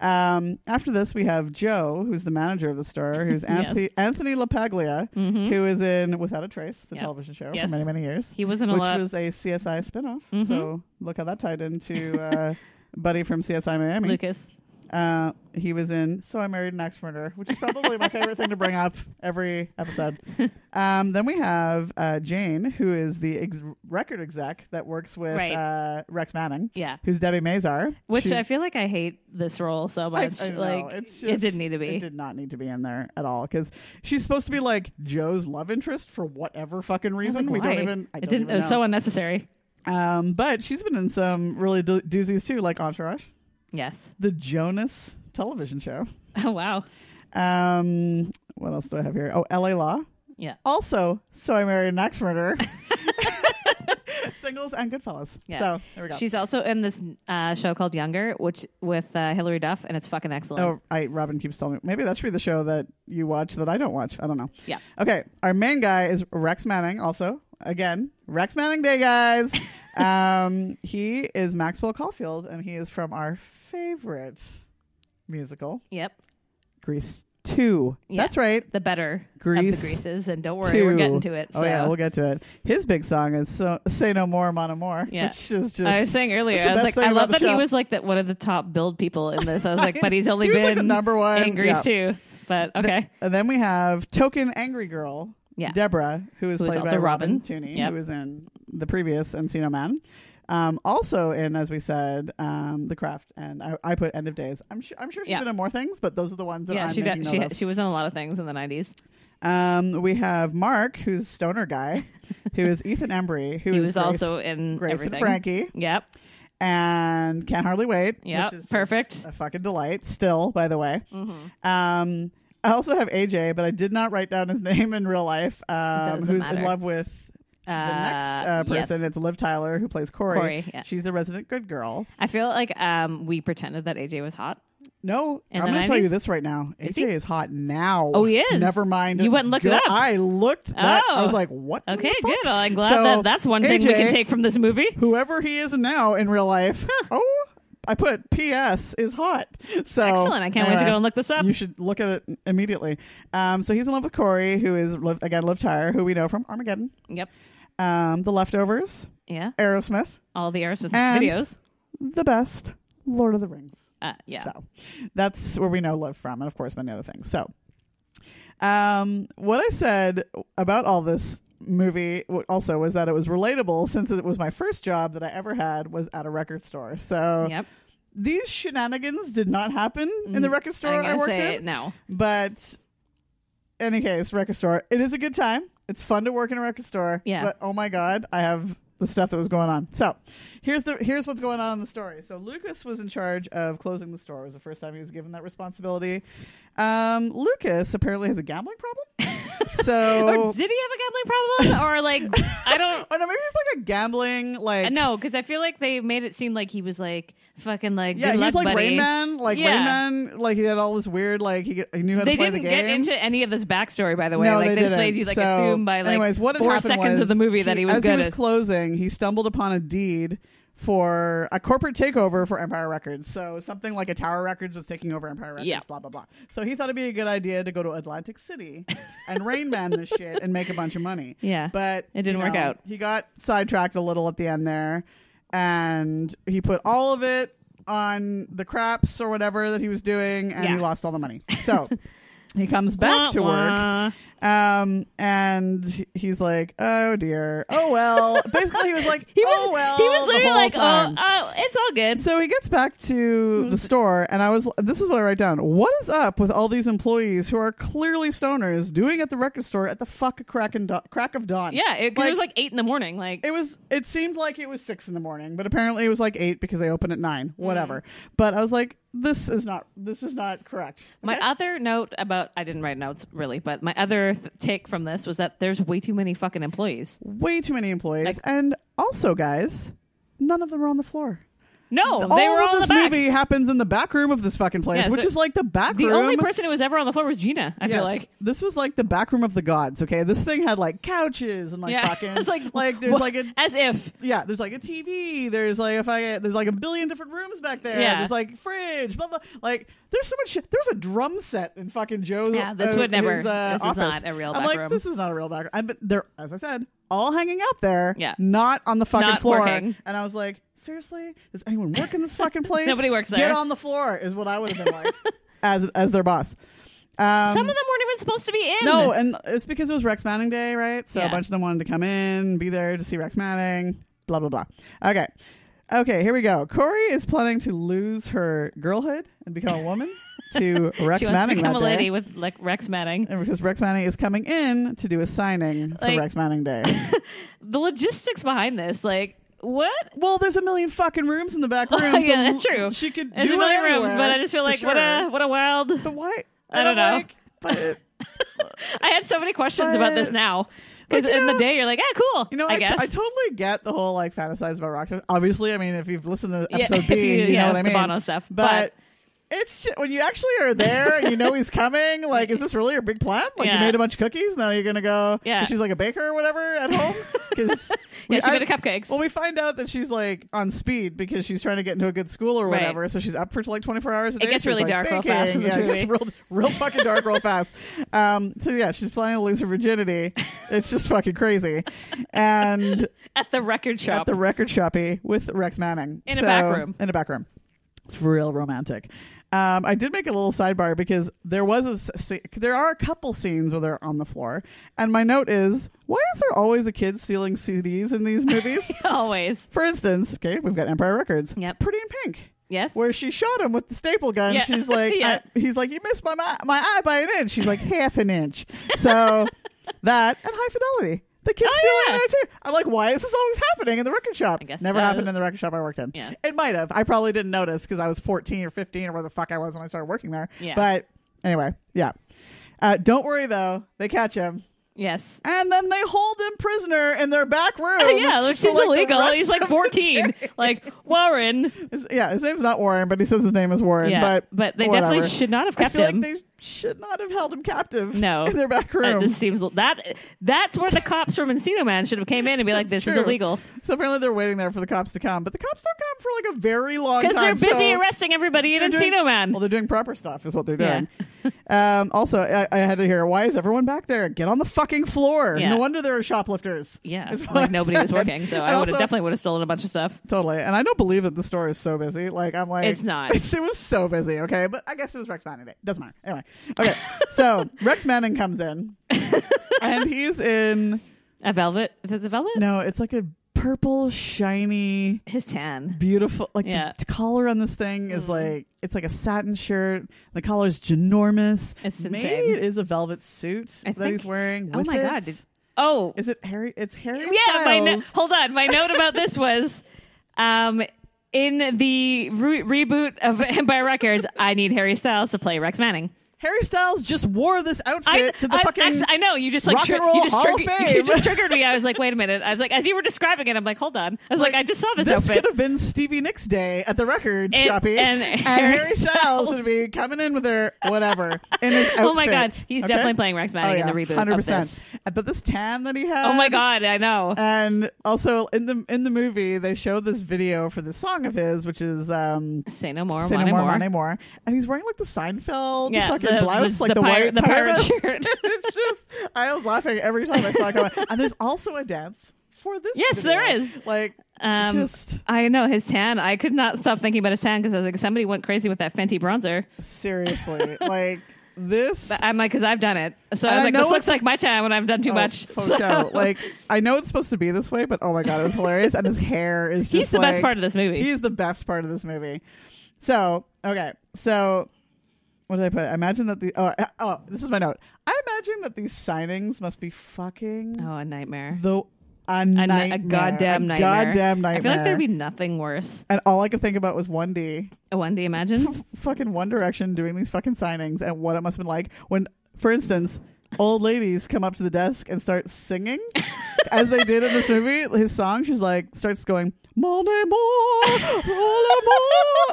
Um, after this, we have Joe, who's the manager of the store, who's Anthony Anthony LaPaglia, who is in Without a Trace, the
Mm-hmm. Yeah.
television show
Yes.
for many many years,
he wasn't a
which
lot. Mm-hmm.
was a CSI spinoff. So look how that tied into uh, Buddy from CSI Miami.
Lucas.
Uh, he was in So I Married an Axe Murderer, which is probably my favorite thing to bring up every episode. Um, then we have uh, Jane, who is the ex- record exec that works with
Right.
uh, Rex Manning,
Yeah.
who's Debbie Mazar.
Which
She's-
I feel like I hate this role so
I-
much.
I know.
like
It's
it
just-
didn't need to be.
It did not need to be in there at all because she's supposed to be like Joe's love interest for whatever fucking
I was like,
reason. we don't
why?
even. I
Oh
don't
it didn't.
even
it was
know.
so unnecessary.
um, but she's been in some really do- doozies too, like Entourage,
Yes.
the Jonas television show.
Oh wow.
Um, what else do I have here? Oh, L.A. Law.
Yeah.
Also, so I married an axe murderer. Singles and Goodfellas.
Yeah.
So there we go.
She's also in this uh, show called Younger, which with uh, Hilary Duff, and it's fucking excellent.
Oh, I Robin keeps telling me maybe that should be the show that you watch that I don't watch. I don't know.
Yeah.
Okay, our main guy is Rex Manning. Also, again, Rex Manning Day, guys. um, he is Maxwell Caulfield, and he is from our favorite musical,
Yep.
Grease Two.
Yeah.
That's right.
The better
Grease
of the greases, and don't worry, we we're
Two.
getting to it.
Oh
so.
yeah, we'll get to it. His big song is so, "Say No More, Mon Amour,"
Yeah.
which is just
I was saying earlier,
That's the
I was
best
like,
thing
I
about
love
the
that he
show.
was like that one of the top build people in this. I was like, but he's only
He was,
been
like, the number one,
in Grease
yeah.
too. But okay,
And then we have token angry girl,
Yeah.
Deborah, who is
Who is
played by
also
Robin,
Robin.
Tooney,
Yep.
who was in the previous Encino Man. Um, also in, as we said, um, The Craft, and I, I put End of Days. I'm sure, I'm sure she's
Yeah.
been in more things, but those are the ones that
yeah,
I'm
she
making
did,
note
she
of.
she was in a lot of things in the nineties.
Um, we have Mark, who's stoner guy, who is Ethan Embry, who
He
is
was
Grace,
also in
Grace
everything.
and Frankie,
Yep,
and Can't Hardly Wait.
Yep,
which is just
perfect. Mm-hmm.
A fucking delight, still, by the way. Um, I also have AJ, but I did not write down his name in real life, um,
doesn't
who's in
matter.
love with the next
Uh,
uh, person.
yes.
It's Liv Tyler, who plays Corey.
Corey, yeah.
She's the resident good girl.
I feel like um, we pretended that AJ was hot.
No,
In
I'm
the
going to tell you
90s?
this right now.
Is
AJ
he?
is hot now.
Oh, he is?
Never mind.
You went and looked it
Girl,
up.
I looked that. I
Oh.
was like, what? in
Okay,
the fuck?
good. Well, I'm glad
So,
that that's one thing we
AJ
can take from this movie.
Whoever he is now in real life. oh, I put P.S. is hot. So
Excellent. I can't wait to
anyway.
go and look this up.
You should look at it immediately. Um, so he's in love with Corey, who is Liv- again Liv Tyler, who we know from Armageddon,
Yep.
um, The Leftovers,
Yeah.
Aerosmith,
All the Aerosmith
And-
videos.
the best Lord of the Rings.
Uh, yeah.
So that's where we know Liv from, and of course many other things. So, um, what I said about all this movie w- also was that it was relatable since it was my first job that I ever had was at a record store. So
Yep.
these shenanigans did not happen in the record store
I'm
I
gonna
worked
say
in.
it now.
But any case, record store. It is a good time. It's fun to work in a record store.
Yeah.
But oh my god, I have the stuff that was going on. So here's the here's what's going on in the story. So Lucas was in charge of closing the store. It was the first time he was given that responsibility. Um, Lucas apparently has a gambling problem.
Or
so
did he have a gambling problem? Or like, I don't.
oh no, maybe it's like a gambling like
No, because I feel like they made it seem like he was like fucking like
Yeah,
good
he
luck,
was like
buddy.
Rain Man. Like
Yeah.
Rain Man, like he had all this weird, like he, he knew how to
They
play
didn't
the game.
get into any of this backstory, by the way.
No,
like
they
just
didn't.
made you like
So,
assume by like
anyways, what had
four
happened
seconds
was
of the movie that he was
as
good
he was
at.
closing, he stumbled upon a deed for a corporate takeover for Empire Records. So something like a Tower Records was taking over Empire Records,
Yeah.
blah, blah, blah. So he thought it'd be a good idea to go to Atlantic City and Rain Man this shit and make a bunch of money.
Yeah.
But
It didn't
you
work
know,
out.
He got sidetracked a little at the end there, and he put all of it on the craps or whatever that he was doing, and
Yeah.
he lost all the money. So he comes back to
Wah,
work,
wah.
um, and he's like, "Oh dear, oh well." Basically, he was like,
He was,
"Oh well."
he was
the
literally
whole
like,
time.
oh, oh, it's all good.
So he gets back to the store, and I was. This is what I write down. What is up with all these employees who are clearly stoners doing at the record store at the fuck crack and da- crack of dawn?
yeah, it, 'cause it was like eight in the morning. Like,
it was. It seemed like it was six in the morning, but apparently it was like eight because they open at nine. Whatever.
Mm.
But I was like, this is not. This is not correct.
My other note about I didn't write notes really, but my other th- take from this was that there's way too many fucking employees.
Way too many employees, and also, guys, none of them are on the floor.
No,
all
Oh, they were
of
all in
this
the back.
movie happens in the back room of this fucking place,
Yeah,
which
so
is like the back
the
room.
only person who was ever on the floor was Gina. I feel
Yes.
like
this was like the back room of the gods. Okay, this thing had like couches and like
yeah,
fucking
it's like
there's
what-
like a
as if
yeah there's like a TV. There's like if I there's like a billion different rooms back there.
Yeah.
There's like fridge. Blah blah. Like there's so much shit. There's a drum set in fucking Joe's.
Yeah, this
uh,
would never-
His, uh,
this is
office.
not a real
I'm
back
like
room.
this is not a real back. I'm but they're as I said all hanging out there.
Yeah.
not on the fucking
Not
floor.
working.
And I was like. Seriously, does anyone work in this fucking place?
Nobody works
Get
there.
on the floor is what I would have been like, as as their boss. Um,
some of them weren't even supposed to be in.
no, and it's because it was Rex Manning Day, right? So a
Yeah.
bunch of them wanted to come in, be there to see Rex Manning, blah, blah, blah. Okay. Okay, here we go. Corey is planning to lose her girlhood and become a woman to Rex
she wants
Manning
to become
that
a
day.
lady with like Rex Manning.
And because Rex Manning is coming in to do a signing for
Like-
Rex Manning Day.
The logistics behind this, like what?
well, there's a million fucking rooms in the back room.
Oh, yeah,
so
that's
l-
true.
She could
There's
do
a
it
million
anywhere,
rooms, but I just feel
for
like what a
sure.
what a wild.
But why?
I
And
don't
I'm
know.
like, but
I had so many questions about this
But-
now because
but you
in
know-
the day you're like, ah, cool.
You know, I,
I
t-
guess
I totally get the whole like fantasize about rock stars. Obviously, I mean, if you've listened to
Yeah,
episode
if
B,
you-
you,
yeah,
know what I
the
mean.
Bono stuff,
but, it's ju- when you actually are there and you know he's coming. Like, is this really your big plan? Like, you
Yeah.
made a bunch of cookies. Now you're gonna go.
Yeah.
'cause she's like a baker or whatever at home. Because
Yeah, she made the cupcakes.
Well, we find out that she's like on speed because she's trying to get into a good school or
Right.
whatever. So she's up for like 24 hours a day.
gets
So it's,
really
like,
dark real fast in
baking.
this
yeah, It gets
movie.
real, real fucking dark real fast. Um, so yeah, she's planning to lose her virginity. It's just fucking crazy. And
at the record
at
shop.
the record shoppy with Rex Manning
In a back room.
In a back room. It's real romantic. Um, I did make a little sidebar because there was a s- se- there are a couple scenes where they're on the floor, and my note is why is there always a kid stealing CDs in these movies?
Always.
For instance, okay, we've got Empire Records.
Yep.
Pretty in Pink.
Yes.
Where she shot him with the staple gun.
Yeah.
She's like,
Yeah.
I- he's like, you missed my, my my eye by an inch. She's like, half an inch. So that and High Fidelity. The kids
Oh,
stealing
yeah.
in there too. I'm like, why is this always happening in the record shop?
I guess it
Never
does.
happened in the record shop I worked in.
Yeah.
It might have. I probably didn't notice because I was 14 or 15 or where the fuck I was when I started working there.
Yeah.
But anyway, yeah. Uh, don't worry though, they catch him.
yes.
And then they hold him prisoner in their back room.
yeah, which
for,
seems
like, the
illegal.
rest
He's like
of the
14.
day.
Like Warren.
His- yeah, his name's not Warren, but he says his name is Warren.
Yeah,
but
but they
whatever.
definitely should not have kept
I feel
him.
like they should not have held him captive.
No.
in their back
Uh,
room.
this seems that that's where the cops from Encino Man should have came in and be like, "This is
True.
illegal,"
So apparently they're waiting there for the cops to come, but the cops don't come for like a very long time.
because they're busy
so
arresting everybody in
they're doing-
Encino Man.
Well, they're doing proper stuff, is what they're
Yeah.
doing. um, also, I, I had to hear why is everyone back there? Get on the fucking floor.
Yeah.
No wonder there are shoplifters.
yeah,
is what
like
I
nobody was
said.
working, so I
And
would have
also-
definitely would have stolen a bunch of stuff.
Totally. And I don't believe that the store is so busy. Like I'm like
It's not.
It's, it was so busy, okay? But I guess it was Rex Manning Day. Doesn't matter. Anyway. Okay. so Rex Manning comes in and he's in
A velvet? Is it the velvet?
no, it's like a purple, shiny,
His tan.
beautiful like
Yeah. Mm-hmm.
the t- collar on this thing is like it's like a satin shirt. The collar's ginormous.
It's
Maybe
insane.
it is a velvet suit
I
that he's
think-
wearing
Oh
with
my
it.
god! did- oh,
Is it Harry it's Harry
yeah. My no-
Styles.
hold on. My note about this was, um, in the re- reboot of Empire Records, I need Harry Styles to play Rex Manning.
Harry Styles just wore this outfit to the
I,
fucking.
actually, I know you just like
Rock and
tri-
Roll
you, just
Hall of
triggered-
Fame.
you just triggered me. I was like, wait a minute. I was like, as you were describing it, I'm like, hold on. I was like, I just saw this,
this
outfit.
could have been Stevie Nicks' day at the record
And-
shoppy,
and Harry
Harry Styles
Styles.
would be coming in with her whatever. In his
Oh my
outfit. Oh,
God. He's definitely playing Rex Manning in the reboot of this.
But this tan that he had.
Oh my god, I know.
And also in the in the movie, they show this video for this song of his, which is um,
Say no more,
"Say No
Monty
More,
Moore.
Monty Moore," and he's wearing like the Seinfeld
Yeah,
fucking
the-
blouse,
the-
like the,
the pirate-
white
the pirate shirt.
it's just I was laughing every time I saw it. Come on. And there's also a dance for this.
Yes,
video.
there is.
Like
Um,
just
I know his tan. I could not stop thinking about his tan because I was like, somebody went crazy with that Fenty bronzer.
seriously, like this.
I'm like, because I've done it. So I
And
was
I
like,
know
this looks
it's-
like my tan when I've done too
Oh,
much.
for
So-
sure. Like I know it's supposed to be this way, but oh my god, it was hilarious. And his hair is just
he's the best
like-
part of this movie.
He's the best part of this movie. So okay, so what did I put? I imagine that the oh, oh this is my note. I imagine that these signings must be fucking
oh, a nightmare.
the a
A, ni- a
nightmare,
goddamn
A
nightmare.
goddamn nightmare.
I feel like there'd be nothing worse.
and all I could think about was one D,
Oh, one day, imagine.
fucking One Direction doing these fucking signings, and what it must have been like when, for instance, old ladies come up to the desk and start singing, as they did in this movie. His song, she's like, starts going, "Money more, money more."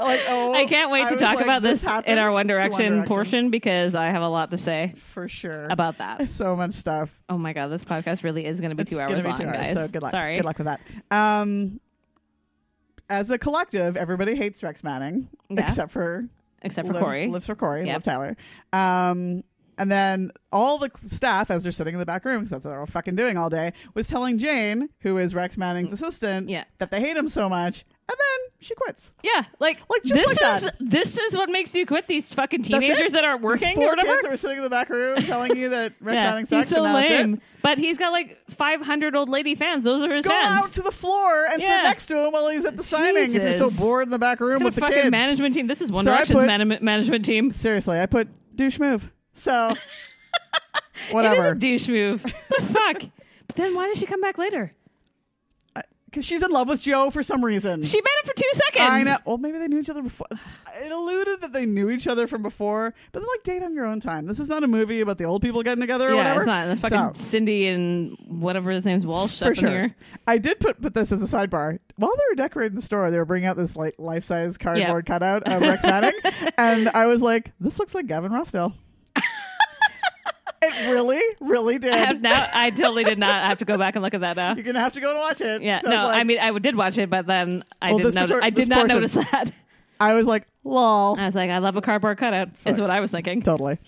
Like, oh,
I can't wait
I
to
was
talk
like,
about this in
happened
our One
to
Direction, portion because I have a lot to say
for sure.
about that.
so much stuff.
Oh my god, this podcast really is going to be
It's
two
gonna
hours
be
long,
two hours.
guys.
So good luck.
Sorry.
Good luck with that. Um, as a collective, everybody hates Rex Manning
Yeah.
except for
Except for
Liv-
Corey.
Lives for Corey.
Yep.
Liv Tyler. Um, and then all the staff, as they're sitting in the back room, because that's what they're all fucking doing all day, was telling Jane, who is Rex Manning's assistant,
Mm. Yeah.
that they hate him so much, and then she quits.
Yeah, like,
Like, just
this
like
is
that.
this is what makes you quit these fucking
That's it.
teenagers that aren't
These
working
four
or whatever.
kids that were sitting in the back room telling you that Rex Manning
he's
sucks, and
so
now that's it.
lame. But he's got like 500 old lady fans. Those are his
Go
fans.
out to the floor and
Yeah.
sit next to him while he's at the signing. If you're so
Jesus.
bored in the back room with
What a
the
fucking
kids,
management team. This is One
So I
Direction's
put-
manam- management team.
seriously, I put douche move. So whatever.
It is a douche move. What the fuck? But then why did she come back later?
because she's in love with Joe for some reason.
She met him for two seconds.
I know. Well, maybe they knew each other before. It alluded that they knew each other from before, but like date on your own time. This is not a movie about the old people getting together or
Yeah,
whatever.
it's not. The fucking
So,
Cindy and whatever his name's Walsh
for
up in
sure.
here.
I did put put this as a sidebar. While they were decorating the store, they were bringing out this like life size cardboard cutout of Rex Manning, and I was like, "This looks like Gavin Rossdale." it really, really did.
I have now I totally did not have to go back and look at that now.
You're gonna have to go and watch it.
Yeah,
So
no,
was like-
I mean I did watch it, but then I
Well,
didn't
this
notice.
particular-
I did
this
not
portion.
notice that.
I was like, "Lol."
I was like, I love a cardboard cutout. Is
Fuck.
what I was thinking.
totally.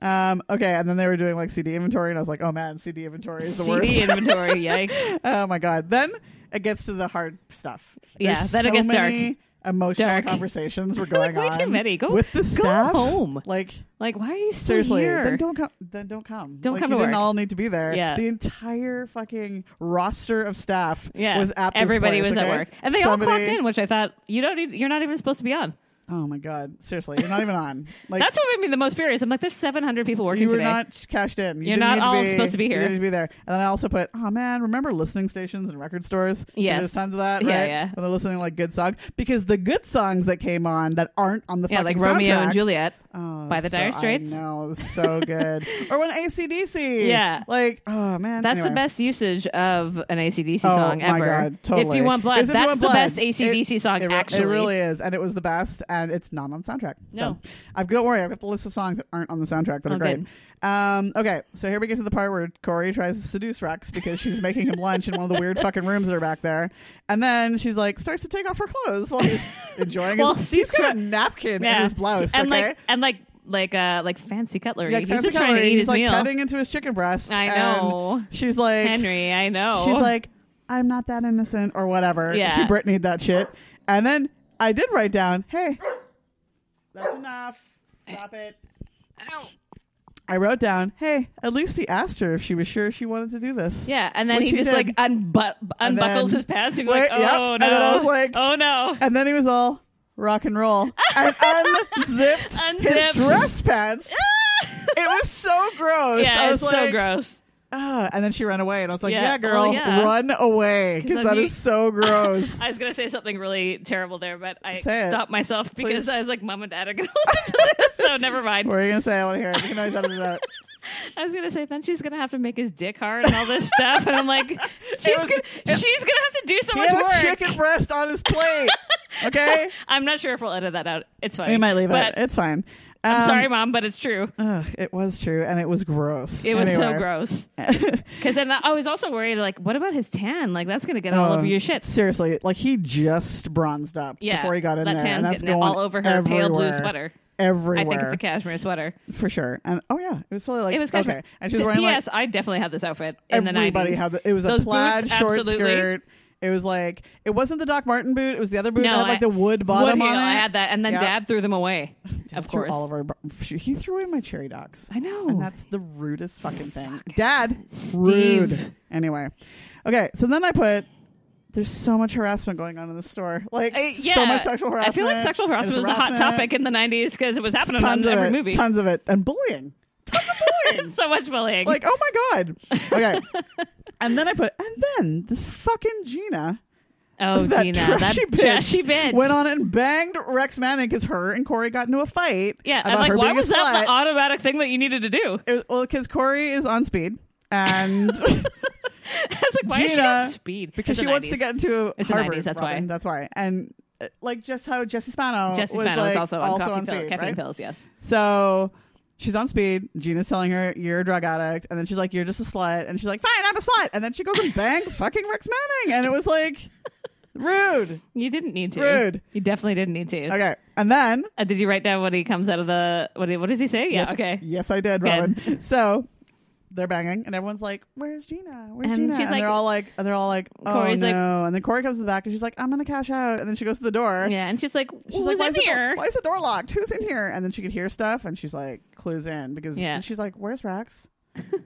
Um, okay, and then they were doing like CD inventory, and I was like, oh man, CD inventory is the
CD
worst.
inventory, yikes!
oh my god. Then it gets to the hard stuff.
Yeah,
There's
then it
so
gets
many emotional
Dark.
conversations were going
Like, way
on.
too many. Go-
with the
go
staff.
home.
Like
Like, why are you still
seriously,
here?
then don't come. Then don't come.
Don't
like,
come
You
to
didn't
work.
all need to be there.
Yeah.
The entire fucking roster of staff
yeah,
was at this
everybody
place,
was
okay?
at work, and they
Somebody,
all clocked in, which I thought you don't. Need, you're not even supposed to be on.
Oh my god! Seriously, you're not even on. Like
That's what made me the most furious. I'm like, there's 700 people working
you were
today.
not cashed in. You
You're
didn't
not
need to
all
be,
supposed to be
You
here.
didn't need to be there. And then I also put, oh man, remember listening stations and record stores?
Yes.
there's tons of that.
Yeah,
right?
yeah.
When they're listening to, like good songs, because the good songs that came on that aren't on the
yeah, like
fucking
Romeo and
soundtrack-
Juliet.
Oh,
by the
so,
Dire Straits.
I know it was so good. or when ACDC.
Yeah.
like oh man,
That's
anyway.
the best usage of an ACDC
Oh,
song
my
ever.
God, totally.
If you want blood,
Is If You
that's
Want
the
Blood.
best ACDC
It-
song.
it, re-
actually,
it really is, and it was the best, and it's not on soundtrack.
No.
so, I've don't worry, I've got the list of songs that aren't on the soundtrack that are
Oh,
great.
good.
Um, okay, so here we get to the part where Corey tries to seduce Rex because she's making him lunch in one of the weird fucking rooms that are back there, and then she's like starts to take off her clothes while he's enjoying.
Well,
his,
she's
he's got a
try-
napkin in his blouse.
and
okay.
like and like like uh like fancy cutlery.
yeah,
he's
fancy
just trying to
cutlery.
eat
he's
his
like
meal.
cutting into his chicken breast.
I
and
know.
she's like,
Henry, I know.
She's like, I'm not that innocent or whatever.
Oh. Yeah.
She Britneyed that shit. And then I did write down, hey, that's enough. Stop it.
Ow.
I wrote down, hey, at least he asked her if she was sure she wanted to do this.
yeah, and then
Which
he
he
just
did.
like unbu- unbuckles
then-
his pants. He's
Wait,
like,
yep.
oh
And
no,
then I was like-
oh no.
And then he was all rock and roll and unzipped his
Unzipped.
dress pants. it was so gross.
yeah,
I was
it's
like,
so gross.
ah, and then she ran away, and I was like,
Yeah,
yeah, girl,
well, yeah.
run away
'Cause
because
I'm
that is
used-
so gross.
I was gonna say something really terrible there, but I
Say it.
stopped myself because
Please.
I was like, "Mom and Dad are gonna listen to this," so never mind.
what are you gonna say? I want to hear it. You can always edit it out.
I was gonna say then she's gonna have to make his dick hard and all this stuff, and I'm like, she's
was-
gonna, she's gonna have to do so
He
much
had
work.
a chicken breast on his plate. Okay,
I'm not sure if we'll edit that out. It's fine.
we might leave
but
it. It's fine.
I'm
Um,
sorry, mom, but it's true.
Ugh, it was true, and it was gross.
It was so
Anyway.
gross. Because then I was also worried, like, what about his tan? Like, that's gonna get all
Oh,
over your shit.
Seriously, like he just bronzed up
Yeah,
before he got in
that
there,
tan's
and that's
getting
going
all over her pale blue
everywhere.
sweater.
Everywhere,
I think it's a cashmere sweater.
for sure. And oh yeah, it was totally like
It was cashmere.
okay, and she's wearing like
Yes, I definitely had this outfit in the 90s.
everybody had the, it was
Those
a plaid
boots,
short
absolutely.
skirt. It was like it wasn't the Doc Martin boot. It was the other boot
No,
that had
I-
like the wood bottom
wood
on
heel,
it.
I had that, and then
Yeah.
Dad threw them away. of
Threw
course,
all of our he threw away my cherry docs.
I know.
and that's the rudest fucking thing. Dad,
Steve.
rude. Anyway, okay. So then I put. There's so much harassment going on in the store. Like
I- Uh, yeah,
so much sexual harassment.
I feel like sexual
There's
harassment was a hot
harassment.
topic in the '90s because it was happening
tons
on
of
every
it,
movie.
Tons of it, and bullying. Tons of bullying.
so much bullying.
like oh my god. Okay. and then I put and then this fucking Gina
oh,
that
Gina,
trashy
that
bitch,
trashy bitch.
went on and banged Rex Manning because her and Corey got into a fight.
yeah,
about
and like,
her
why
being
was
a
that
slut.
the automatic thing that you needed to do?
It was- well, because Corey is on speed and
I was like, why is she
Gina,
on speed?
because
It's
she
the
wants to
90s.
get into
It's the
Harvard.
90s, that's why.
Robin, That's why. And uh, like just how Jesse Spano,
Jesse
was,
Spano was
like,
also on coffee pill-
speed,
caffeine
right?
pills. Yes.
So she's on speed. Gina's telling her, You're a drug addict. And then she's like, You're just a slut. And she's like, Fine, I'm a slut. And then she goes and bangs fucking Rex Manning. And it was like, rude.
You didn't need to.
Rude.
You definitely didn't need to.
Okay. And then.
Uh, did you write down what he comes out of the? What, what does he say? Yeah.
yes,
Okay.
Yes, I did,
Good.
Robin. So. They're banging, and everyone's like, "Where's Gina? Where's
And
Gina?"
she's
and
like-
they're all like, and "They're all like, oh
Corey's
no!"
like-
and then Corey comes in the back, and she's like, "I'm gonna cash out." And then she goes to the door.
Yeah. And she's like,
She's
who's
like, why
in
is, the
here?
door, "Why is the door locked? Who's in here?" And then she could hear stuff, and she's like, "Clues in," because
Yeah.
and she's like, "Where's Rex?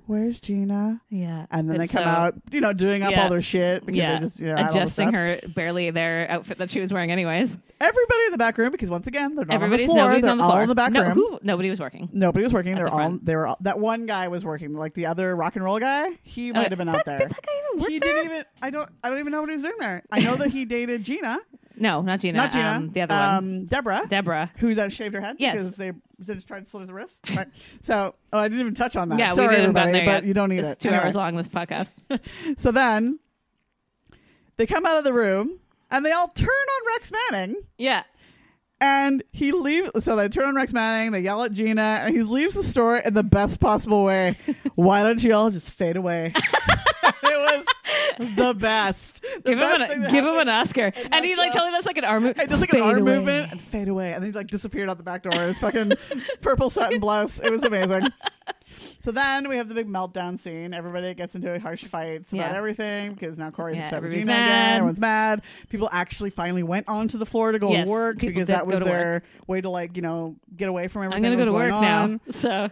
Where's Gina?"
yeah.
and then
It's
they come
so-
out, you know, doing up
Yeah.
all their shit because
Yeah.
they just you know, had all this
Adjusting
stuff.
her barely their outfit that she was wearing, anyways.
Everybody in the back room because once again they're not
Everybody's
on the floor.
nobody's
They're
on the
all
floor.
in the back
no,
room.
Who, nobody was working.
Nobody was working.
At
They're
the
all
front.
they were all, that one guy was working. Like the other rock and roll guy, he
Uh,
might have been out
that-
there.
Did that guy even work
he
there?
didn't even. I don't. I don't even know what he was doing there. I know that he dated Gina,
No, not Gina.
not Gina,
Um, the other one,
um, Deborah,
Deborah.
who then shaved her head
Yes.
because they they just tried to slit her wrist. Right. so, oh, I didn't even touch on that.
Yeah,
Sorry,
we didn't
everybody,
run there
but
yet.
you don't need
it's
it.
Two
Anyway.
hours long. This podcast.
So then they come out of the room and they all turn on Rex Manning
yeah.
and he leaves. So they turn on Rex Manning, they yell at Gina, and he leaves the store in the best possible way. Why don't you all just fade away? it was the best. The
Give
best
him
thing
an
that
give him
happened.
an Oscar, and he like
show.
totally that's like an arm.
And just like an arm movement and fade away. And then he like disappeared out the back door in his fucking purple satin blouse. It was amazing. So then we have the big meltdown scene. Everybody gets into harsh fights about
Yeah.
everything because now Corey's
Yeah,
upset with
everybody's
Gina again.
mad.
Everyone's mad. People actually finally went onto the floor to go
Yes,
and work
people
because
did
that was
go to
their way to like, you know, get away from
I'm
everything.
gonna
that
go
was
to
going
work
on.
now. So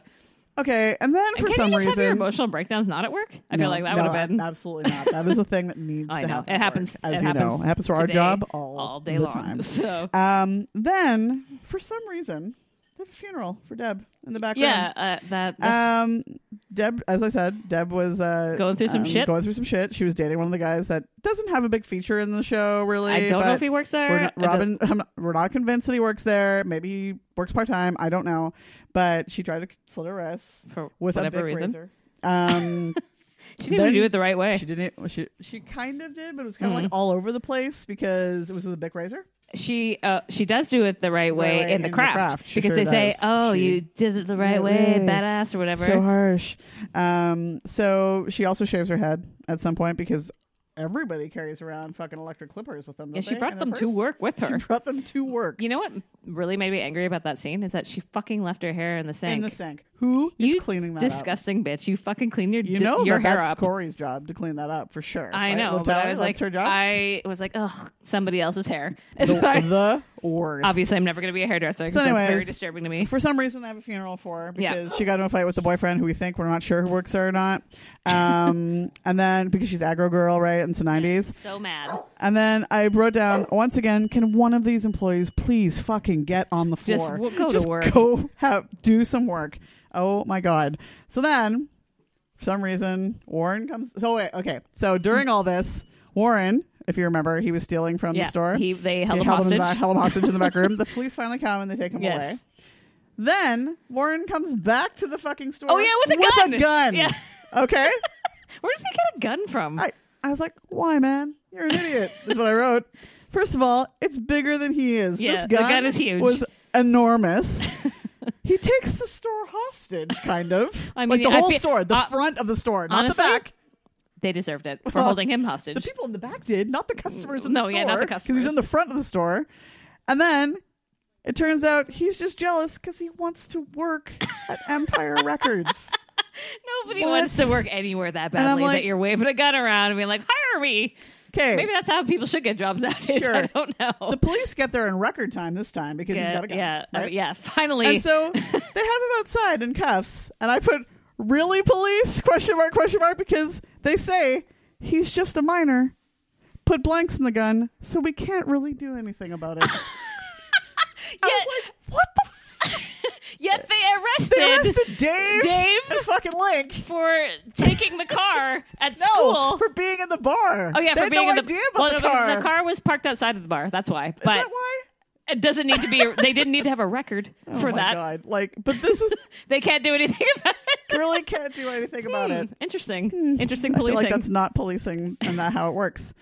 Okay. And then for
Can
some
you just have your
reason.
emotional breakdowns not at work? I
No,
feel like that
no,
would have been.
absolutely not. That is a thing that needs
I
to
know
happen.
it
at
happens.
work, as
it
you
happens
know. It happens to our
today,
job all,
day
the
long.
time.
So
Um, then, for some reason, they have a funeral for Deb in the background.
yeah, uh, that
Um, Deb, as I said, Deb was uh,
Going through some
um,
shit?
Going through some shit. She was dating one of the guys that doesn't have a big feature in the show, really.
I don't know
but
if he works there. uh,
We're not,
I don't-
Robin, I'm not, we're not convinced that he works there. Maybe he works part time. I don't know. But she tried to slit her wrists
for
with a
whatever
big
reason,
razor. Um,
she didn't even
Then-
do it the right way.
she
She,
didn't. She she kind of did, but it was kind of
Mhm.
like all over the place because it was with a big razor.
uh, she does do it the right way in the craft,
She
because
sure
they say,
does.
"Oh,
She-
you did it the right
Yeah,
way,
way.
badass" or whatever.
So harsh. Um, so she also shaves her head at some point because everybody carries around fucking electric clippers with them.
yeah,
don't
she
they,
brought
in their
them to
purse?
work with
She
her.
brought them to work
You know what really made me angry about that scene is that she fucking left her hair in the sink.
in the sink. Who is
you
cleaning that up?
disgusting bitch! You fucking clean your
You
d-
know
your
that
hair
that's
up.
Corey's job to clean that up for sure.
I
right?
know,
Liv
but I
Tyler,
was
that's
like,
her job.
I was like, ugh, somebody else's hair. It's
the,
like-
the worst.
obviously, I'm never going to be a hairdresser. 'cause
So
that's very
anyways,
disturbing to me.
For some reason, they have a funeral for her
Yeah.
because she got into a fight with the boyfriend who we think we're not sure who works there or not. Um, and then because she's aggro girl, right? It's the 90s.
So mad.
And then I wrote down once again, can one of these employees please fucking get on the floor?
Just w- go to
Just
work.
Go have do some work. Oh my god. So then for some reason, Warren comes. So wait, okay. So during all this, Warren, if you remember, he was stealing from
yeah,
the store.
He, they held
They
him
held
hostage.
Him back, held him hostage in the back room. The police finally come and they take him
yes.
away. Then Warren comes back to the fucking store.
Oh yeah, with a gun.
With a gun.
Yeah.
Okay.
Where did he get a gun from?
I, I was like, why, man? You're an idiot. That's what I wrote. First of all, it's bigger than he is.
Yeah,
this
the
gun,
gun is huge.
Was enormous. he takes the store hostage, kind of.
I
like
mean,
the
I
whole
feel-
store, the
uh,
front of the store, not
honestly,
the back.
they deserved it for
Well,
holding him hostage.
The people in the back did, not the customers in
No,
the store.
yeah, not the
Because he's in the front of the store, and then it turns out he's just jealous because he wants to work at Empire Records.
Nobody
What?
wants to work anywhere that
And I'm
badly
like-
that you're waving a gun around and being like, hire me.
Okay.
Maybe that's how people should get jobs nowadays.
Sure.
I don't know.
the police get there in record time this time because he's
yeah,
got a gun.
yeah, I
right?
mean, yeah. Finally,
And so they have him outside in cuffs, and I put really police question mark question mark because they say he's just a minor. Put blanks in the gun, so we can't really do anything about it. I
yet,
was like, what the f-?
yet they arrested,
They arrested Dave,
Dave?
and fucking Link.
for taking the car at
No,
school.
for being in the bar.
oh yeah,
they
for being
had
in
no
the
idea
well,
about
no,
the
because
car.
The car was parked outside of the bar. That's why.
Is
but
that why?
it doesn't need to be. A, they didn't need to have a record for
oh my
that.
god! Like, but this is
They can't do anything about it.
really can't do anything about it.
Hmm, Interesting. Interesting
I feel
policing.
like that's not policing and not how it works.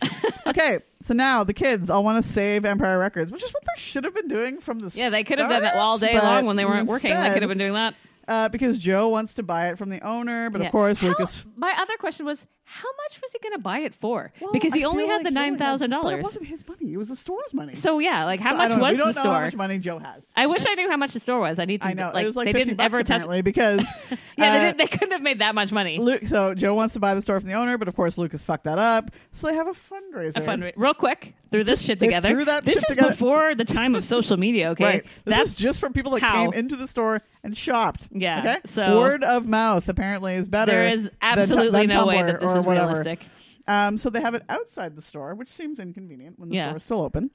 okay, so now the kids all want to save Empire Records, which is what they should have been doing from the
yeah, they could have done that
start,
all day
but
long when they weren't working. They
instead,
could have been doing that.
uh, because Joe wants to buy it from the owner, but
Yeah.
of course
How-
Lucas.
My other question was, how much was he going to buy it for?
Well,
because he
I
only
feel
had the
like he only
nine thousand
but It
dollars.
wasn't his money; it was the store's money.
So yeah, like how
So I
much
don't know.
was
we don't
the
know
store?
how much money Joe has.
I wish I knew how much the store was. I need to.
I know
Like,
it was like
they
50
didn't
bucks
ever touch.
apparently because
Yeah,
uh,
they, didn't, they couldn't have made that much money.
Luke, so Joe wants to buy the store from the owner, but of course Lucas fucked that up. So they have a fundraiser.
A fund- real quick, threw this shit
they
together.
threw that
this
shit
is
together.
before the time of social media. Okay,
Right. This
that's
is just from people that
how-
came into the store and shopped.
Yeah,
Okay.
so-
word of mouth apparently is better.
there is
than Tu-
absolutely
than
no way
Tumblr
that this
or
is
whatever.
realistic.
Um, so they have it outside the store, which seems inconvenient when the
Yeah.
store is still open.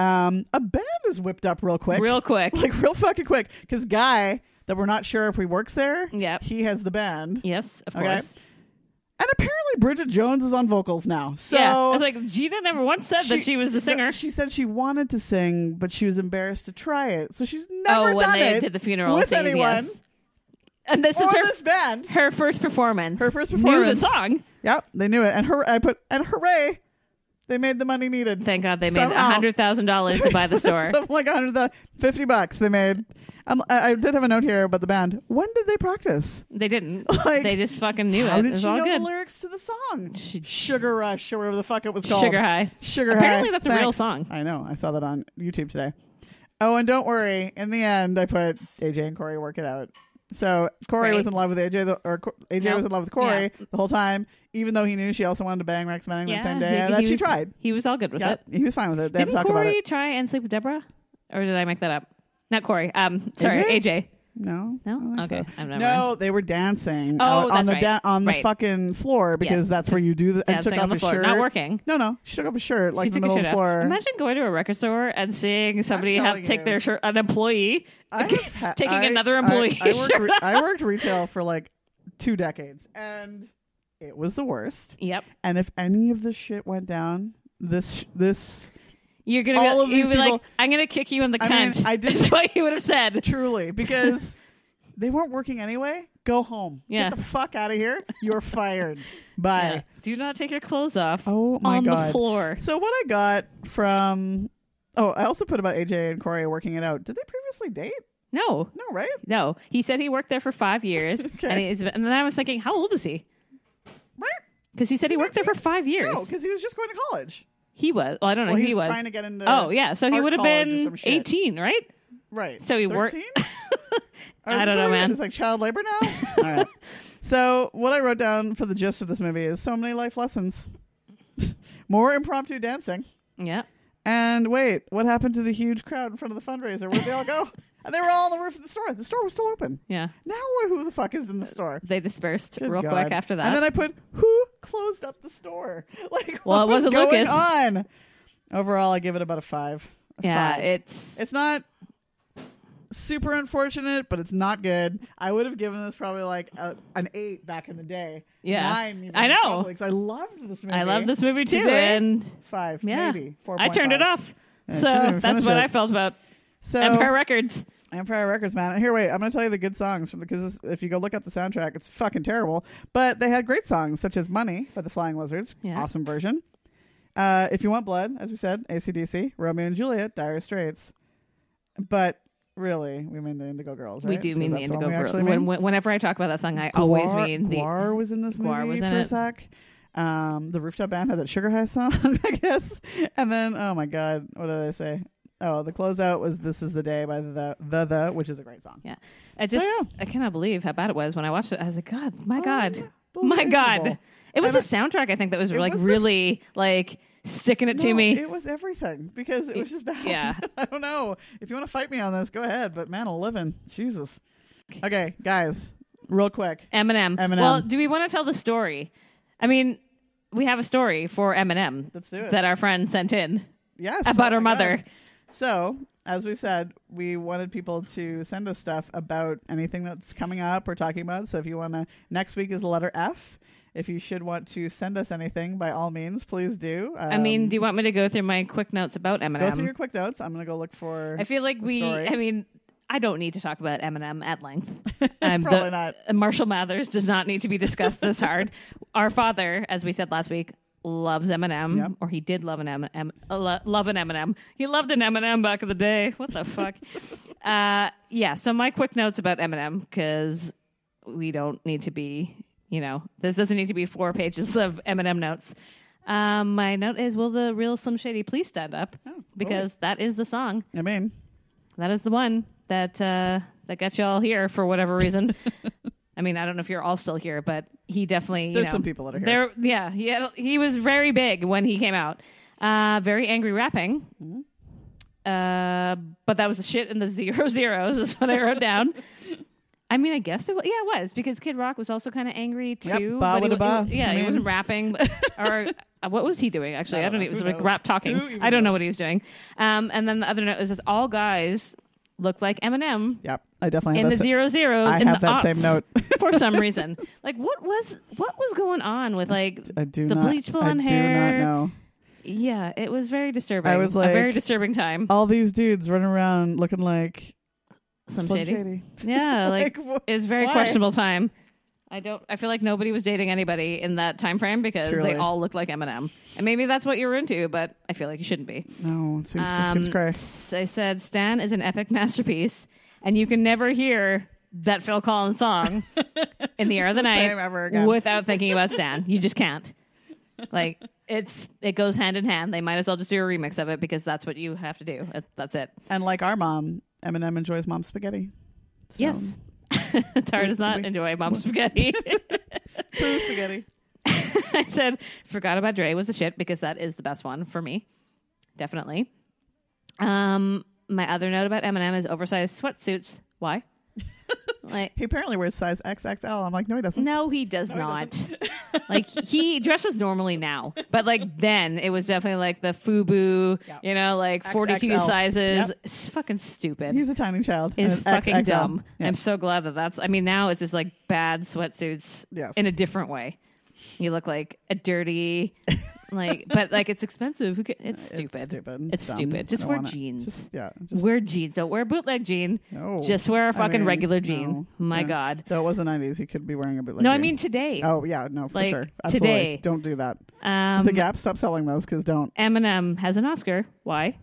Um, a band is whipped up real quick,
Real quick,
like real fucking quick, because guy that we're not sure if he works there.
Yep.
He has the band,
yes, of
Okay.
course.
and apparently Bridget Jones is on vocals now. So
yeah, I was like, Gina never once said that she was a
no,
singer.
she said she wanted to sing, but she was embarrassed to try it. So she's
oh,
never
when
done
they
it
did the funeral
with
thing,
anyone.
yes. And this
or
is her
this band.
her first performance.
Her first
Knew
performance.
the song.
Yep, they knew it. And hur- I put and hooray, they made the money needed.
Thank God they made
Somehow.
hundred thousand dollars to buy the store.
Something like 150 bucks they made. Um, I, I did have a note here about the band. When did they practice?
they didn't.
Like,
they just fucking knew
How
it.
did
It was
she
all
know
good.
the lyrics to the song?
She-
Sugar Rush or whatever the fuck it was called.
Sugar High.
Sugar
Apparently
High.
that's a real
Thanks.
song.
I know. I saw that on YouTube today. Oh, and don't worry. In the end, I put AJ and Corey work it out. So Corey
Right.
was in love with AJ, the, or Co- AJ
No.
was in love with Corey the whole time, even though he knew she also wanted to bang Rex Manning that same day.
he-
and
he
that she
was-
tried.
He was all good with
Yeah,
it.
he was fine with it. They had to
Didn't
talk
Corey
about it.
try and sleep with Deborah, or did I make that up? Not Corey. Um, sorry,
AJ?
AJ.
No,
No?
I don't think
Okay,
so.
I'm not
no, they were dancing
Oh,
out on
that's
the
right.
da- on the
Right.
fucking floor because
Yes,
that's where you do the and
Dancing
took off
on the
a
floor,
shirt.
not working.
No, no, she took off a shirt like
She
in the
took a
middle of
shirt
the
off.
floor.
Imagine going to a record store and seeing somebody have
telling
take
you.
their shirt, an employee
I've ha-
taking
I-
another
I-
employee.
I, worked re- I worked retail for like two decades, and it was the worst.
yep,
And if any of this shit went down, this this
you're gonna
All
be,
of
you'd
these
be like,
people-
I'm gonna kick you in the
I mean,
cunt.
I didn't-
That's what you would have said.
truly because they weren't working anyway. Go home.
Yeah.
Get the fuck out of here. You're fired. Bye.
Yeah. Do not take your clothes off.
Oh my
on
god.
the floor.
So what I got from oh, I also put about AJ and Corey working it out. Did they previously date?
No,
No, right?
no. He said he worked there for five years, and, he's, and then I was thinking, how old is he?
Right?
Because he said he worked there for five years.
No, because he was just going to college.
He was. Well, I don't know.
Well,
Uh, he
he's
was
trying to get into.
Oh yeah, so he
art
would have
college or
been
some shit.
eighteen, right?
Right.
So he worked-
13? Or is
I
this
don't know,
what it is?
man.
It's like child labor now. All right. So what I wrote down for the gist of this movie is so many life lessons, more impromptu dancing,
Yeah.
and wait, what happened to the huge crowd in front of the fundraiser? Where'd they all go? And they were all on the roof of the store. The store was still open.
Yeah.
Now who the fuck is in the store?
They dispersed
Good
Uh, real
God.
quick after that.
And then I put who closed up the store? Like
Well,
what
it wasn't
was going
Lucas.
on? Overall, I give it about a five. A
yeah,
five.
it's
it's not super unfortunate, but it's not good. I would have given this probably like a, an eight back in the day.
Yeah.
Nine even
I know.
probably, 'cause I loved this movie.
I love this movie too,
Today?
and
Five,
yeah,
maybe four.
I turned it off.
she
so
didn't
that's
finish
what
it. Oh.
I felt about
So
Empire Records.
Empire Records, man. Here, wait. I'm going to tell you the good songs from because if you go look up the soundtrack, it's fucking terrible. But they had great songs such as "Money" by the Flying Lizards,
Yeah.
awesome version. Uh, if you want blood, as we said, ACDC, Romeo and Juliet, Dire Straits. But really, we mean the Indigo Girls, right?
We do
So
mean
is
the
that song
Indigo
we
Girls.
actually
When,
mean?
when- whenever I talk about that song, I always
Guar-
mean the.
Guar was in this
Guar
movie
was in
for
it.
a sec. Um, the rooftop band had that Sugar High song, I guess. And then, oh my god, what did I say? Oh, the closeout was "This Is the Day" by the the the, which is a great song.
Yeah, I just
yeah.
I cannot believe how bad it was when I watched it. I was like, God, my God, my
Unbelievable.
God. It was
And
the soundtrack I think that was
it
like
was this-
really like sticking it to
No,
me.
It was everything because it was just bad.
yeah.
I don't know. If you want to fight me on this, go ahead. But man, eleven, Jesus. Okay, guys, real quick.
Eminem.
Eminem.
Well, do we want to tell the story? I mean, we have a story for Eminem
Let's do it.
that our friend sent in
Yes,
about
oh
her
my God.
mother.
So, as we've said, we wanted people to send us stuff about anything that's coming up or talking about. So, if you want to, next week is the letter F. If you should want to send us anything, by all means, please do.
I mean,
Um,
do you want me to go through my quick notes about Eminem?
go through your quick notes. I'm going to go look for.
I feel like
the
we.
story.
I mean, I don't need to talk about Eminem at length. Um,
Probably
the-
not.
Marshall Mathers does not need to be discussed this hard. Our father, as we said last week, loves Eminem,
Yep.
or he did love an M, M- uh, lo- love an Eminem. He loved an Eminem back in the day. What the fuck? Uh, yeah. So my quick notes about Eminem because we don't need to be. You know, this doesn't need to be four pages of Eminem notes. Um, my note is: Will the real Slim Shady please stand up?
cool.
because that is the song.
I mean,
That is the one that uh, that got you all here for whatever reason. I mean, I don't know if you're all still here, but he definitely. you
There's
know,
some people that are here.
There, yeah, he had- he was very big when he came out. Uh, very angry rapping.
Mm-hmm.
Uh, but that was the shit in the zero zeros is what I wrote down. I mean, I guess it was. Yeah, it was because Kid Rock was also kind of angry too.
Yep, ba
but he
wada
wa-
ba.
Yeah,
I
he
mean-
wasn't rapping or uh, what was he doing actually? I don't,
don't
know.
know.
It was
Who
like
knows?
rap talking.
Who even
I don't know
knows?
what he was doing. Um, and then the other note was just all guys looked like Eminem
yep, I definitely
in
have
the
that se-
zero zeros.
I
in
have
the
that same
aughts
note.
for some reason. Like what was what was going on with like
I do
the
not,
bleach blonde
I
hair.
do not know.
yeah, it was very disturbing.
I was
a very
like-
disturbing time.
All these dudes running around looking like
Slim
Slim
Shady.
Shady.
Yeah, like,
Like, wha-
it was very
why?
questionable time. I don't. I feel like nobody was dating anybody in that time frame because
Truly.
they all looked like Eminem, and maybe that's what you're into. But I feel like you shouldn't be.
No, it seems,
Um,
seems cray.
I said Stan is an epic masterpiece, and you can never hear that Phil Collins song in the air of the night
Same ever again.
without thinking about Stan. You just can't. Like it's it goes hand in hand. They might as well just do a remix of it because that's what you have to do. That- That's it.
And like our mom, Eminem enjoys mom's spaghetti. So,
Yes. Tara does not
we-
enjoy mom's spaghetti.
Poo spaghetti.
I said, forgot about Dre was a shit because that is the best one for me. Definitely. Um, my other note about Eminem is oversized sweatsuits. Why? like,
He apparently wears size XXL. I'm like, no, he doesn't.
no, he does not. like, he dresses normally now, but like then it was definitely like the FUBU,
Yeah.
you know, like 42
XXL.
sizes.
Yep.
It's fucking stupid.
He's a tiny child.
is
And
fucking
XXL.
dumb.
Yeah.
I'm so glad that that's. I mean, now it's just like bad sweatsuits
Yes.
in a different way. You look like a dirty, like, but like it's expensive. Who ca- it's stupid.
It's stupid.
It's
dumb. I
stupid. Just
don't
wear
want it.
jeans.
Just- yeah. Just,
wear jeans. Don't wear a bootleg jean.
no.
Just wear a
I
fucking
mean,
regular jean.
no.
My
Yeah.
God.
Though it was the 90s. He could be wearing a bootleg.
No, I
jean.
mean today.
Oh, yeah. No, for
Like,
sure. Absolutely.
today.
Don't do that.
Um,
the Gap, stop selling those because don't.
Eminem has an Oscar. Why?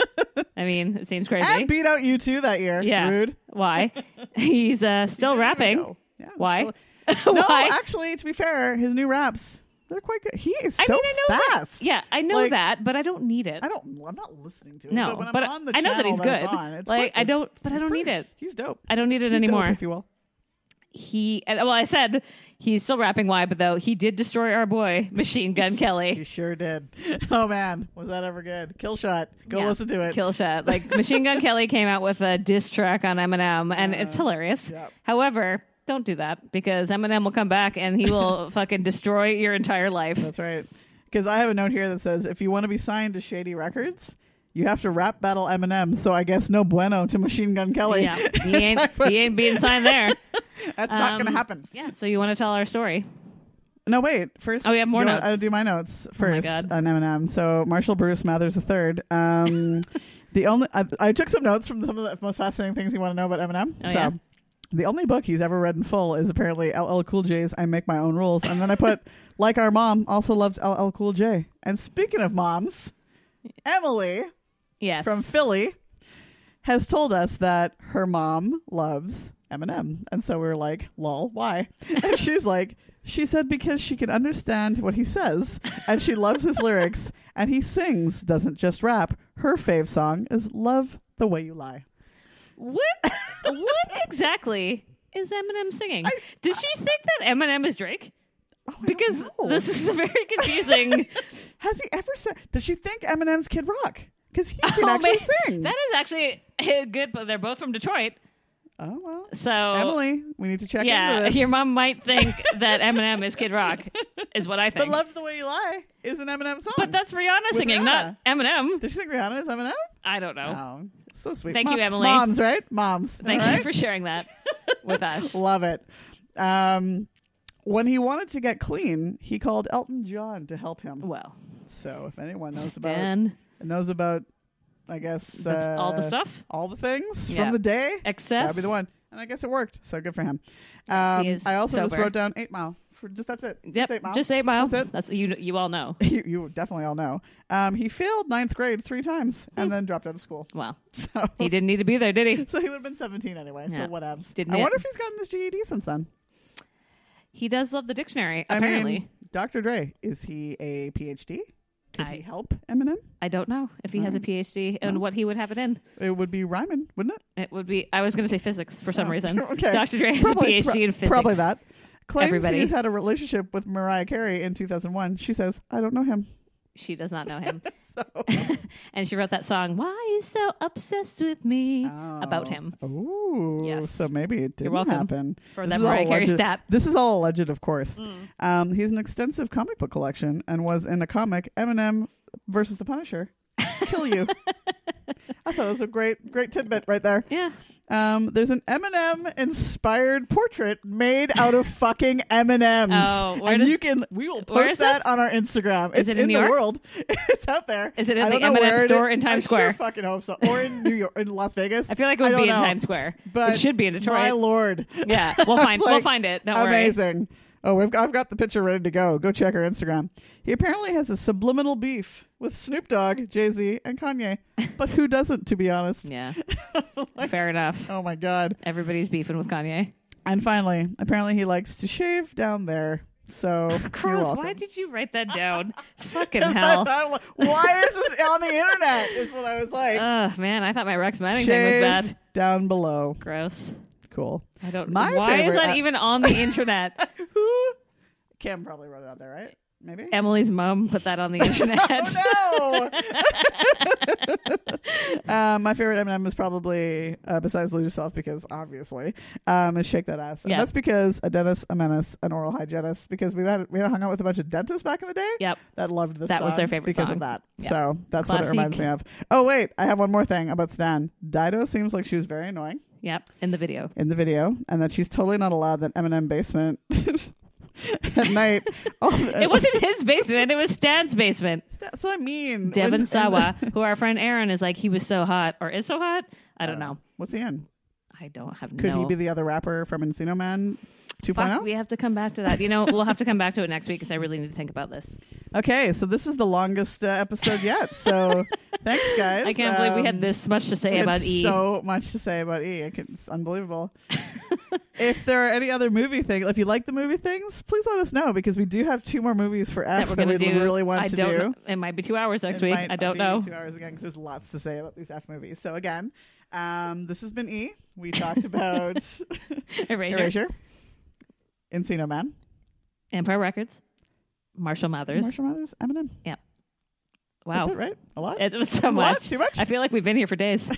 I mean, it seems crazy.
And beat out you two that year.
yeah.
Rude.
Why? He's uh, still
Didn't even
rapping.
go. Yeah,
Why?
still- No,
Why?
actually, to be fair, his new raps, they're quite good. He is
I
so
mean, I know
fast.
That, yeah, I know
Like-
that, but I don't need it.
I don't. I'm not listening to it.
No,
but when I'm
but
on the
I know that
channel
he's
It's
good.
on, it's
Like,
quite-
I don't-
it's-
but I
it's
don't need
pretty-
it.
He's dope.
I don't need it
He's dope,
anymore.
if you will.
he and, well, I said he's still rapping why, but though he did destroy our boy Machine Gun
He
Kelly.
sure did. Oh man, was that ever good? Kill shot. Go
Yeah.
listen to it.
Kill shot. Like Machine Gun Kelly came out with a diss track on Eminem, and it's hilarious.
yep.
However, don't do that because Eminem will come back and he will fucking destroy your entire life.
That's right. Because I have a note here that says, if you want to be signed to Shady Records, you have to rap battle Eminem, so I guess no bueno to Machine Gun Kelly.
Yeah, he ain't, he ain't being signed there.
That's not going
Um,
to happen.
Yeah, so you want to tell our story?
No, wait. First,
Oh, we have more
do
notes. Oh
I'll do my notes first
God.
on Eminem. So Marshall Bruce Mathers III. Um, the only I, I took some notes from some of the most fascinating things you want to know about Eminem.
Oh,
so.
yeah.
The only book he's ever read in full is apparently LL Cool J's I Make My Own Rules. And then I put, like our mom, also loves LL Cool J. And speaking of moms, Emily
Yes.
from Philly has told us that her mom loves Eminem. And so we were like, lol, why? And she's like, she said because she can understand what he says and she loves his lyrics and he sings, doesn't just rap. Her fave song is Love the Way You Lie.
what? What exactly is Eminem singing? Does she think that Eminem is Drake?
Oh, I don't
Because
know.
this is very confusing.
Has he ever said, does she think Eminem's Kid Rock? Because he can
Oh,
actually
man.
sing.
That is actually a good, but they're both from Detroit.
oh, well.
So,
Emily, we need to check into
yeah,
this.
your mom might think that Eminem is Kid Rock, is what I think.
but Love the Way You Lie is an Eminem song.
But that's Rihanna
With
singing, not Eminem.
does she think Rihanna is Eminem?
I don't know.
Oh, so sweet.
Thank you, Emily.
Moms, right? Moms.
Thank
all
you
right?
for sharing that with us.
Love it. Um, when he wanted to get clean, he called Elton John to help him.
Well,
So if anyone knows about
Dan,
knows about, I guess
that's
uh,
all the stuff.
all the things
Yeah.
from the day,
Excess.
that'd be the one. And I guess it worked. So good for him.
Yes, he
Um,
is
I also just
sober.
wrote down Eight Mile. For just that's it.
Yep,
Just eight mile.
just eight miles.
That's
That's,
it.
you. You all know.
you, you definitely all know. Um, he failed ninth grade three times and then dropped out of school.
Well,
So
he didn't need to be there, did he?
So he would have been 17 anyway. So
Yeah.
whatevs.
Didn't
I
it?
wonder if he's gotten his GED since then.
He does love the dictionary.
I
Apparently,
mean, Dr. Dre, is he a PhD? Could
I-
he help Eminem?
I don't know if he has a PhD and what he would have it in.
It would be rhyming, wouldn't it?
It would be. I was going to say physics for some
Oh,
reason.
okay.
Dr. Dre has
Probably-
a PhD
pro-
in physics.
Probably that. Claims
Everybody.
he's had a relationship with Mariah Carey in 2001. She says, I don't know him.
She does not know him,
So
and she wrote that song. Why you so obsessed with me? About
Oh.
him
Ooh.
Yes.
So maybe it didn't
welcome
happen.
for
This
that
is all
Mariah Carey
alleged-
stat. Mm.
This is all alleged, of course. Um, he's an extensive comic book collection and was in a comic Eminem versus the Punisher. Kill you. I thought that was a great, great tidbit right there.
Yeah,
Um, there's an Eminem inspired portrait made out of fucking M&Ms.
Oh, where
and
does-
you can we will
where
post
is
that
this?
on our Instagram. it's
it in
in,
New
the
York?
world. It's out there.
Is it in
I
the
don't know
M&M
where it
store
is.
in Times
I Sure
Square?
fucking hope so. Or in New York in Las Vegas.
I feel like it
I
would
don't
be in
know.
Times Square.
But
it should be in Detroit.
My lord.
Yeah, we'll
I
find
was
we'll
like,
find it. Don't worry.
amazing. Oh, we've I've got the picture ready to go. Go check our Instagram. He apparently has a subliminal beef with Snoop Dogg, Jay Z, and Kanye. But who doesn't, to be honest?
Yeah, fair enough.
Oh my god.
Everybody's beefing with Kanye.
And finally, apparently he likes to shave down there. So you're
Cross,
welcome.
why did you write that down? Fucking
'Cause I
hell.
thought, why is this on the internet? Is what I was like.
Oh man, I thought my Rex Manning thing was
shave
bad.
down below.
Gross.
Cool.
I don't.
My
why is
favorite- uh,
that even on the internet?
Who? Cam probably wrote it out there, right? Maybe.
Emily's mom put that on the internet.
Oh no! um, my favorite Eminem is probably uh, besides "Lose Yourself" because obviously um, is "Shake That Ass," and
Yeah.
that's because a dentist, a menace, an oral hygienist, because we had we hung out with a bunch of dentists back in the day.
Yep.
that loved this.
That was
song
their favorite
because
song.
of that.
Yeah.
So that's what it
Classic.
reminds me of. Oh wait, I have one more thing about Stan. Dido seems like she was very annoying
Yep, in the video.
in the video, and that she's totally not allowed that Eminem basement at night. Oh,
It wasn't his basement. It was Stan's basement.
That's what I mean.
Devin
When's- and the-
Sawa, who our friend Aaron is like, he was so hot or is so hot. I don't know.
What's he in?
I don't have
Uh, Could
no.
he be the other rapper from Encino Man oh? 2.0?
Fuck, we have to come back to that. You know, we'll have to come back to it next week because I really need to think about this.
okay, so this is the longest uh, episode yet. So thanks, guys.
I can't believe we
Um,
had this much to say
it's
about E.
So much to say about E. I can- It's unbelievable. if there are any other movie things, if you like the movie things, please let us know because we do have two more movies for F
that
that,
we're gonna
we
do.
really want
I
to
don't
do.
kn- It might be two hours next
It
week.
might
I don't
be
know.
Two hours again because there's lots to say about these F movies. So again, um, this has been E. We talked about
Erasure.
Erasure, Encino Man,
Empire Records. Marshall Mathers.
Marshall Mathers, Eminem.
wow.
That's it, right? A lot.
It was so
That's a lot?
much.
Too much?
I feel like we've been here for days.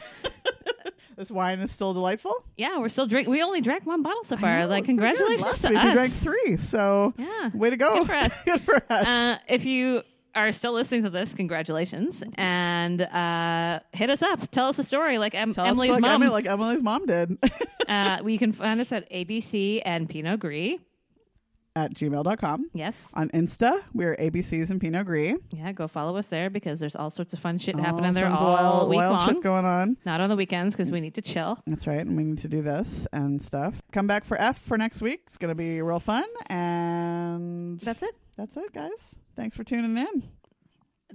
This wine is still delightful.
yeah, we're still drinking. We only drank one bottle so
I
far.
know,
Like,
it's pretty good.
congratulations
Last
to
week
us.
we drank three, so
yeah.
way to go.
Good for us. Um,
Good for us.
Uh, if you are still listening to this, congratulations. And uh, hit us up. Tell us a story like em-
Tell us
Emily's
like,
mom.
Emily, like Emily's mom did
uh, we can find us at ABC and Pinot Gris.
at gmail.com.
Yes.
On Insta, we are ABCs and Pinot Gris.
Yeah, go follow us there because there's all sorts of fun shit happening
All
there
sorts
all
of wild,
week
wild
long.
shit going on.
Not on the weekends because we need to chill.
That's right. And we need to do this and stuff. Come back for F for next week. It's going to be real fun. And
That's it.
that's it, guys. Thanks for tuning in.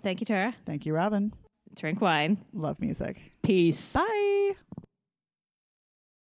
Thank you, Tara.
Thank you, Robin.
Drink wine.
Love music.
Peace.
Bye.